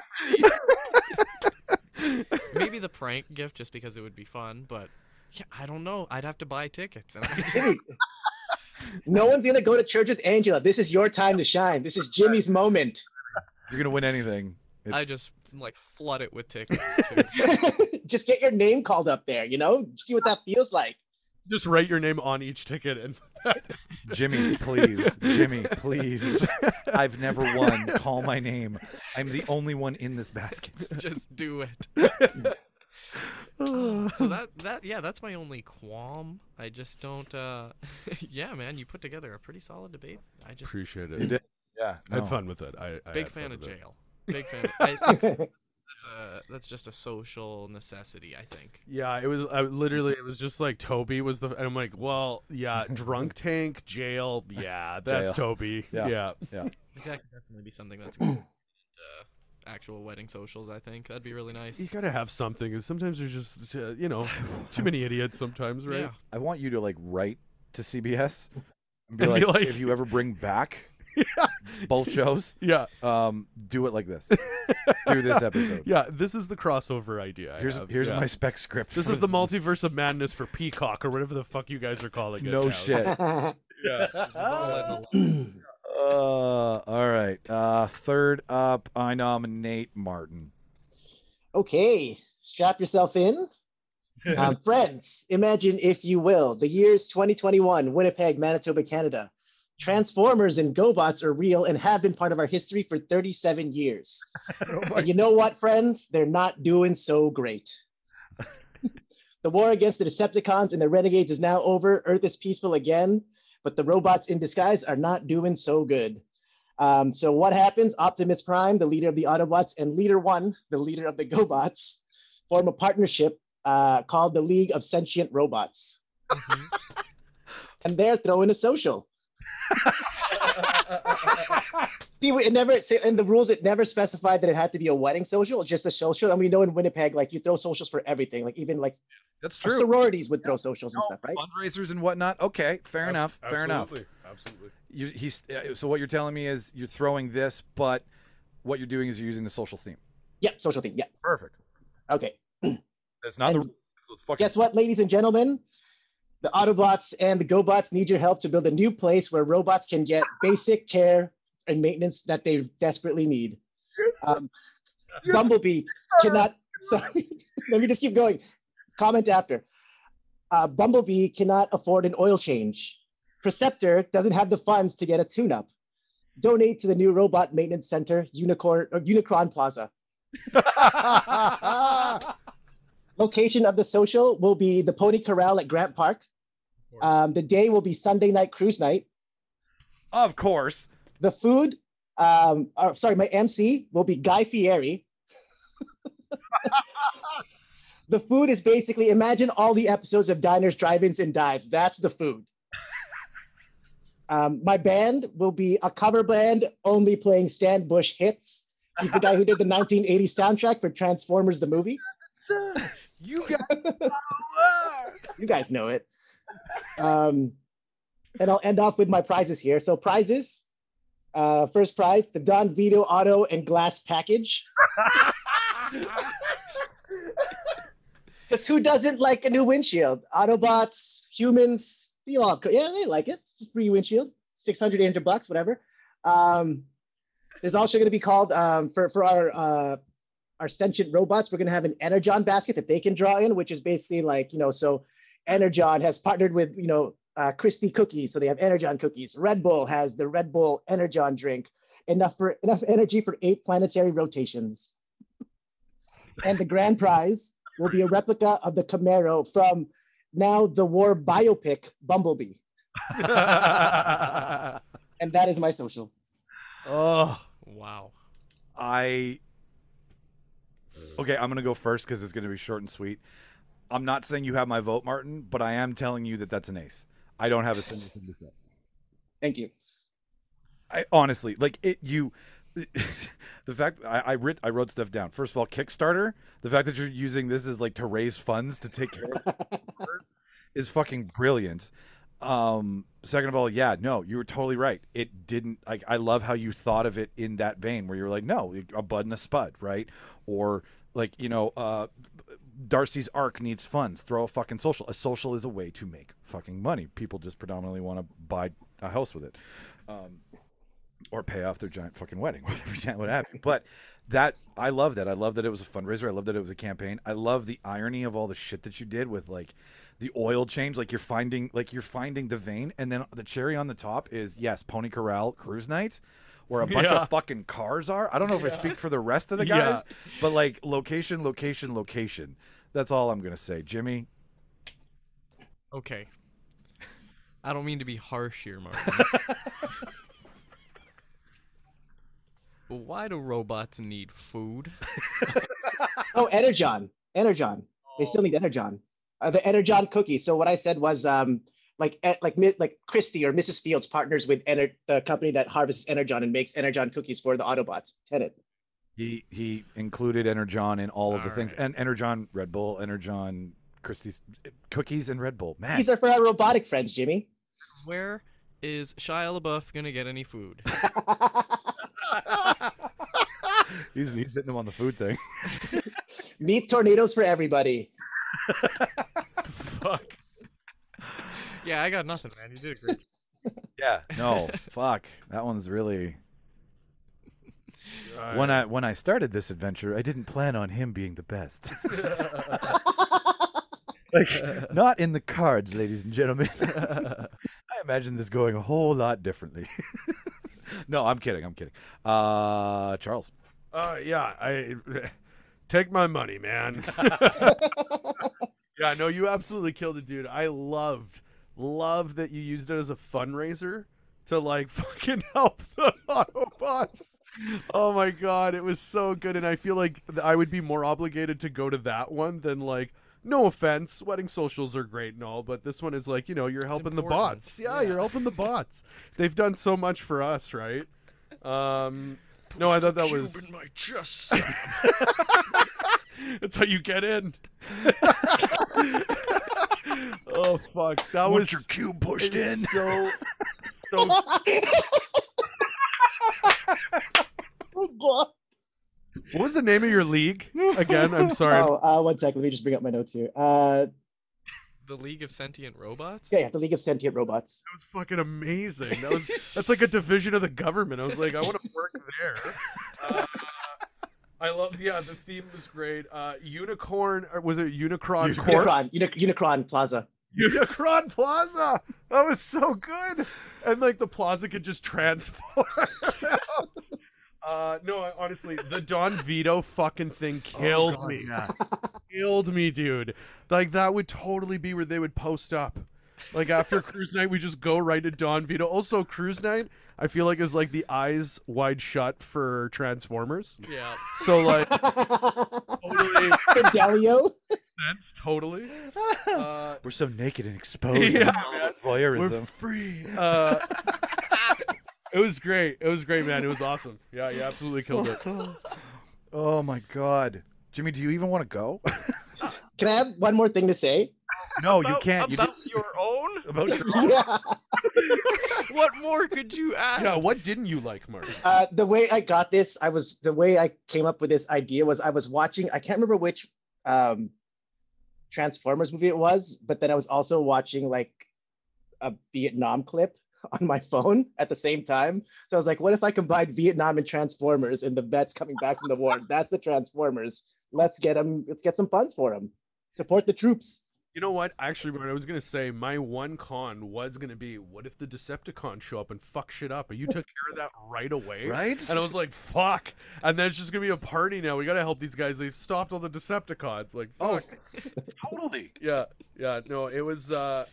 F: Maybe the prank gift, just because it would be fun. But yeah, I don't know. I'd have to buy tickets, and I just,
G: Jimmy, no one's gonna go to church with Angela. This is your time to shine. This is Jimmy's moment.
A: You're gonna win anything.
F: I
A: It's-
F: just like flood it with tickets. Too.
G: just get your name called up there. You know, see what that feels like.
E: Just write your name on each ticket and
A: Jimmy, please, Jimmy, please. I've never won. Call my name. I'm the only one in this basket.
F: just do it. so that that yeah, that's my only qualm. I just don't. uh Yeah, man, you put together a pretty solid debate. I just
E: appreciate it.
A: You did. Yeah,
E: I
A: no.
E: had fun with it. I, I
F: big
E: had fun
F: fan of
E: with it.
F: jail. Big fan. Of, I think that's a that's just a social necessity. I think.
E: Yeah, it was I literally it was just like Toby was the and I'm like, well, yeah, drunk tank, jail, yeah, that's
A: Jail.
E: Toby.
A: Yeah.
E: Yeah.
F: Like, that could definitely be something that's good. uh, actual wedding socials. I think that'd be really nice.
E: You got to have something cuz sometimes there's just uh, you know, too many idiots sometimes, right?
F: Yeah.
A: I want you to like write to CBS and be,
E: And
A: like,
E: be like-
A: if you ever bring back both shows,
E: Yeah.
A: um, do it like this. do this episode.
E: Yeah, this is the crossover idea. I
A: Here's
E: have,
A: here's
E: yeah.
A: my spec script.
E: This
A: for
E: is the multiverse of madness for Peacock or whatever the fuck you guys are calling it.
A: no
E: now.
A: shit.
F: All in the lo-
A: Uh, all right. Uh, third up, I nominate Martin.
G: okay, strap yourself in. Um, friends, imagine, if you will, the year's 2021, Winnipeg, Manitoba, Canada. Transformers and GoBots are real and have been part of our history for 37 years. and you know what, friends? They're not doing so great. the war against the Decepticons and the Renegades is now over. Earth is peaceful again, but the robots in disguise are not doing so good. Um, so what happens? Optimus Prime, the leader of the Autobots, and Leader One, the leader of the GoBots, form a partnership uh, called the League of Sentient Robots,
F: Mhm.
G: and they're throwing a social. See, it never in the rules. It never specified that it had to be a wedding social, just a social. And we know in Winnipeg, like you throw socials for everything, like even like
A: That's
G: our sororities would throw socials and stuff, right?
A: Fundraisers and whatnot. Okay, fair
E: Ab-
A: enough. Fair enough.
E: absolutely, Absolutely.
A: You, he's uh, so what you're telling me is you're throwing this, but what you're doing is you're using the social theme.
G: Yeah, social thing. Yeah.
A: Perfect.
G: Okay.
A: That's not the
G: And-
A: rules. So it's fucking
G: Guess what, ladies and gentlemen? The Autobots and the GoBots need your help to build a new place where robots can get basic care and maintenance that they desperately need. Um, Bumblebee cannot. Sorry, let me just keep going. Comment after. Uh, Bumblebee cannot afford an oil change. Preceptor doesn't have the funds to get a tune-up. Donate to the new robot maintenance center, Unicorn or Unicron Plaza. Location of the social will be the Pony Corral at Grant Park. Um, the day will be Sunday night cruise night.
A: Of course.
G: The food, um, or, sorry, my MC will be Guy Fieri. the food is basically imagine all the episodes of Diners, Drive-Ins, and Dives. That's the food. Um, my band will be a cover band only playing Stan Bush hits. He's the guy who did the 1980 soundtrack for Transformers the movie.
A: You got
G: you guys know it. Um, and I'll end off with my prizes here. So prizes. Uh, first prize, the Don Vito Auto and Glass package. Because who doesn't like a new windshield? Autobots, humans, you all, yeah, they like it. It's a free windshield, 600, 800 bucks, whatever. Um, there's also going to be called um, for for our uh, our sentient robots. We're going to have an energon basket that they can draw in, which is basically like you know, so Energon has partnered with you know uh, Christie Cookies, so they have Energon cookies. Red Bull has the Red Bull Energon drink, enough for enough energy for eight planetary rotations. And the grand prize will be a replica of the Camaro from now the war biopic Bumblebee, and that is my social.
E: oh,
F: Wow.
A: I Okay, I'm gonna go first because it's gonna be short and sweet. I'm not saying you have my vote, Martin, but I am telling you that that's an ace. I don't have a single thing to say.
G: Thank you.
A: I honestly like it. You, the fact I, I writ I wrote stuff down. First of all, Kickstarter. The fact that you're using this is like to raise funds to take care of supporters is fucking brilliant. Um, second of all, yeah, no, you were totally right. It didn't like I love how you thought of it in that vein where you were like, no, a bud and a spud, right? Or like you know, uh, Darcy's arc needs funds. Throw a fucking social. A social is a way to make fucking money. People just predominantly want to buy a house with it or pay off their giant fucking wedding, whatever would happen. But that I love that. I love that it was a fundraiser. I love that it was a campaign. I love the irony of all the shit that you did with like the oil change. Like you're finding like you're finding the vein, and then the cherry on the top is yes, Pony Corral cruise night. Where a bunch
E: Yeah.
A: of fucking cars are. I don't know if I speak for the rest of the
E: Yeah.
A: guys, but like location, location, location. That's all I'm gonna say. Jimmy,
F: Okay. I don't mean to be harsh here, Martin. but why do robots need food?
G: Oh, Energon. Energon. They still need Energon. Uh, the Energon cookie. So what I said was um like eh, like mi- like Christie or Mrs. Fields partners with Ener- the company that harvests Energon and makes Energon cookies for the Autobots. Tenet.
A: He he included Energon in all of the
F: All
A: things,
F: right.
A: and Energon Red Bull, Energon Christie's eh, cookies, and Red Bull. Man,
G: These are for our robotic friends, Jimmy.
F: Where is Shia LaBeouf gonna get any food?
A: he's, he's hitting them on the food thing.
G: Meat tornadoes for everybody.
E: Fuck.
F: yeah, I got nothing, man. You did a great. job.
A: Yeah, no, fuck, that one's really.
E: I-
A: When I when I started this adventure, I didn't plan on him being the best. like not in the cards, ladies and gentlemen. I imagine this going a whole lot differently. no, I'm kidding. I'm kidding. Uh, Charles.
E: Uh, yeah, I take my money, man. yeah, no, you absolutely killed it, dude. I loved, loved that you used it as a fundraiser to like fucking help the Autobots. Oh my god, it was so good, and I feel like I would be more obligated to go to that one than like. No offense, wedding socials are great and all, but this one is like, you know, you're helping the
F: important.
E: bots. Yeah,
F: Yeah.
E: you're helping the bots. They've done so much for us, right? Um, no, I thought that was
F: in my chest. Sam.
E: That's how you get in. oh fuck! That was
A: cube
E: it
A: pushed
E: was so so.
G: oh,
E: What was the name of your league again? I'm
A: Oh.
E: sorry.
G: uh, one sec. Let me just bring up my notes here. Uh,
F: the League of Sentient Robots.
G: yeah, yeah, the League of Sentient Robots.
E: That was fucking amazing. That was that's like a division of the government. I was like, I want to work there. Uh, I love. Yeah, the theme was great. Uh, unicorn or was it Unicron Corp?
G: Unicron, Uni- Unicron Plaza.
E: Unicron Plaza. That was so good. And like the plaza could just transform. out. uh, no, I, honestly, the Don Vito fucking thing killed me. killed me, dude. Like that would totally be where they would post up. Like after cruise night, we just go right to Don Vito. Also, cruise night, I feel like is like the eyes wide shut for Transformers.
F: Yeah.
E: So like totally
G: Fidelio.
E: sense, totally. Uh,
A: We're so naked and exposed.
E: Yeah,
A: yeah,
E: We're
A: voyeurism.
E: free. Uh, it was great. It was great, man. It was awesome. Yeah, you absolutely killed it.
A: Oh my god, Jimmy, do you even want to go?
G: Can I have one more thing to say?
A: no, you can't. You
F: About your own?
A: did- about your
G: Yeah.
F: What more could you ask?
E: Yeah, what didn't you like, Mark?
G: Uh, the way I got this, I was the way I came up with this idea was I was watching. I can't remember which um, Transformers movie it was, but then I was also watching like a Vietnam clip on my phone at the same time. So I was like, what if I combine Vietnam and Transformers and the vets coming back from the war? That's the Transformers. Let's get them. Let's get some funds for them. Support the troops.
E: You know what? Actually, what I was gonna say, my one con was gonna be, what if the Decepticons show up and fuck shit up? And you took care of that right away,
A: Right?
E: And I was like, fuck. And then it's just gonna be a party now. We gotta help these guys. They've stopped all the Decepticons. Like,
A: Oh, totally.
E: yeah yeah no it was uh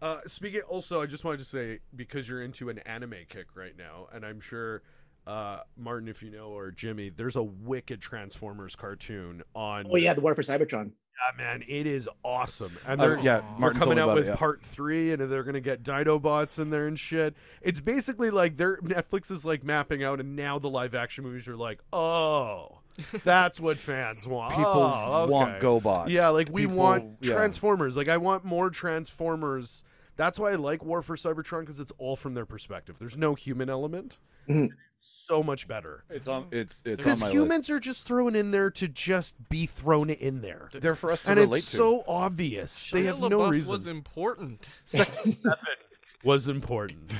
E: uh speaking also i just wanted to say because you're into an anime kick right now and i'm sure uh martin if you know or jimmy there's a wicked transformers cartoon on
G: Oh yeah, the War for Cybertron.
E: yeah, man, it is awesome. And
A: Uh,
E: they're
A: yeah,
E: We're
A: Martin told
E: coming
A: me
E: out
A: about
E: with
A: it, yeah.
E: part three, and they're gonna get Dinobots in there and shit. It's basically like their Netflix is like mapping out, and now the live action movies are like, oh, that's what fans want.
A: People
E: Oh,
A: want
E: okay.
A: GoBots.
E: Yeah, like we
A: People-
E: want
A: yeah.
E: Transformers. Like I want more Transformers. That's why I like War for Cybertron because it's all from their perspective. There's no human element.
G: Mhm.
E: So much better.
A: It's on. It's Mm-hmm. it's on
E: Because
A: my
E: humans are just thrown in there to just be thrown in there.
A: list. They're for us to
E: and
A: relate
E: it's
A: to.
E: so obvious. They
F: Shia
E: have no
F: LaBeouf
E: reason.
F: was important.
E: Second seven was important.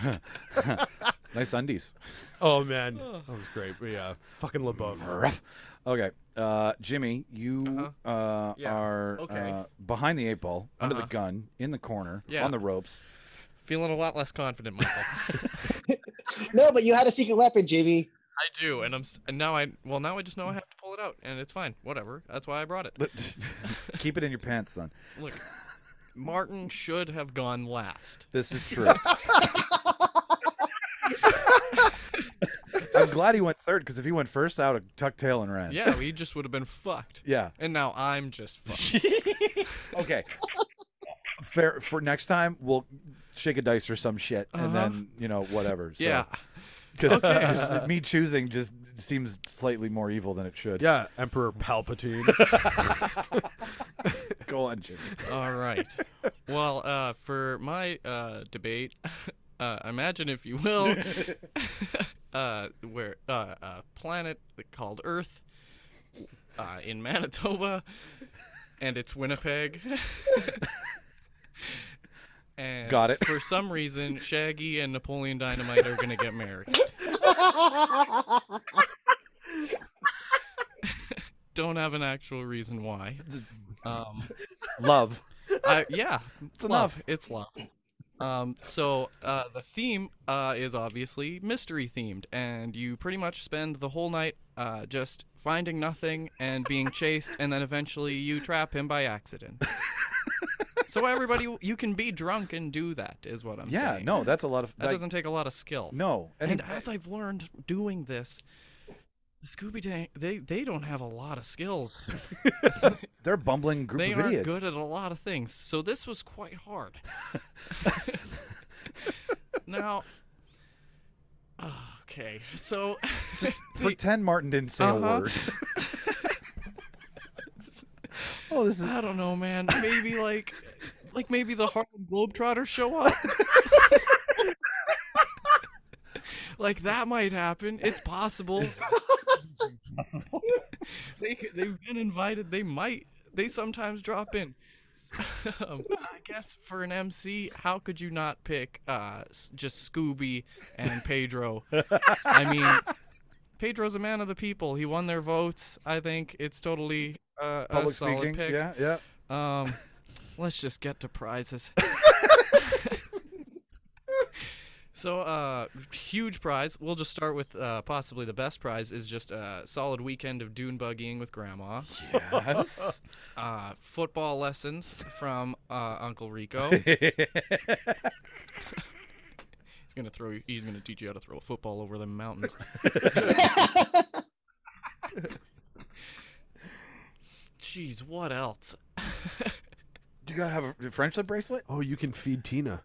A: nice undies.
E: Oh man, that was great. But yeah, fucking LeBeau.
A: Okay, uh, Jimmy, you uh
F: Yeah.
A: are
F: Okay.
A: uh, behind the eight ball, under the
F: Uh-huh.
A: gun, in the corner,
F: Yeah.
A: on the ropes.
F: Feeling a lot less confident, Michael.
G: No, but you had a secret weapon, JV.
F: I do, and I'm s- and now I well now I just know I have to pull it out, and it's fine. Whatever. That's why I brought it.
A: Keep it in your pants, son.
F: Look, Martin should have gone last.
A: This is true. I'm glad he went third because if he went first, I would have tucked tail and ran.
F: Yeah, we just would have been fucked.
A: Yeah.
F: And now I'm just fucked.
A: Okay. Fair for next time, we'll shake a dice or some shit, and then you know whatever. So-
F: Uh-huh. yeah.
A: 'cause just me choosing just seems slightly more evil than it should.
E: Yeah, Emperor Palpatine.
A: Go on, Jimmy.
F: All right. Well, uh, for my uh, debate, uh, imagine if you will, uh, where uh, a planet called Earth uh, in Manitoba, and it's Winnipeg. and
A: Got it.
F: For some reason, Shaggy and Napoleon Dynamite are gonna get married. Don't have an actual reason why. Um,
A: Love.
F: I, yeah, it's
A: enough.
F: love. It's love. Um, so uh, the theme uh, is obviously mystery themed, and you pretty much spend the whole night uh, just finding nothing and being chased, and then eventually you trap him by accident. so everybody, you can be drunk and do that, is what I'm
A: Yeah.
F: saying.
A: No, that's a lot of.
F: that
A: like,
F: doesn't take a lot of skill.
A: No.
F: And
A: it-
F: as I've learned doing this, Scooby Dang, they they don't have a lot of skills.
A: they're a bumbling group
F: they
A: of
F: aren't
A: idiots.
F: good at a lot of things. So this was quite hard. now, okay, so
A: Pretend Martin didn't say a
F: Uh-huh.
A: word. oh, this is
F: I don't know, man. Maybe like, like maybe the Harlem Globetrotters show up. like that might happen. It's possible. they they've been invited. They might. They sometimes drop in. Um, I guess for an MC, how could you not pick uh, s- just Scooby and Pedro? I mean, Pedro's a man of the people. He won their votes. I think it's totally uh, a
A: public
F: solid
A: speaking.
F: pick.
A: Yeah, yeah.
F: Um, let's just get to prizes. so, uh, huge prize. We'll just start with uh, possibly the best prize is just a solid weekend of dune buggying with grandma,
A: Yes.
F: uh, football lessons from uh, Uncle Rico. He's gonna throw. you- He's gonna teach you how to throw a football over the mountains. Jeez, what else?
A: you gotta have a friendship bracelet.
E: oh, you can feed Tina.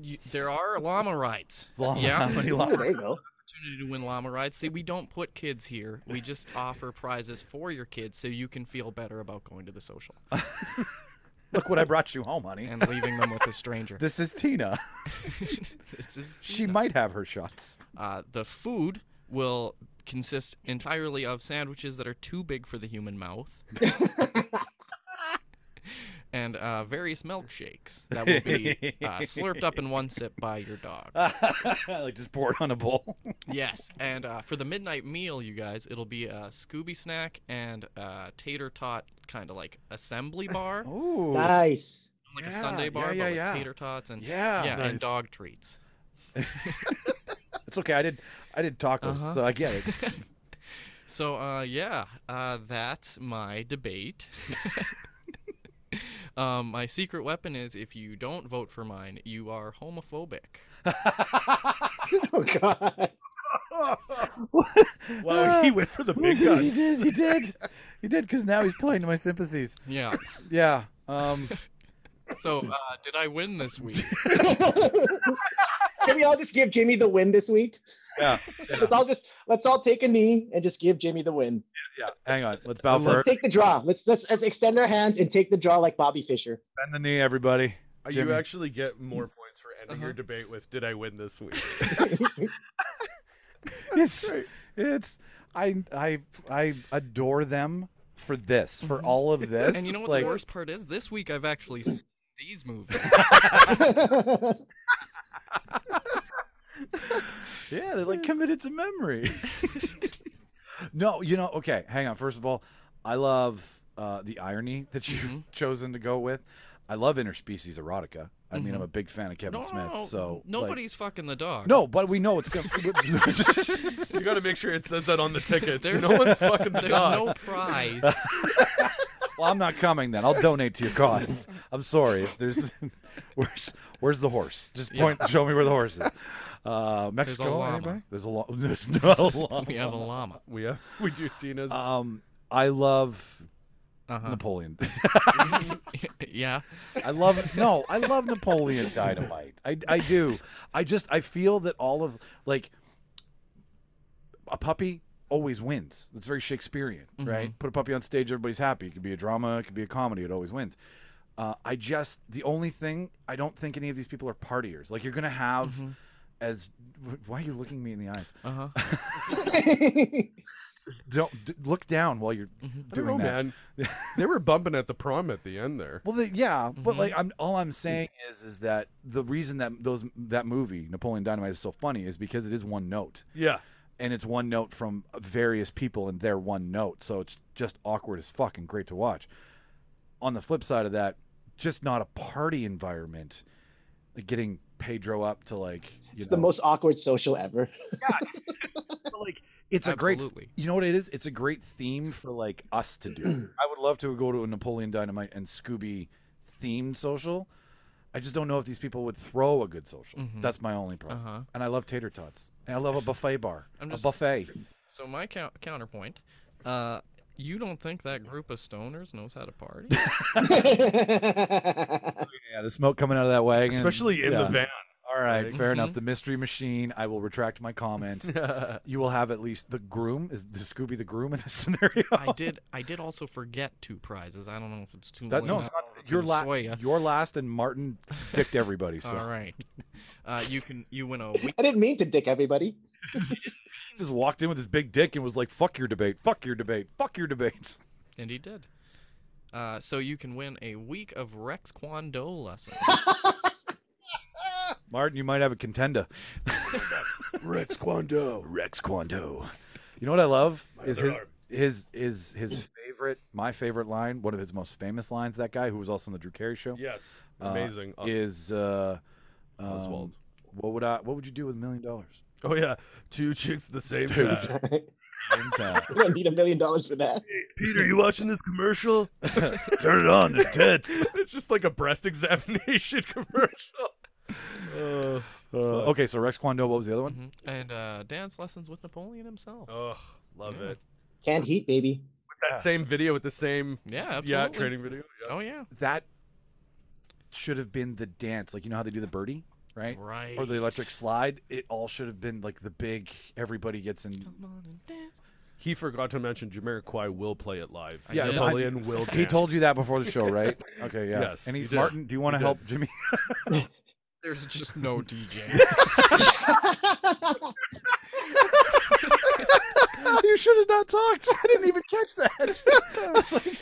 F: You, there are llama rides.
A: Llama-
F: yeah, but
A: many
F: it's
A: llama-
G: there you go.
F: an opportunity to win llama rides. See, we don't put kids here. We just offer prizes for your kids so you can feel better about going to the social
A: Look what I brought you home, honey.
F: and leaving them with a stranger.
A: This is Tina.
F: This is
A: She might have her shots.
F: uh, the food will consist entirely of sandwiches that are too big for the human mouth. And uh, various milkshakes that will be uh, slurped up in one sip by your dog.
A: like just pour it on a bowl.
F: Yes, and uh, for the midnight meal, you guys, it'll be a Scooby snack and a tater tot kind of like assembly bar,
A: Ooh.
G: Nice.
F: like
A: yeah,
F: a Sunday bar,
A: yeah,
F: but
A: yeah, yeah.
F: with tater tots and
A: Yeah,
F: and
E: nice.
F: dog treats.
A: It's okay. I did I did tacos,
F: Uh-huh.
A: so I get it.
F: So uh, yeah, uh, that's my debate. um, my secret weapon is if you don't vote for mine, you are homophobic.
G: Oh God.
E: Wow, Ah. he went for the big
A: He
E: guns.
A: did. He did. He did because now he's playing to my sympathies.
F: Yeah.
A: Yeah. Um,
F: So, uh, did I win this week?
G: Can we all just give Jimmy the win this week?
A: yeah.
G: Let's all just let's all take a knee and just give Jimmy the win.
A: Yeah. Hang on. Let's bow
G: Let's
A: first.
G: take the draw. Let's let's, let's extend our hands and take the draw like Bobby Fisher.
A: Bend the knee, everybody. Jimmy.
E: You actually get more points for ending your
F: Uh-huh.
E: debate with "Did I win this week?"
A: It's it's I I I adore them for this for all of this.
F: and you know
A: It's
F: what
A: like,
F: the worst part is? This week I've actually seen these movies.
A: Yeah, they're like committed to memory. no, you know, okay, hang on. First of all, I love uh, the irony that you've
F: Mm-hmm.
A: chosen to go with. I love interspecies erotica. I mean, I'm a big fan of Kevin
F: Mm-hmm. no,
A: Smith,
F: no,
A: so like-
F: nobody's fucking the dog.
A: no, but we know it's going. to
E: you got to make sure it says that on the tickets.
F: There's-
E: no one's fucking
F: there's
E: dog.
F: no prize.
A: Well, I'm not coming then. I'll donate to your cause. I'm sorry. If there's where's where's the horse? Just point show me where the horse is. Uh, Mexico,
F: llama.
A: anybody? There's a llama. There's no llama.
F: we have a llama.
E: We have, we do Tina's.
A: Um, I love
F: Uh-huh.
A: Napoleon.
F: yeah.
A: I love no, I love Napoleon Dynamite. I I do. I just I feel that all of like a puppy always wins. It's very Shakespearean, right? Put a puppy on stage, everybody's happy. It could be a drama, it could be a comedy. It always wins. Uh, I just the only thing I don't think any of these people are partiers. Like you're gonna have as wh- why are you looking me in the eyes?
F: Uh-huh.
A: Don't d- look down while you're
E: I don't
A: doing
E: know,
A: that.
E: man. they were bumping at the prom at the end there.
A: Well, the, yeah, but like I'm all I'm saying is is that the reason that those that movie Napoleon Dynamite is so funny is because it is one note
E: Yeah.
A: and it's one note from various people and their one note, so it's just awkward as fuck and great to watch. On the flip side of that, just not a party environment. Like getting Pedro up to like you
G: It's
A: know,
G: the most awkward social ever.
A: but, like it's a great
F: Absolutely.
A: you know what it is it's a great theme for like us to do i would love to go to a napoleon dynamite and scooby themed social i just don't know if these people would throw a good social that's my only problem
F: Mm-hmm. Uh-huh.
A: and i love tater tots and i love a buffet bar
F: I'm
A: a
F: just-
A: buffet
F: So my cou- counterpoint, uh, you don't think that group of stoners knows how to party?
A: yeah the smoke coming out of that wagon
E: Especially in
A: Yeah.
E: the van.
A: all right,
E: Like-
A: fair
F: Mm-hmm.
A: enough. The mystery machine. I will retract my comments. you will have at least the groom. Is the Scooby the groom in this scenario?
F: I did. I did also forget two prizes. I don't know if it's too
A: That-
F: late.
A: no,
F: now,
A: it's not.
F: if
A: Your,
F: gonna
A: la-
F: sway ya.
A: your last and Martin dicked everybody. So
F: All right. Uh, you can. You win a
G: I didn't mean to dick everybody.
A: just walked in with his big dick and was like, "Fuck your debate, fuck your debate, fuck your debates."
F: And he did. Uh, so you can win a week of Rex Kwon Do lessons.
A: Martin, you might have a contender. Rex Quando. Rex Quando. You know what I love is his, his his his favorite, my favorite line, one of his most famous lines. That guy who was also on the Drew Carey show.
E: Yes.
A: uh,
E: Amazing. Uh,
A: is uh, um,
E: Oswald.
A: What would I? What would you do with a million dollars?
E: Oh yeah. Two chicks the same time.
A: In town.
G: We don't need a million dollars for that.
E: Peter, you watching this commercial?
A: Turn it on, there's tits.
E: it's just like a breast examination commercial.
A: Uh, okay, so Rex Kwando, what was the other one?
F: Mhm. and uh, dance lessons with Napoleon himself.
E: oh, love
F: Yeah.
E: it.
G: Canned heat, baby.
E: That same video with the same
F: yeah, absolutely.
E: yeah training video. Yeah.
F: Oh yeah.
A: That should have been the dance. Like you know how they do the birdie, right?
F: Right.
A: or the electric slide, it all should have been like the big everybody gets in.
F: Come on and dance.
E: He forgot to mention Jamiroquai will play it live.
F: Yeah, did.
E: Napoleon will.
A: He
E: dance.
A: told you that before the show, right? Okay, yeah.
E: Yes,
A: and he,
E: he did.
A: Martin, do you want to
E: He did.
A: help Jimmy?
F: There's just no DJ.
A: you should have not talked. I didn't even catch that. It's like,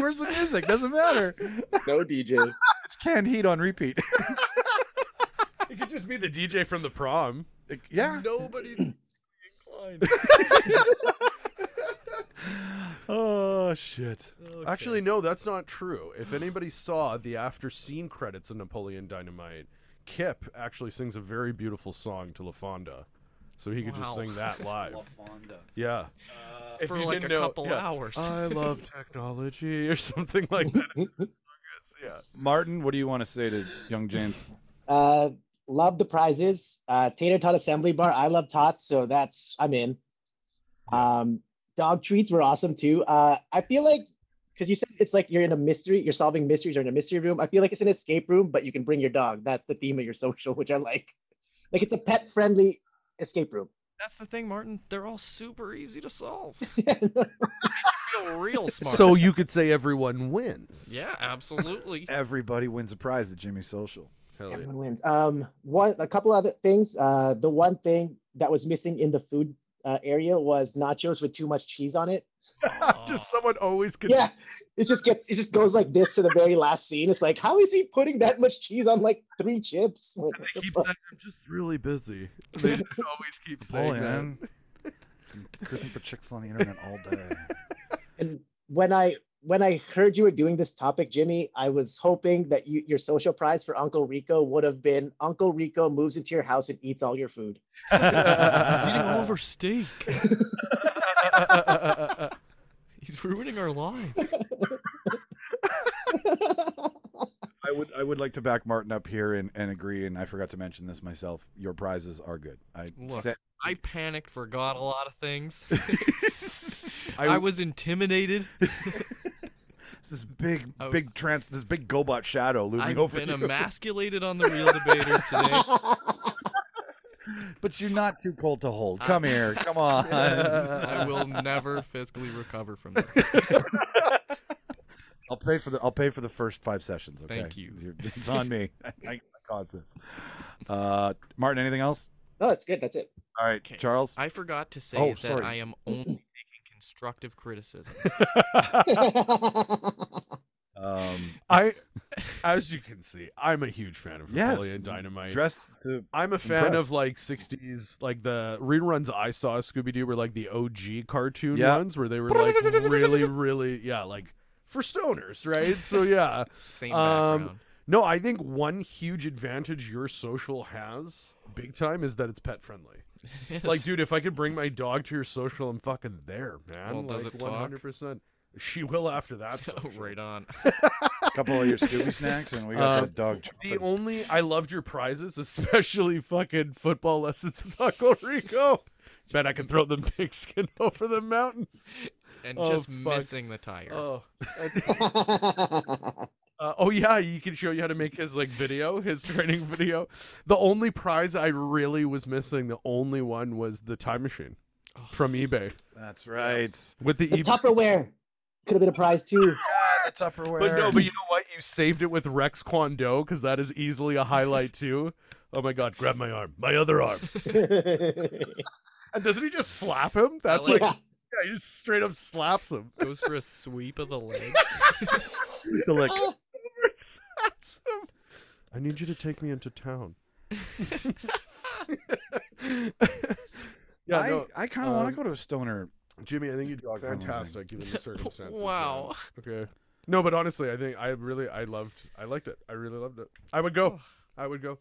A: where's the music? Doesn't matter.
G: no DJ.
A: It's canned heat on repeat.
E: It could just be the DJ from the prom.
A: yeah.
E: Nobody's inclined.
A: Oh shit.
E: Actually, no, that's not true. If anybody saw the after scene credits of Napoleon Dynamite, Kip actually sings a very beautiful song to La Fonda. So he could just
F: Wow. Uh,
E: sing that live. Yeah. Uh, If
F: for
E: you
F: like a
E: didn't know-
F: couple
E: yeah. Uh,
F: hours.
E: I love technology or something like that. yeah.
A: Martin, what do you want to say to young James?
G: Uh, Love the prizes. Uh, Tater Tot Assembly Bar. I love tots, so that's I'm in. Um, dog treats were awesome too. Uh, I feel like because you said it's like you're in a mystery, you're solving mysteries, you're in a mystery room. I feel like it's an escape room, but you can bring your dog. That's the theme of your social, which I like. Like it's a pet friendly escape room.
F: That's the thing, Martin. They're all super easy to solve. I feel real smart.
E: So you could say everyone wins.
F: yeah, absolutely.
A: Everybody wins a prize at Jimmy Social.
E: Hell yeah.
G: Everyone wins. Um, one, a couple other things. Uh, the one thing that was missing in the food uh, area was nachos with too much cheese on it.
E: Just someone always could.
G: Yeah, it just gets, it just goes like this to the very last scene. It's like, how is he putting that much cheese on like three chips? Like, what the
E: Keep
G: fuck?
E: that- I'm just really busy. They just always keep saying that.
A: Napoleon. Cooking for Chick Fil A on the internet all day.
G: And when I when I heard you were doing this topic, Jimmy, I was hoping that you, your social prize for Uncle Rico would have been Uncle Rico moves into your house and eats all your food.
F: He's eating all of our steak. He's ruining our lives.
A: I would I would like to back Martin up here and, and agree. And I forgot to mention this myself. Your prizes are good. I
F: Look,
A: said-
F: I panicked, forgot a lot of things.
E: I-
F: I, was intimidated.
A: it's this big
F: I-
A: big trans this big GoBot shadow looming
F: I've
A: over
F: been
A: you.
F: emasculated on the real debaters today.
A: but you're not too cold to hold. Come here. Come on.
F: I will never fiscally recover from this.
A: I'll pay for the I'll pay for the first five sessions. Okay.
F: Thank you.
A: You're- it's on me. I, I caused this. Uh, Martin, anything else?
G: No, it's good. Oh, That's it.
A: All right,
F: Okay.
A: Charles.
F: I forgot to say
A: Oh,
F: that
A: sorry.
F: I am only taking constructive criticism.
A: Um,
E: I, as you can see, I'm a huge fan of
A: Yes.
E: Napoleon Dynamite.
A: dressed to
E: I'm a fan
A: Impressed.
E: of like 60s, like the reruns I saw of Scooby Doo were like the OG cartoon
A: Yeah.
E: ones where they were like really, really, yeah, like for stoners, right? So yeah.
F: Same
E: Um,
F: background.
E: No, I think one huge advantage your social has big time is that it's pet friendly. Like,
F: Yes.
E: dude, if I could bring my dog to your social, I'm fucking there, man.
F: Well, does
E: like,
F: it talk?
E: 100%. She will after that. social.
F: right on.
A: a couple of your Scooby snacks, and we got
E: Uh,
A: that dog.
E: The only I loved your prizes, especially fucking football lessons with Uncle Rico. Bet I can throw the pigskin over the mountains.
F: And
E: Oh,
F: just
E: fuck.
F: missing the tire.
E: Oh, uh, oh yeah, he can show you how to make his like video, his training video. The only prize I really was missing, the only one was the time machine from eBay
A: That's right.
E: with the
G: the
E: eBay.
G: Tupperware could have been a prize too.
A: Ah, Tupperware.
E: But no, but you know what? You saved it with Rex Kwon Do because that is easily a highlight too. Oh my god, grab my arm, my other arm, and doesn't he just slap him? That's like
F: like
G: yeah.
E: Yeah, he just straight up slaps him.
F: Goes for a sweep of the leg.
E: The lick. slaps him. I need you to take me into town. yeah,
A: I,
E: no,
A: I kind of want
E: um,
A: to go to a stoner.
E: Jimmy, I think you did
A: friendly thing.
E: fantastic given the circumstances. man.
F: wow.
E: Okay. No, but honestly, I think I really, I loved, I liked it. I really loved it. I would go. I would go.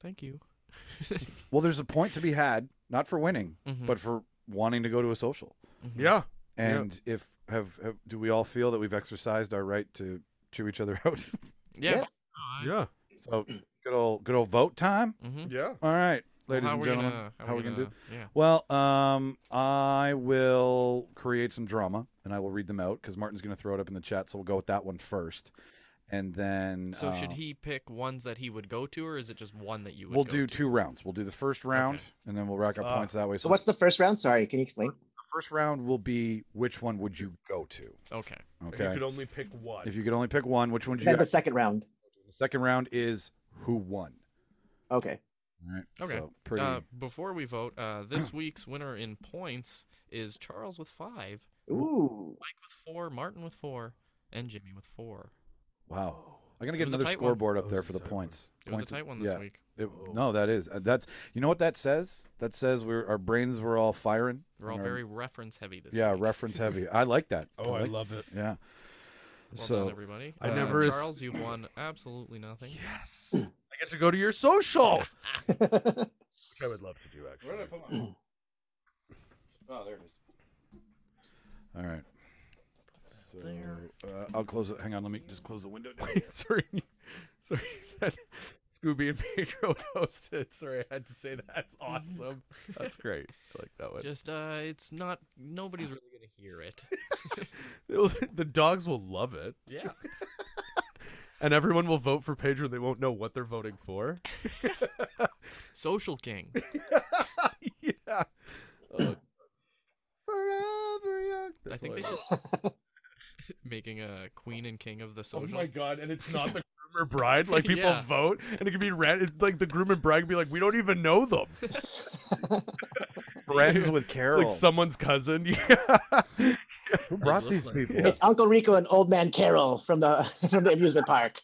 F: Thank you.
A: Well, there's a point to be had, not for winning,
F: Mhm.
A: but for wanting to go to a social.
F: Mm-hmm. Hmm.
E: Yeah.
A: And if have, have do we all feel that we've exercised our right to chew each other out?
F: Yeah.
E: Yeah.
A: so good old good old vote time.
F: Mm-hmm.
E: Yeah.
A: All right, ladies
F: how
A: and
F: we
A: gentlemen,
F: gonna-
A: how, we gonna, do?
F: Yeah.
A: Well, um, I will create some drama and I will read them out because Martin's going to throw it up in the chat, so we'll go with that one first, and then
F: So should
A: uh,
F: he pick ones that he would go to, or is it just one that you would?
A: We'll
F: go
A: do
F: to?
A: two rounds. We'll do the first round, and then we'll rack up
E: Ah.
A: points that way.
G: Uh, So
A: So,
G: what's the first round? Sorry, can you explain?
A: the first round will be which one would you go to?
F: Okay.
A: Okay.
E: You could only pick one.
A: if you could only pick one, which one would you?
G: Then the
A: The
G: second round.
A: second round is who won.
G: Okay.
A: All right.
F: Okay.
A: So pretty.
F: Uh, before we vote, uh, this week's winner in points is Charles with five,
G: Ooh.
F: Mike with four, Martin with four, and Jimmy with four.
A: wow. I'm gonna
F: It
A: get
F: was a
A: another
F: tight one.
A: scoreboard up
E: That
A: there
E: was
A: for
E: a
A: the
E: tight one.
A: points.
F: It was
A: Points-
F: a tight one this
A: yeah.
F: week.
A: It- no, that is uh, that's you know what that says. That says we're our brains were all firing.
F: We're all
A: and our-
F: very reference heavy this
A: yeah
F: week.
A: reference heavy. I like that.
E: oh, I
A: like-
E: love it.
A: Yeah.
F: Well done,
A: so
F: everybody.
E: I
F: Uh,
E: never as-
F: Charles, you've won absolutely nothing.
E: Yes. I get to go to your social. Which I would love to do, actually. Oh,
A: all right. So uh, I'll close it. Hang on. Let me just close the window. down.
E: sorry, sorry, you said
H: Scooby and Pedro host it. Sorry, I had to say that. That's awesome. That's great. I like that one.
F: Just uh, it's not. Nobody's really gonna hear it.
E: It'll- the dogs will love it,
F: Yeah.
E: and everyone will vote for Pedro. and They won't know what they're voting for.
F: Social King.
E: yeah. Oh. Forever young.
F: I
E: That's
F: think
E: all
F: they should making a queen and king of the
E: Oh
F: social.
E: my god! And it's not the groom or bride. Like people
F: Yeah.
E: vote, and it could be ran- it's Like the groom and bride could be like, we don't even know them. It's
A: Friends with Carol.
E: like someone's cousin. Yeah.
A: Who brought these people?
G: It's Uncle Rico and Old Man Carol from the from the amusement park.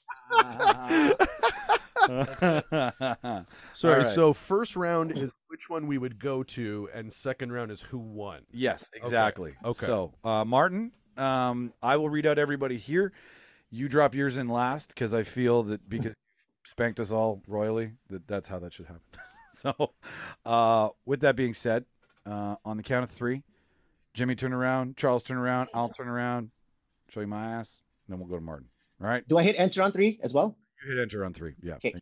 E: Sorry.
A: All right.
E: So first round is which one we would go to, and second round is who won.
A: Yes, exactly.
E: Okay.
A: So, uh, Martin, um, I will read out everybody here. You drop yours in last because I feel that because you spanked us all royally, that that's how that should happen. so, uh, with that being said, uh, on the count of three, Jimmy turn around, Charles turn around, I'll turn around, show you my ass, and then we'll go to Martin. All right.
G: Do I hit enter on three as well?
A: You hit enter on three. Yeah.
G: Okay.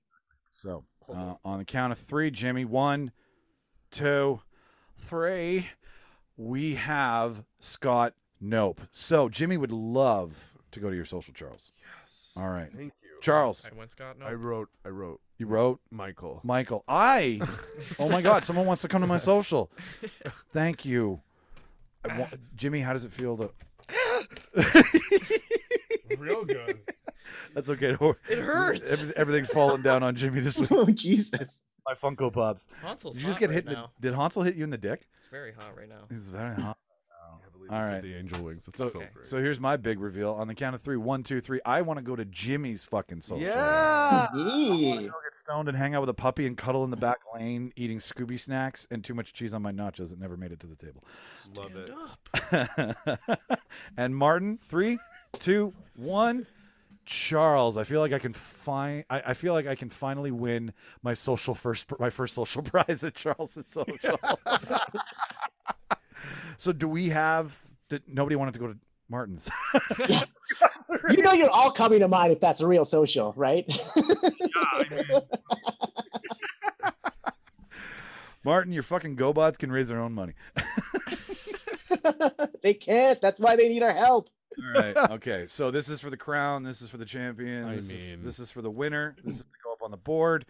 A: So uh, on the count of three, Jimmy, one, two, three, we have Scott Nope. So Jimmy would love to go to your social, Charles. Yes. All right.
E: Thank you.
A: Charles,
F: I went Scott. No.
E: I wrote. I wrote
A: you wrote
E: Michael.
A: Michael. I, oh my God, someone wants to come to my social. Thank you. I wa- Jimmy, how does it feel to?
E: Real good.
A: That's okay. It hurts. everything's falling down on Jimmy this week.
G: oh Jesus!
A: My Funko Pops.
F: Hansel's
A: Did you just
F: hot
A: get
F: right
A: hit? In the,
F: now.
A: did Hansel hit you in the dick?
F: It's very hot right now.
A: He's very hot.
E: All right.
A: right.
E: The angel wings. It's so,
A: So-
E: great.
A: So here's my big reveal. On the count of three, one, two, three. I want to go to Jimmy's fucking social.
B: Ah.
E: yeah.
G: Yee.
A: Go get stoned and hang out with a puppy and cuddle in the back lane, eating Scooby snacks and too much cheese on my nachos that never made it to the
E: Love it.
A: table. and Martin, three, two, one. Charles, I feel like I can find. I, I feel like I can finally win my social first, my first social prize at Charles's social. so, do we have? Did, nobody wanted to go to Martin's.
G: You know you're all coming to mind if that's a real social, right?
A: Martin, your fucking GoBots can raise their own money.
G: they can't. That's why they need our help.
A: All right. Okay. So this is for the crown. This is for the champion.
E: I
A: this
E: mean-
A: is, this is for the winner. This is to go up on the board.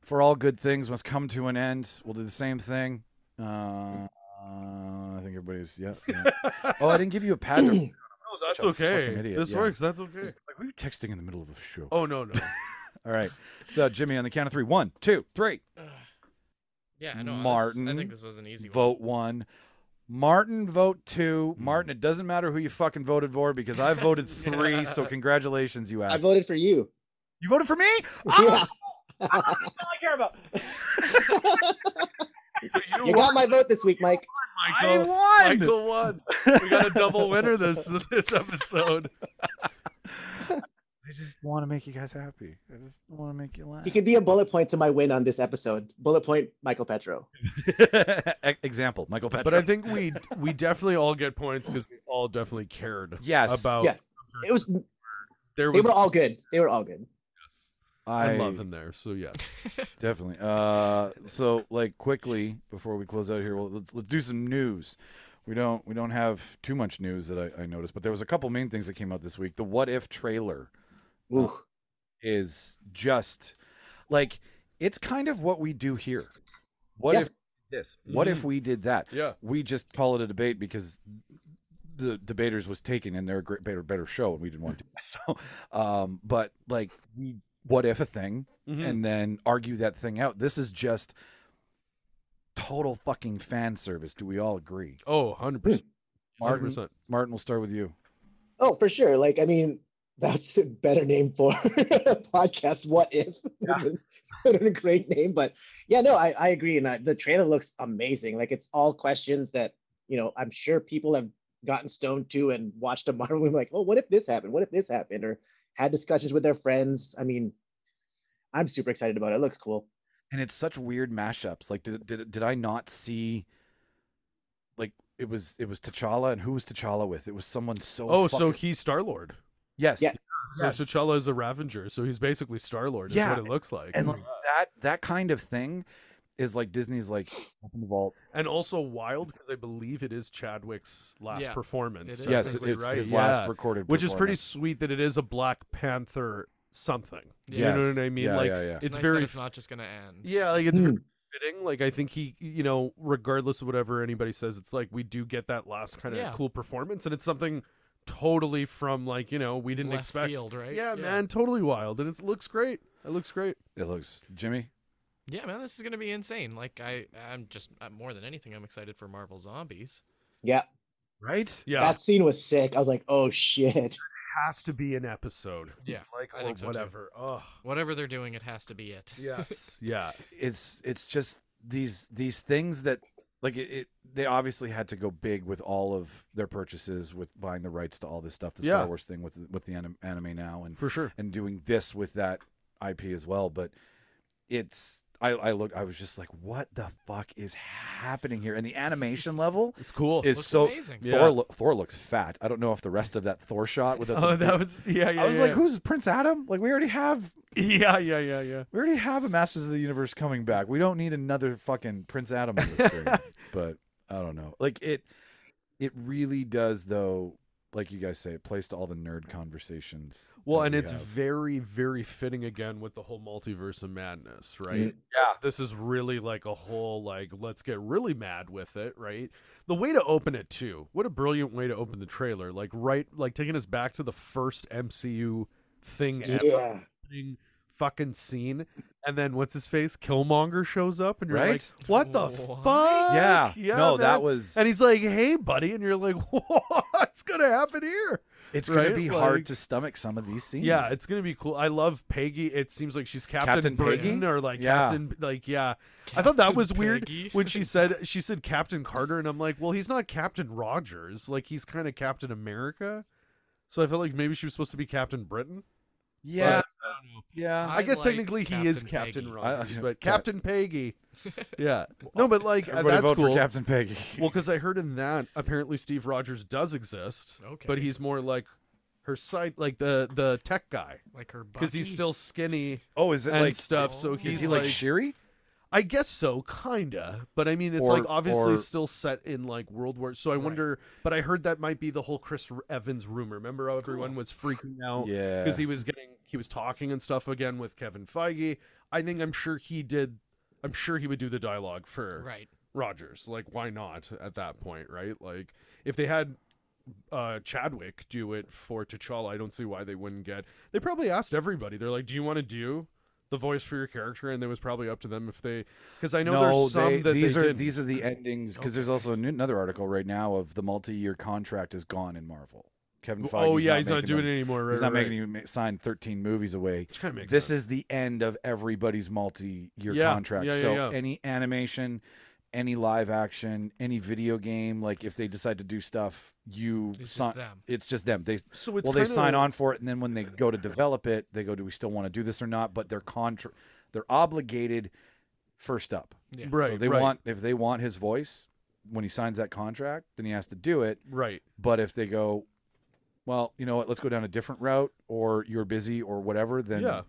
A: For all good things must come to an end. We'll do the same thing. Uh, uh, I think everybody's yeah. yeah. oh, I didn't give you a pad. to-
E: Oh,
A: Such
E: that's
A: a fucking
E: okay.
A: idiot,
E: This
A: yeah.
E: works. That's okay.
A: Like, who are you texting in the middle of a show?
E: Oh no no.
A: All right. So Jimmy, on the count of three. One, two, three.
F: Yeah, I know.
A: Martin,
F: I think this was an easy one.
A: vote one. Martin, vote two. Martin,
E: Hmm.
A: it doesn't matter who you fucking voted for because I voted three. So congratulations, you
G: I
A: ass.
G: voted for you.
A: you voted for me? Oh,
G: Yeah.
E: So you,
G: You got my vote this week, Mike.
A: I
E: Michael.
A: won.
E: Michael won. We got a double winner this this episode.
A: I just want to make you guys happy. I just want to make you laugh.
G: He could be a bullet point to my win on this episode. Bullet point, Michael Petro.
A: E- Example, Michael Patrick.
E: But I think we we definitely all get points because we all definitely cared.
A: Yes.
E: About
G: Yeah. It was. They
E: there was
G: were all good. They were all good.
E: I love in there. So yes.
A: Definitely. Uh, so like quickly before we close out here, well, let's let's do some news. We don't we don't have too much news that I, I noticed, but there was a couple main things that came out this week. The What If trailer
G: Ooh.
A: is just like it's kind of what we do here. What
G: Yeah.
A: if this? What
E: Mm.
A: if we did that?
E: Yeah.
A: we just call it a debate because the debaters was taken and they're a great, better, better show and we didn't want to. So, um, but like we what if a thing
E: Mm-hmm. Hmm.
A: and then argue that thing out. This is just total fucking fan service. Do we all agree?
E: Oh, 100 percent.
A: Martin?
E: 100%.
A: Martin, we'll start with you.
G: Oh, for sure. Like, I mean, that's a better name for a podcast. What if? a great name, but yeah, no, I, I agree. And I, the trailer looks amazing. Like, it's all questions that you know I'm sure people have gotten stoned to and watched a Marvel movie. Like, oh, what if this happened? What if this happened? Or had discussions with their friends. I mean, I'm super excited about it. It looks cool.
A: And it's such weird mashups. Like, did did did I not see? Like it was it was T'Challa and who was T'Challa with? It was someone so.
E: Oh, so
A: fucking-
E: he's Star Lord.
A: Yes.
G: Yeah.
E: So
A: Yes.
E: T'Challa is a Ravenger, so he's basically Star Lord.
A: Yeah,
E: is what it looks like.
A: And like that that kind of thing is like Disney's like open the vault.
E: and also wild because I believe it is Chadwick's last
F: Yeah,
E: performance.
F: it is.
A: Yes,
E: technically,
A: it's
E: right?
A: his
E: Yeah.
A: last recorded
E: which is pretty
A: performance.
E: sweet that it is a Black Panther something.
F: Yeah.
E: You know
A: Yes.
E: what I mean?
A: Yeah,
E: like
A: yeah, yeah. Hmm.
E: it's
F: nice that
E: very
F: it's not just gonna end.
E: yeah, like it's very fitting. Like I think he, you know, regardless of whatever anybody says, it's like we do get that last kind of
F: Yeah.
E: cool performance, and it's something totally from like you know we didn't
F: Left
E: expect.
F: field, right?
E: Yeah,
F: Yeah.
E: man, totally wild, and it looks great. It looks great.
A: It looks Jimmy.
F: Yeah, man, this is gonna be insane. Like I, I'm just uh, more than anything, I'm excited for Marvel Zombies.
G: Yeah,
A: Right?
E: Yeah,
G: that scene was sick. I was like, oh shit.
E: has to be an episode.
F: Yeah,
E: like
F: I
E: or
F: think so too.
E: whatever. Oh,
F: Whatever they're doing, it has to be it.
E: yes, yeah.
A: It's it's just these these things that like it, it they obviously had to go big with all of their purchases with buying the rights to all this stuff, the
E: Yeah.
A: Star Wars thing with with the anim- anime now and
E: For sure.
A: and doing this with that IP as well. But it's I, I looked I was just like, what the fuck is happening here? And the animation level
E: It's cool.
A: is
F: Looks
A: so
F: amazing.
A: Thor
E: Yeah.
A: loo- Thor looks fat. I don't know if the rest of that Thor shot with
E: oh, that was yeah, yeah.
A: I was
E: yeah.
A: like, who's Prince Adam? Like we already have
E: Yeah, yeah, yeah, yeah.
A: we already have a Masters of the Universe coming back. We don't need another fucking Prince Adam on the screen. but I don't know. Like it it really does though, like you guys say, it plays to all the nerd conversations.
E: Well,
A: that
E: and
A: we
E: it's
A: have.
E: very, very fitting again with the whole multiverse of madness, right?
G: Mhm.
A: Yeah.
E: This is really like a whole like let's get really mad with it, right? The way to open it too. What a brilliant way to open the trailer. Like right like taking us back to the first MCU thing ever
G: Yeah.
E: opening fucking scene. And then what's his face? Killmonger shows up and you're
A: Right?
E: like, What the
F: What?
E: fuck?
A: yeah.
E: Yeah.
A: no,
E: man.
A: that was
E: and he's like, "Hey, buddy," and you're like, "What's gonna happen here?"
A: It's going
E: right?
A: to be
E: Like-
A: hard to stomach some of these scenes.
E: Yeah, it's gonna be cool. I love Peggy. It seems like she's Captain,
A: Captain
E: Britain
A: Peggy?
E: or like
A: Yeah.
E: Captain, like yeah. I thought that
F: Captain
E: was weird
F: Peggy.
E: when she said she said Captain Carter, and I'm like, well, he's not Captain Rogers. Like he's kind of Captain America. So I felt like maybe she was supposed to be Captain Britain.
A: yeah,
F: I don't know.
A: yeah.
E: I, guess
F: like
E: technically he is Captain
F: Captain Peggy.
E: Rogers,
A: I-
E: but
A: Cap-
E: Captain Peggy. Yeah. No, but like uh,
A: Everybody
E: that's
A: vote
E: cool.
A: for Captain Peggy.
E: well, because I heard in that apparently Steve Rogers does exist, but
F: Okay.
E: he's more like her side, like the the tech guy,
F: Like her
E: because he's
F: Bucky.
E: still skinny
A: Oh, is it
E: and
A: like
E: stuff. So
F: Oh.
E: he's
A: is he like,
E: like,
A: Shiri?
E: I guess so, kinda. But I mean, it's
A: Or-
E: like obviously
A: or-
E: still set in like World War. So I wonder. But I heard that might be the whole Chris R- Evans rumor. Remember how everyone was freaking out
A: Yeah.
E: because oh, he was getting he was talking and stuff again with Kevin Feige. I think I'm sure he did. I'm sure he would do the dialogue for
F: right.
E: Rogers. Like, why not at that point, right? Like, if they had uh Chadwick do it for T'Challa, I don't see why they wouldn't get. They probably asked everybody. They're like, "Do you want to do the voice for your character?" And it was probably up to them if they, because I know there's some
A: they-
E: that
A: these
E: they
A: are
E: didn't.
A: these are the endings because there's also an- another article right now of the multi-year contract is gone in Marvel. Kevin Feige.
E: oh yeah, he's not
A: making
E: doing
A: them-
E: it anymore. Right,
A: He's not
E: right,
A: making you ma- sign 13 movies away.
E: Which kinda makes
A: this
E: sense.
A: is the end of everybody's multi-year
E: Yeah,
A: contract.
E: yeah, yeah,
A: so
E: yeah.
A: any animation, any live action, any video game, like if they decide to do stuff, you
F: It's just
A: sign.
F: them.
A: It's just them. They
E: So it's
A: well, they
E: kinda-
A: sign on for it, and then when they go to develop it, they go, "Do we still want to do this or not?" But they're contra- they're obligated first up.
F: Yeah.
E: Right,
A: So they
E: right,
A: want if they want his voice when he signs that contract, then he has to do it.
E: right.
A: But if they go, well, you know what, let's go down a different route, or you're busy, or whatever, then
E: yeah.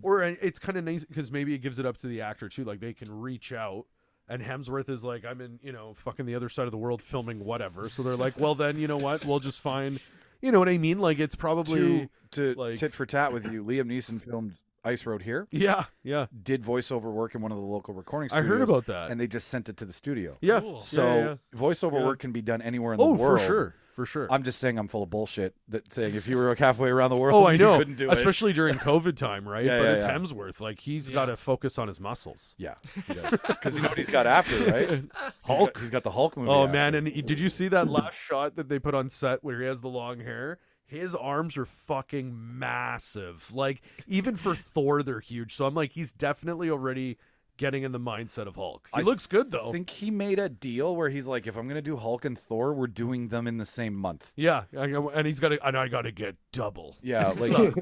E: Or uh, it's kind of nice because maybe it gives it up to the actor too. Like they can reach out, and Hemsworth is like, I'm in, you know, fucking the other side of the world filming whatever. So they're like, well, then you know what? We'll just find, you know what I mean? Like it's probably,
A: to, to
E: like-
A: tit for tat with you, Liam Neeson filmed Ice Road here,
E: yeah, yeah.
A: did voiceover work in one of the local recording
E: I
A: studios.
E: heard about that.
A: and they just sent it to the studio.
E: yeah.
F: Cool.
A: So
E: yeah, yeah.
A: voiceover
E: Yeah.
A: work can be done anywhere in
E: oh,
A: the world.
E: for sure, for sure.
A: I'm just saying I'm full of bullshit that saying if you were halfway around the world,
E: oh, I
A: you
E: know.
A: couldn't do it.
E: Especially during COVID time, right?
A: Yeah,
E: but
A: yeah,
E: it's
A: yeah.
E: Hemsworth. Like he's
F: Yeah.
E: got to focus on his muscles.
A: Yeah, because you know what he's got after, right? He's got-
E: Hulk.
A: he's got the Hulk movie.
E: Oh
A: after.
E: man, and he- did you see that last shot that they put on set where he has the long hair? His arms are fucking massive. Like even for Thor, they're huge. So I'm like, he's definitely already getting in the mindset of Hulk. He
A: I
E: looks good though.
A: I think he made a deal where he's like, if I'm gonna do Hulk and Thor, we're doing them in the same month.
E: yeah, I- I- and he's got to, and I got to get double.
A: Yeah, like
E: So-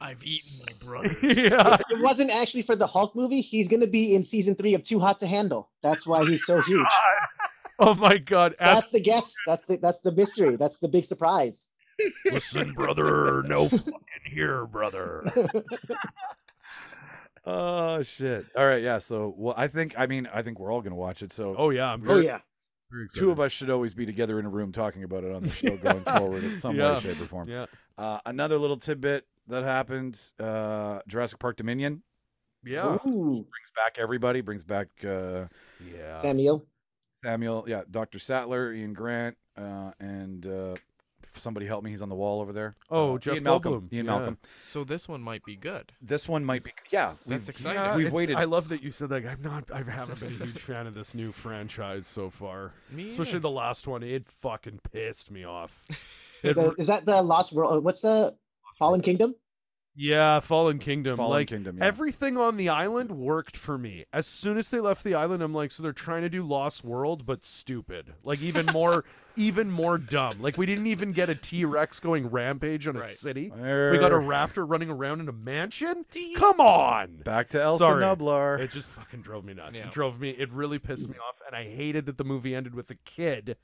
F: I've eaten my brothers.
E: yeah,
G: It wasn't actually for the Hulk movie. He's gonna be in season three of Too Hot to Handle. That's why he's so huge.
E: oh my god, ask
G: That's the guess. That's the that's the mystery. That's the big surprise.
E: Listen, brother, no fucking here, brother.
A: Oh shit! All right, yeah. So, well, I think I mean I think we're all gonna watch it. So,
E: Oh yeah, I'm
G: Oh
E: very,
G: yeah.
E: very
A: two of us should always be together in a room talking about it on the show going forward in some
E: Yeah.
A: way, shape, or form.
E: Yeah,
A: Uh, another little tidbit that happened: uh, Jurassic Park Dominion
E: yeah,
G: Ooh,
A: brings back everybody, brings back uh,
E: yeah.
G: Samuel.
A: Samuel, yeah, Doctor Sattler, Ian Grant, uh, and uh, somebody help me. He's on the wall over there.
E: Oh,
A: Uh,
E: Jeff
A: Ian Malcolm.
E: Goldblum,
A: Ian
E: yeah.
A: Malcolm.
F: So this one might be good.
A: This one might be. Yeah,
F: That's
A: we've-
F: exciting.
A: We've waited.
E: I love that you said that. I'm not. I haven't been a huge fan of this new franchise so far,
F: Me
E: especially
F: either.
E: the last one. It fucking pissed me off. It-
G: The- is that the Lost World? uh, What's the Fallen Kingdom?
E: yeah, Fallen Kingdom.
A: Fallen
E: like
A: Kingdom. Yeah.
E: everything on the island worked for me. As soon as they left the island, I'm like, so they're trying to do Lost World, but stupid. Like even more, even more dumb. Like we didn't even get a T Rex going rampage on a
F: Right.
E: city.
A: There.
E: We got a raptor running around in a mansion. Come on.
A: back to Elsa
E: Sorry.
A: Nublar.
E: It just fucking drove me nuts.
F: Yeah.
E: It drove me. It really pissed me off, and I hated that the movie ended with a kid.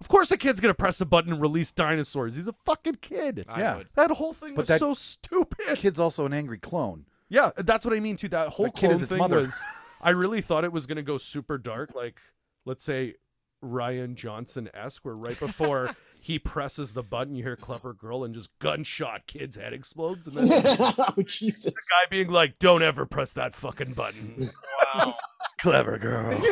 E: Of course, a kid's gonna press a button and release dinosaurs. He's a fucking kid.
F: I
A: yeah.
F: would.
E: That whole thing
A: But
E: was
A: that-
E: so stupid.
A: Kid's also an angry clone.
E: Yeah, that's what I mean too. That whole
A: The kid
E: clone
A: is its
E: thing
A: mother.
E: was. I really thought it was gonna go super dark, like let's say Ryan Johnson esque, where right before he presses the button, you hear "Clever Girl" and just gunshot, kid's head explodes, and then the
G: oh Jesus!
E: guy being like, "Don't ever press that fucking button."
A: Clever girl.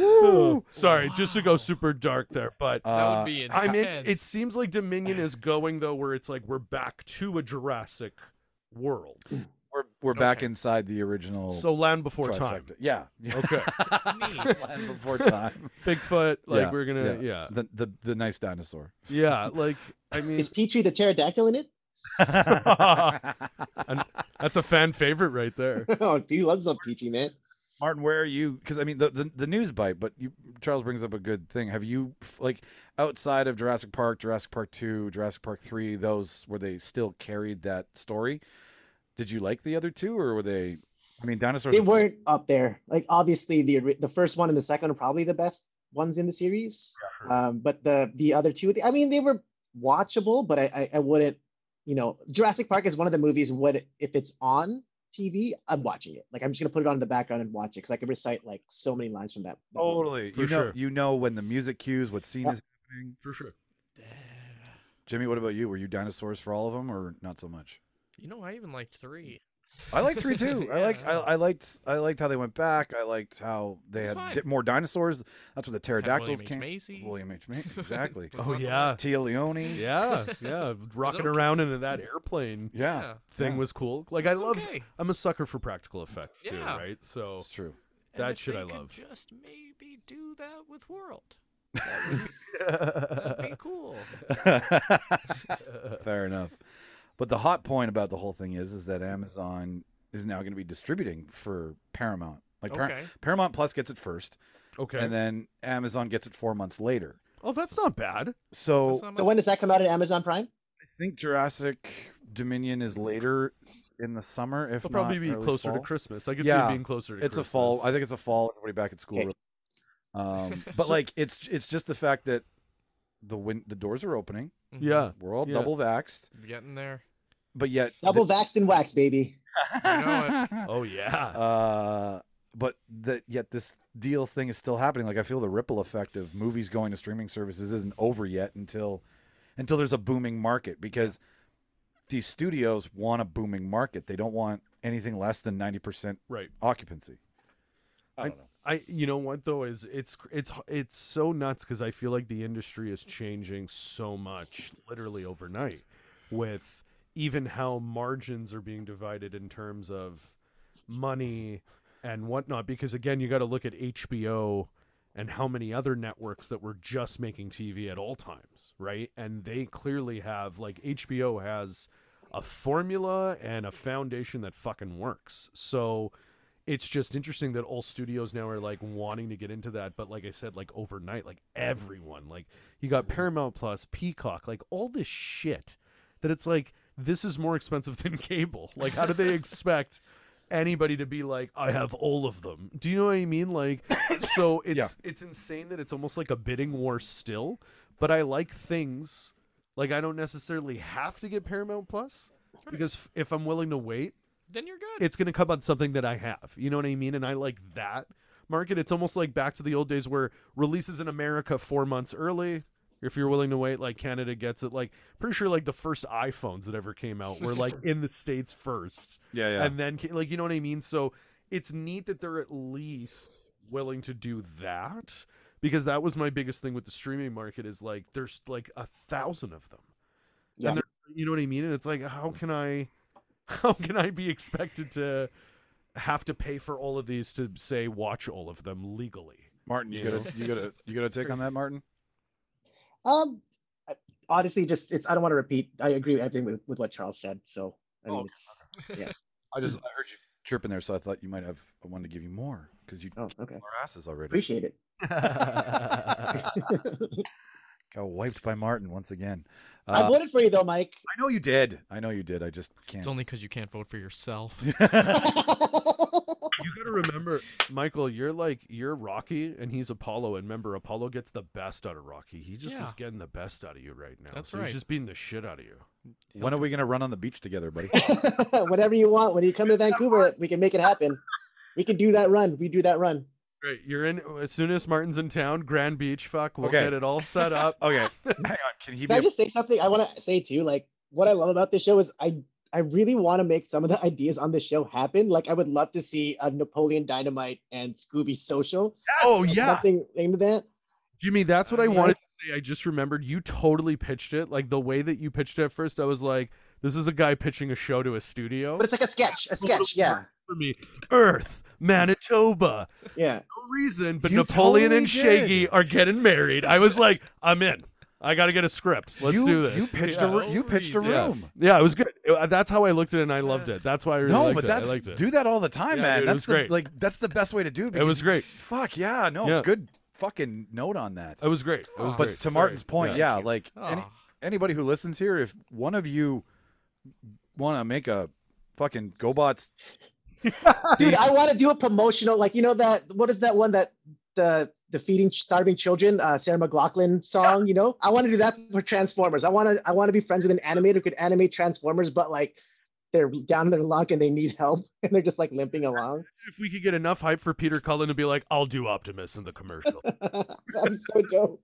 E: Oh, Sorry, just to go super dark there, but
F: That would
A: Uh,
F: be intense.
E: I mean, it seems like Dominion is going though, where it's like we're back to a Jurassic world,
A: we're we're back
F: Okay.
A: inside the original.
E: so Land Before Time.
A: Oh, trifecta. Yeah. yeah.
E: Okay,
F: Neat.
A: Land before time.
E: Bigfoot, like
A: Yeah,
E: we're gonna, yeah, yeah,
A: The, the the nice dinosaur.
E: like I mean,
G: Is Petrie the pterodactyl in it?
A: Martin,
E: that's a fan favorite right there.
G: oh, he loves some Petrie, man.
A: where are you? Because I mean, the, the the news bite, but you, Charles brings up a good thing. Have you f- like outside of Jurassic Park, Jurassic Park two, Jurassic Park three? Those where they still carried that story. Did you like the other two, or were they? I mean, dinosaurs.
G: They
A: are-
G: weren't up there. Like obviously the ori- the first one and the second are probably the best ones in the series. Um, but the the other two, I mean, they were watchable, but I, I I wouldn't. You know, Jurassic Park is one of the movies. What if it's on TV? I'm watching it. Like I'm just gonna put it on in the background and watch it because I can recite like so many lines from that. that movie.
A: totally.
E: For
A: you know,
E: sure.
A: you know when the music cues, what scene
G: Yeah.
A: is happening. For sure. Jimmy, what about you? Were you dinosaurs for all of them, or not so much?
F: You know, I even liked three.
A: I liked three too. I like I,
F: Yeah.
A: I liked I liked how they went back. I liked how they
F: It's
A: had
F: fine.
A: di- more dinosaurs. That's when the pterodactyls
F: William H.
A: came.
F: Macy.
A: William H. Macy, exactly.
F: What's
E: oh
F: up with
E: yeah,
A: Tia Leone.
E: yeah, yeah, rocking around into that airplane
A: Yeah,
F: Yeah.
E: thing was cool. Like I love,
F: okay.
E: I'm a sucker for practical effects too,
F: Yeah.
E: right? So
A: it's true.
F: And
E: That
F: if
E: shit
F: they
E: I
F: could
E: love.
F: Just maybe do that with World. That would be, that'd be cool.
A: Fair enough. But the hot point about the whole thing is is that Amazon is now going to be distributing for Paramount. Like Par-
F: Okay.
A: Paramount Plus gets it first,
E: okay,
A: and then Amazon gets it four months later.
E: oh that's not bad.
A: So
F: That's not
G: So
F: my-
G: when does that come out on Amazon Prime?
A: I think Jurassic Dominion is later in the summer. If
E: It'll probably
A: not
E: be
A: early
E: closer to
A: fall.
E: Christmas. I could see
A: Yeah.
E: it being closer to
A: it's
E: Christmas.
A: a fall. I think it's a fall. Everybody back at school.
G: Okay.
A: really. Um, but like it's it's just the fact that the win- the doors are opening.
F: Mhm.
E: yeah.
A: We're all
E: Yeah.
A: double vaxxed,
F: You're Getting there.
A: but yet
G: Double vaxxed and waxed, baby.
F: You know
E: Oh yeah.
A: uh, but that yet this deal thing is still happening. Like I feel the ripple effect of movies going to streaming services isn't over yet until until there's a booming market because these studios want a booming market. They don't want anything less than ninety percent
E: Right.
A: occupancy. I don't know.
E: I you know what though is it's it's it's so nuts cuz I feel like the industry is changing so much literally overnight with even how margins are being divided in terms of money and whatnot because again you got to look at HBO and how many other networks that were just making TV at all times, right? And they clearly have like HBO has a formula and a foundation that fucking works. So it's just interesting that all studios now are like wanting to get into that, but like I said, like overnight, like everyone, like you got Paramount Plus, Peacock, like all this shit that it's like this is more expensive than cable. Like how do they expect anybody to be like I have all of them? Do you know what I mean? Like so it's it's insane that it's almost like a bidding war still, but I like things. Like I don't necessarily have to get Paramount Plus because f- if I'm willing to wait,
F: Then you're good.
E: it's going to come on something that I have. You know what I mean? And I like that market. It's almost like back to the old days where releases in America four months early. If you're willing to wait, like Canada gets it. Like pretty sure like the first iPhones that ever came out were like in the states first,
A: Yeah, yeah.
E: and then ca- like you know what I mean. So it's neat that they're at least willing to do that because that was my biggest thing with the streaming market is like there's like a thousand of them
G: Yeah.
E: and they're, you know what i mean and it's like how can i how can i be expected to have to pay for all of these to say watch all of them legally
A: Martin, you got to you got to you got to take on that, Martin.
G: Um, I- honestly, just it's. I don't want to repeat. I agree with everything with, with what Charles said. So I mean,
A: Oh,
G: it's,
A: I just I heard you chirping there, so I thought you might have. I wanted to give you more because you
G: oh,
A: kicked
G: okay.
A: our asses already.
G: Appreciate it.
A: Got wiped by Martin once again. Uh,
G: I voted for you though, Mike.
A: I know you did. I know you did. I just can't.
F: It's only because you can't vote for yourself.
E: you gotta remember michael you're like you're rocky and he's apollo and remember apollo gets the best out of rocky he just
F: Yeah.
E: is getting the best out of you right now
F: That's
E: so
F: right.
E: he's just beating the shit out of you
A: when are we gonna run on the beach together, buddy?
G: Whatever you want. When you come to Vancouver, we can make it happen. We can do that run. We do that run.
E: Right, you're in as soon as Martin's in town, Grand Beach. Fuck, we'll
A: Okay.
E: get it all set up.
A: okay, hang on. Can he be?
G: Can I
A: A,
G: just say something? I want to say too. Like what I love about this show is I I really want to make some of the ideas on this show happen. Like I would love to see a Napoleon Dynamite and Scooby Social.
E: Oh
G: Like,
E: yeah,
G: something aimed at that.
E: Jimmy, that's what I
G: Yeah.
E: wanted to say. I just remembered you totally pitched it. Like the way that you pitched it at first, I was like, "This is a guy pitching a show to a studio."
G: But it's like a sketch. A sketch. Yeah.
E: for me, Earth, Manitoba,
G: Yeah.
E: no reason, but
A: You
E: Napoleon
A: totally
E: and Shaggy
A: did.
E: are getting married. I was like, "I'm in. I got to get a script. Let's
A: you,
E: do this."
A: You pitched
E: yeah.
A: a ro- you pitched a
E: Yeah.
A: room.
E: Yeah, it was good. It- uh, that's how I looked at it, and I loved it. That's why I really
A: no,
E: liked
A: but
E: it.
A: that's
E: I liked it.
A: do that all the time,
E: Yeah,
A: man.
E: dude, it
A: that's
E: was
A: the
E: great.
A: like that's the best way to do.
E: it was
A: because-
E: great.
A: Fuck yeah, no,
E: Yeah.
A: good fucking note on that.
E: It was great. It was
A: but
E: great.
A: to Martin's
E: Sorry.
A: point, yeah, like any,
F: Aw.
A: anybody who listens here, if one of you want to make a fucking GoBots,
G: Dude, I want to do a promotional, like you know that what is that one that the defeating starving children, uh, Sarah McLaughlin song. You know, I want to do that for Transformers. I want to, I want to be friends with an animator who could animate Transformers, but like they're down in their luck and they need help and they're just like limping along.
E: if we could get enough hype for Peter Cullen to be like, "I'll do Optimus in the commercial."
G: That'd be so dope.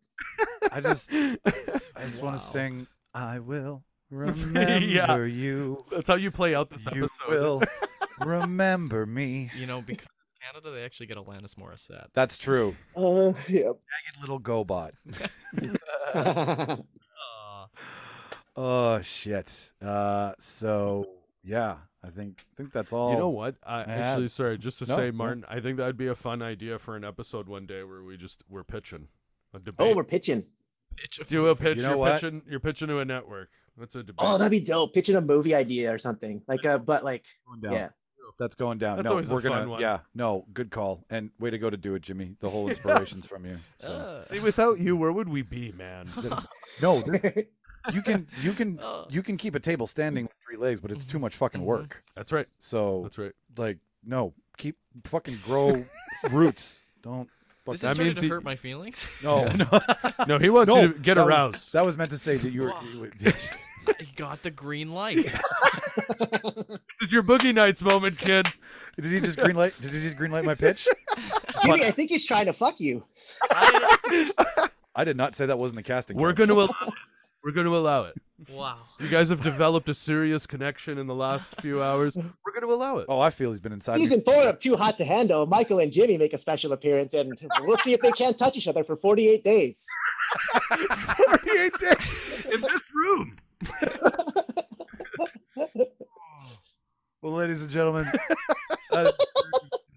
A: I just I just want
F: Wow.
A: to sing. I will remember you.
E: That's how you play out this
A: You
E: episode.
A: will remember me.
F: you know, because it's Canada, they actually get Alanis Morissette.
A: That's true.
G: Uh,
A: Dang
G: yep.
A: it, little GoBot.
G: That's
F: Aw.
A: Oh shit. Uh, so yeah, I think I think that's all.
E: You know what? I,
A: Yeah.
E: actually, sorry, just to
A: No,
E: say,
A: no.
E: Martin, I think that'd be a fun idea for an episode one day where we just we're pitching a debate.
G: oh, we're pitching.
E: do a pitch.
A: You know
E: are
A: what?
E: pitching. You're pitching to a network. That's a debate.
G: Oh, that'd be dope. Pitching a movie idea or something like uh but like
A: Going down.
G: yeah.
A: That's going down.
E: That's
A: no,
E: always a
A: we're gonna.
E: fun one.
A: Yeah, no, good call and way to go to do it, Jimmy. The whole inspiration's from you. So
F: Uh,
E: See, without you, where would we be, man?
A: no, this, you can you can
F: Uh.
A: you can keep a table standing with three legs, but it's too much fucking
F: Mhm.
A: work.
E: That's right.
A: So
E: That's right.
A: like, no, keep fucking grow roots. Don't.
F: this
E: that
F: is starting
E: means
F: to
E: he-
F: hurt my feelings.
A: No, no,
E: No, he wants
A: no,
E: you to get
A: that was-
E: aroused.
A: that was meant to say that you were.
F: I got the green light.
E: this is your boogie nights moment, kid.
A: did he just green light? Did he just green light my pitch?
G: Jimmy, I think he's trying to fuck you.
A: I did not say that wasn't the casting.
E: We're
A: couch.
E: going to allow it. We're going to allow it.
F: wow.
E: You guys have developed a serious connection in the last few hours. We're going to allow it.
A: Oh, I feel he's been inside. me
G: Season four of Too Hot to Handle, Michael and Jimmy make a special appearance, and we'll see if they can't touch each other for 48 days.
E: 48 days in this room.
A: Well, ladies and gentlemen, uh,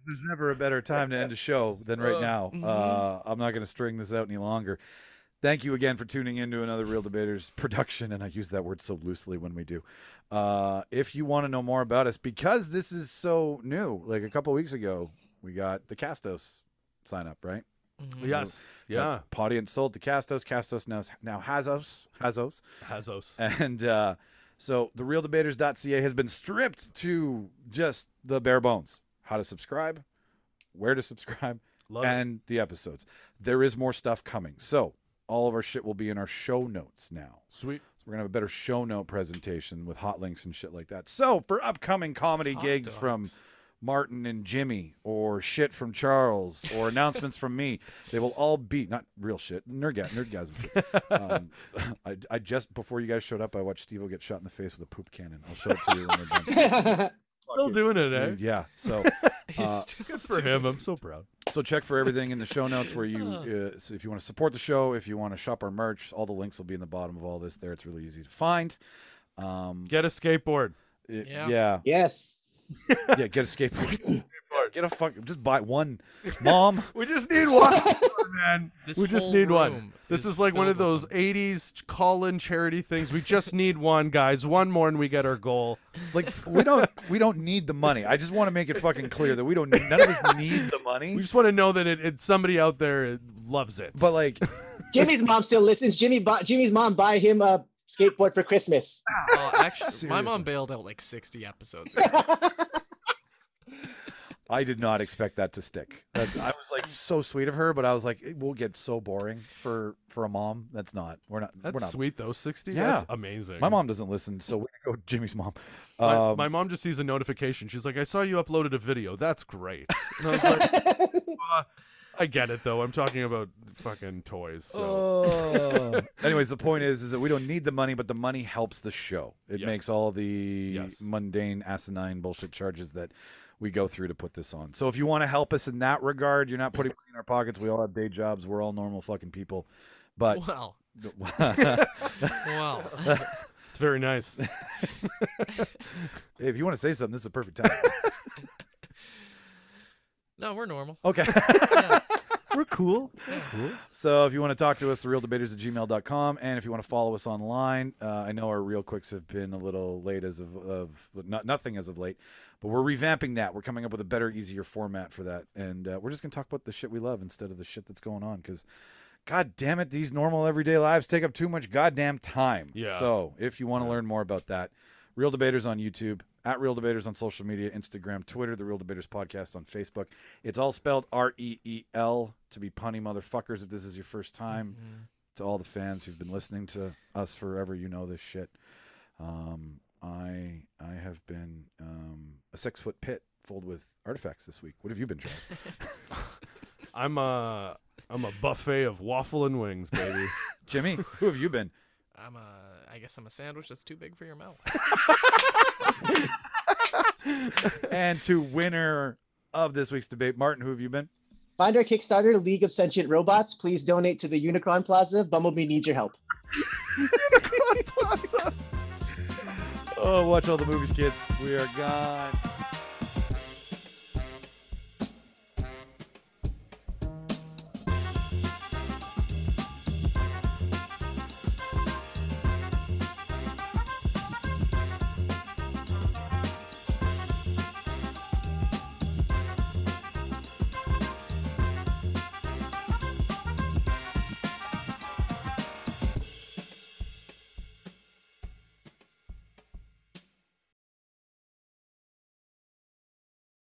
A: there's never a better time to end a show than
E: Oh,
A: right now.
E: mm-hmm.
A: Uh, I'm not going to string this out any longer. Thank you again for tuning in to another Real Debaters production, and I use that word so loosely when we do. Uh, if you want to know more about us, because this is so new, like a couple weeks ago, we got the Castos sign up, right? Mm-hmm.
F: Mhm.
E: Yes. Yeah.
A: Like, Potty and sold to Castos. Castos now, now has us, has us.
E: Hazos.
A: And uh, so the realdebaters.ca has been stripped to just the bare bones. How to subscribe, where to subscribe,
E: Love it.
A: and the episodes. There is more stuff coming. So all of our shit will be in our show notes now.
E: Sweet.
A: So we're gonna have a better show note presentation with hot links and shit like that. So for upcoming comedy
F: Hot
A: gigs from
F: dogs.
A: Martin and Jimmy, or shit from Charles, or announcements from me, they will all be not real shit. Nerdga- nerdgasm. um, I, I just before you guys showed up, I watched Steve get shot in the face with a poop cannon. I'll show it to you when we're done.
E: Still doing it, eh?
A: Yeah. So. Uh,
E: Good for him. Um, I'm so proud.
A: So check for everything in the show notes where you, uh, so if you want to support the show, if you want to shop our merch, all the links will be in the bottom of all this. There, it's really easy to find. Um,
E: Get a skateboard.
A: it-
F: Yeah.
A: yeah,
G: yes.
A: yeah, Get a skateboard. Get a fuck. Just buy one, mom.
E: We just need one, man.
F: This
E: we just
F: whole
E: need one.
F: room
E: This
F: is
E: is like one of
F: filled
E: those
F: with
E: '80s call-in charity things. We just need one, guys. One more, and we get our goal.
A: Like we don't, we don't need the money. I just want to make it fucking clear that we don't. None of us need the
E: We
A: money.
E: just want to know that it, it somebody out there loves it.
A: But like,
G: Jimmy's mom still listens. Jimmy, bu- Jimmy's mom buy him a skateboard for Christmas.
F: Oh, actually, my
A: Seriously.
F: mom bailed out like 60 episodes.
A: I did not expect that to stick. That, I was like so sweet of her, but I was like, it will get so boring for for a mom. That's not. We're not.
E: that's
A: we're not.
E: sweet though. Sixty.
A: Yeah.
E: That's amazing.
A: My mom doesn't listen, so we go Jimmy's mom.
E: My,
A: Um,
E: my mom just sees a notification. She's like, "I saw you uploaded a video. That's great." And I was like, "Uh, "I get it though. I'm talking about fucking toys." So.
A: Oh. Anyways, the point is, is that we don't need the money, but the money helps the show. It
E: Yes.
A: makes all the
E: Yes.
A: mundane, asinine bullshit charges that we go through to put this on. So if you want to help us in that regard, you're not putting money in our pockets. We all have day jobs. We're all normal fucking people. But
F: Wow. Wow.
E: It's very nice.
A: if you want to say something, this is the perfect time.
F: No, we're normal.
A: Okay.
F: Yeah.
E: We're cool.
A: So if you want to talk to us, therealdebaters at gmail.com. And if you want to follow us online, uh, I know our real quicks have been a little late as of, of not, nothing as of late, but we're revamping that. We're coming up with a better, easier format for that. And uh, we're just going to talk about the shit we love instead of the shit that's going on because. God damn it, these normal everyday lives take up too much goddamn time.
E: Yeah.
A: So if you want to learn more about that, Real Debaters on YouTube, at Real Debaters on social media, Instagram, Twitter, the Real Debaters Podcast on Facebook. It's all spelled R E E L to be punny motherfuckers if this is your first time. To all the fans who've been listening to us forever, you know this shit. Um, I I have been um, a six foot pit filled with artifacts this week. What have you been, Charles?
E: I'm a I'm a buffet of waffle and wings, baby.
A: Jimmy, who have you been?
F: I'm a. I guess I'm a sandwich that's too big for your mouth.
A: And to winner of this week's debate, Martin, who have you been?
G: Find our Kickstarter, League of Sentient Robots. Please donate to the Unicron Plaza. Bumblebee needs your help.
A: Oh, watch all the movies, kids. We are gone.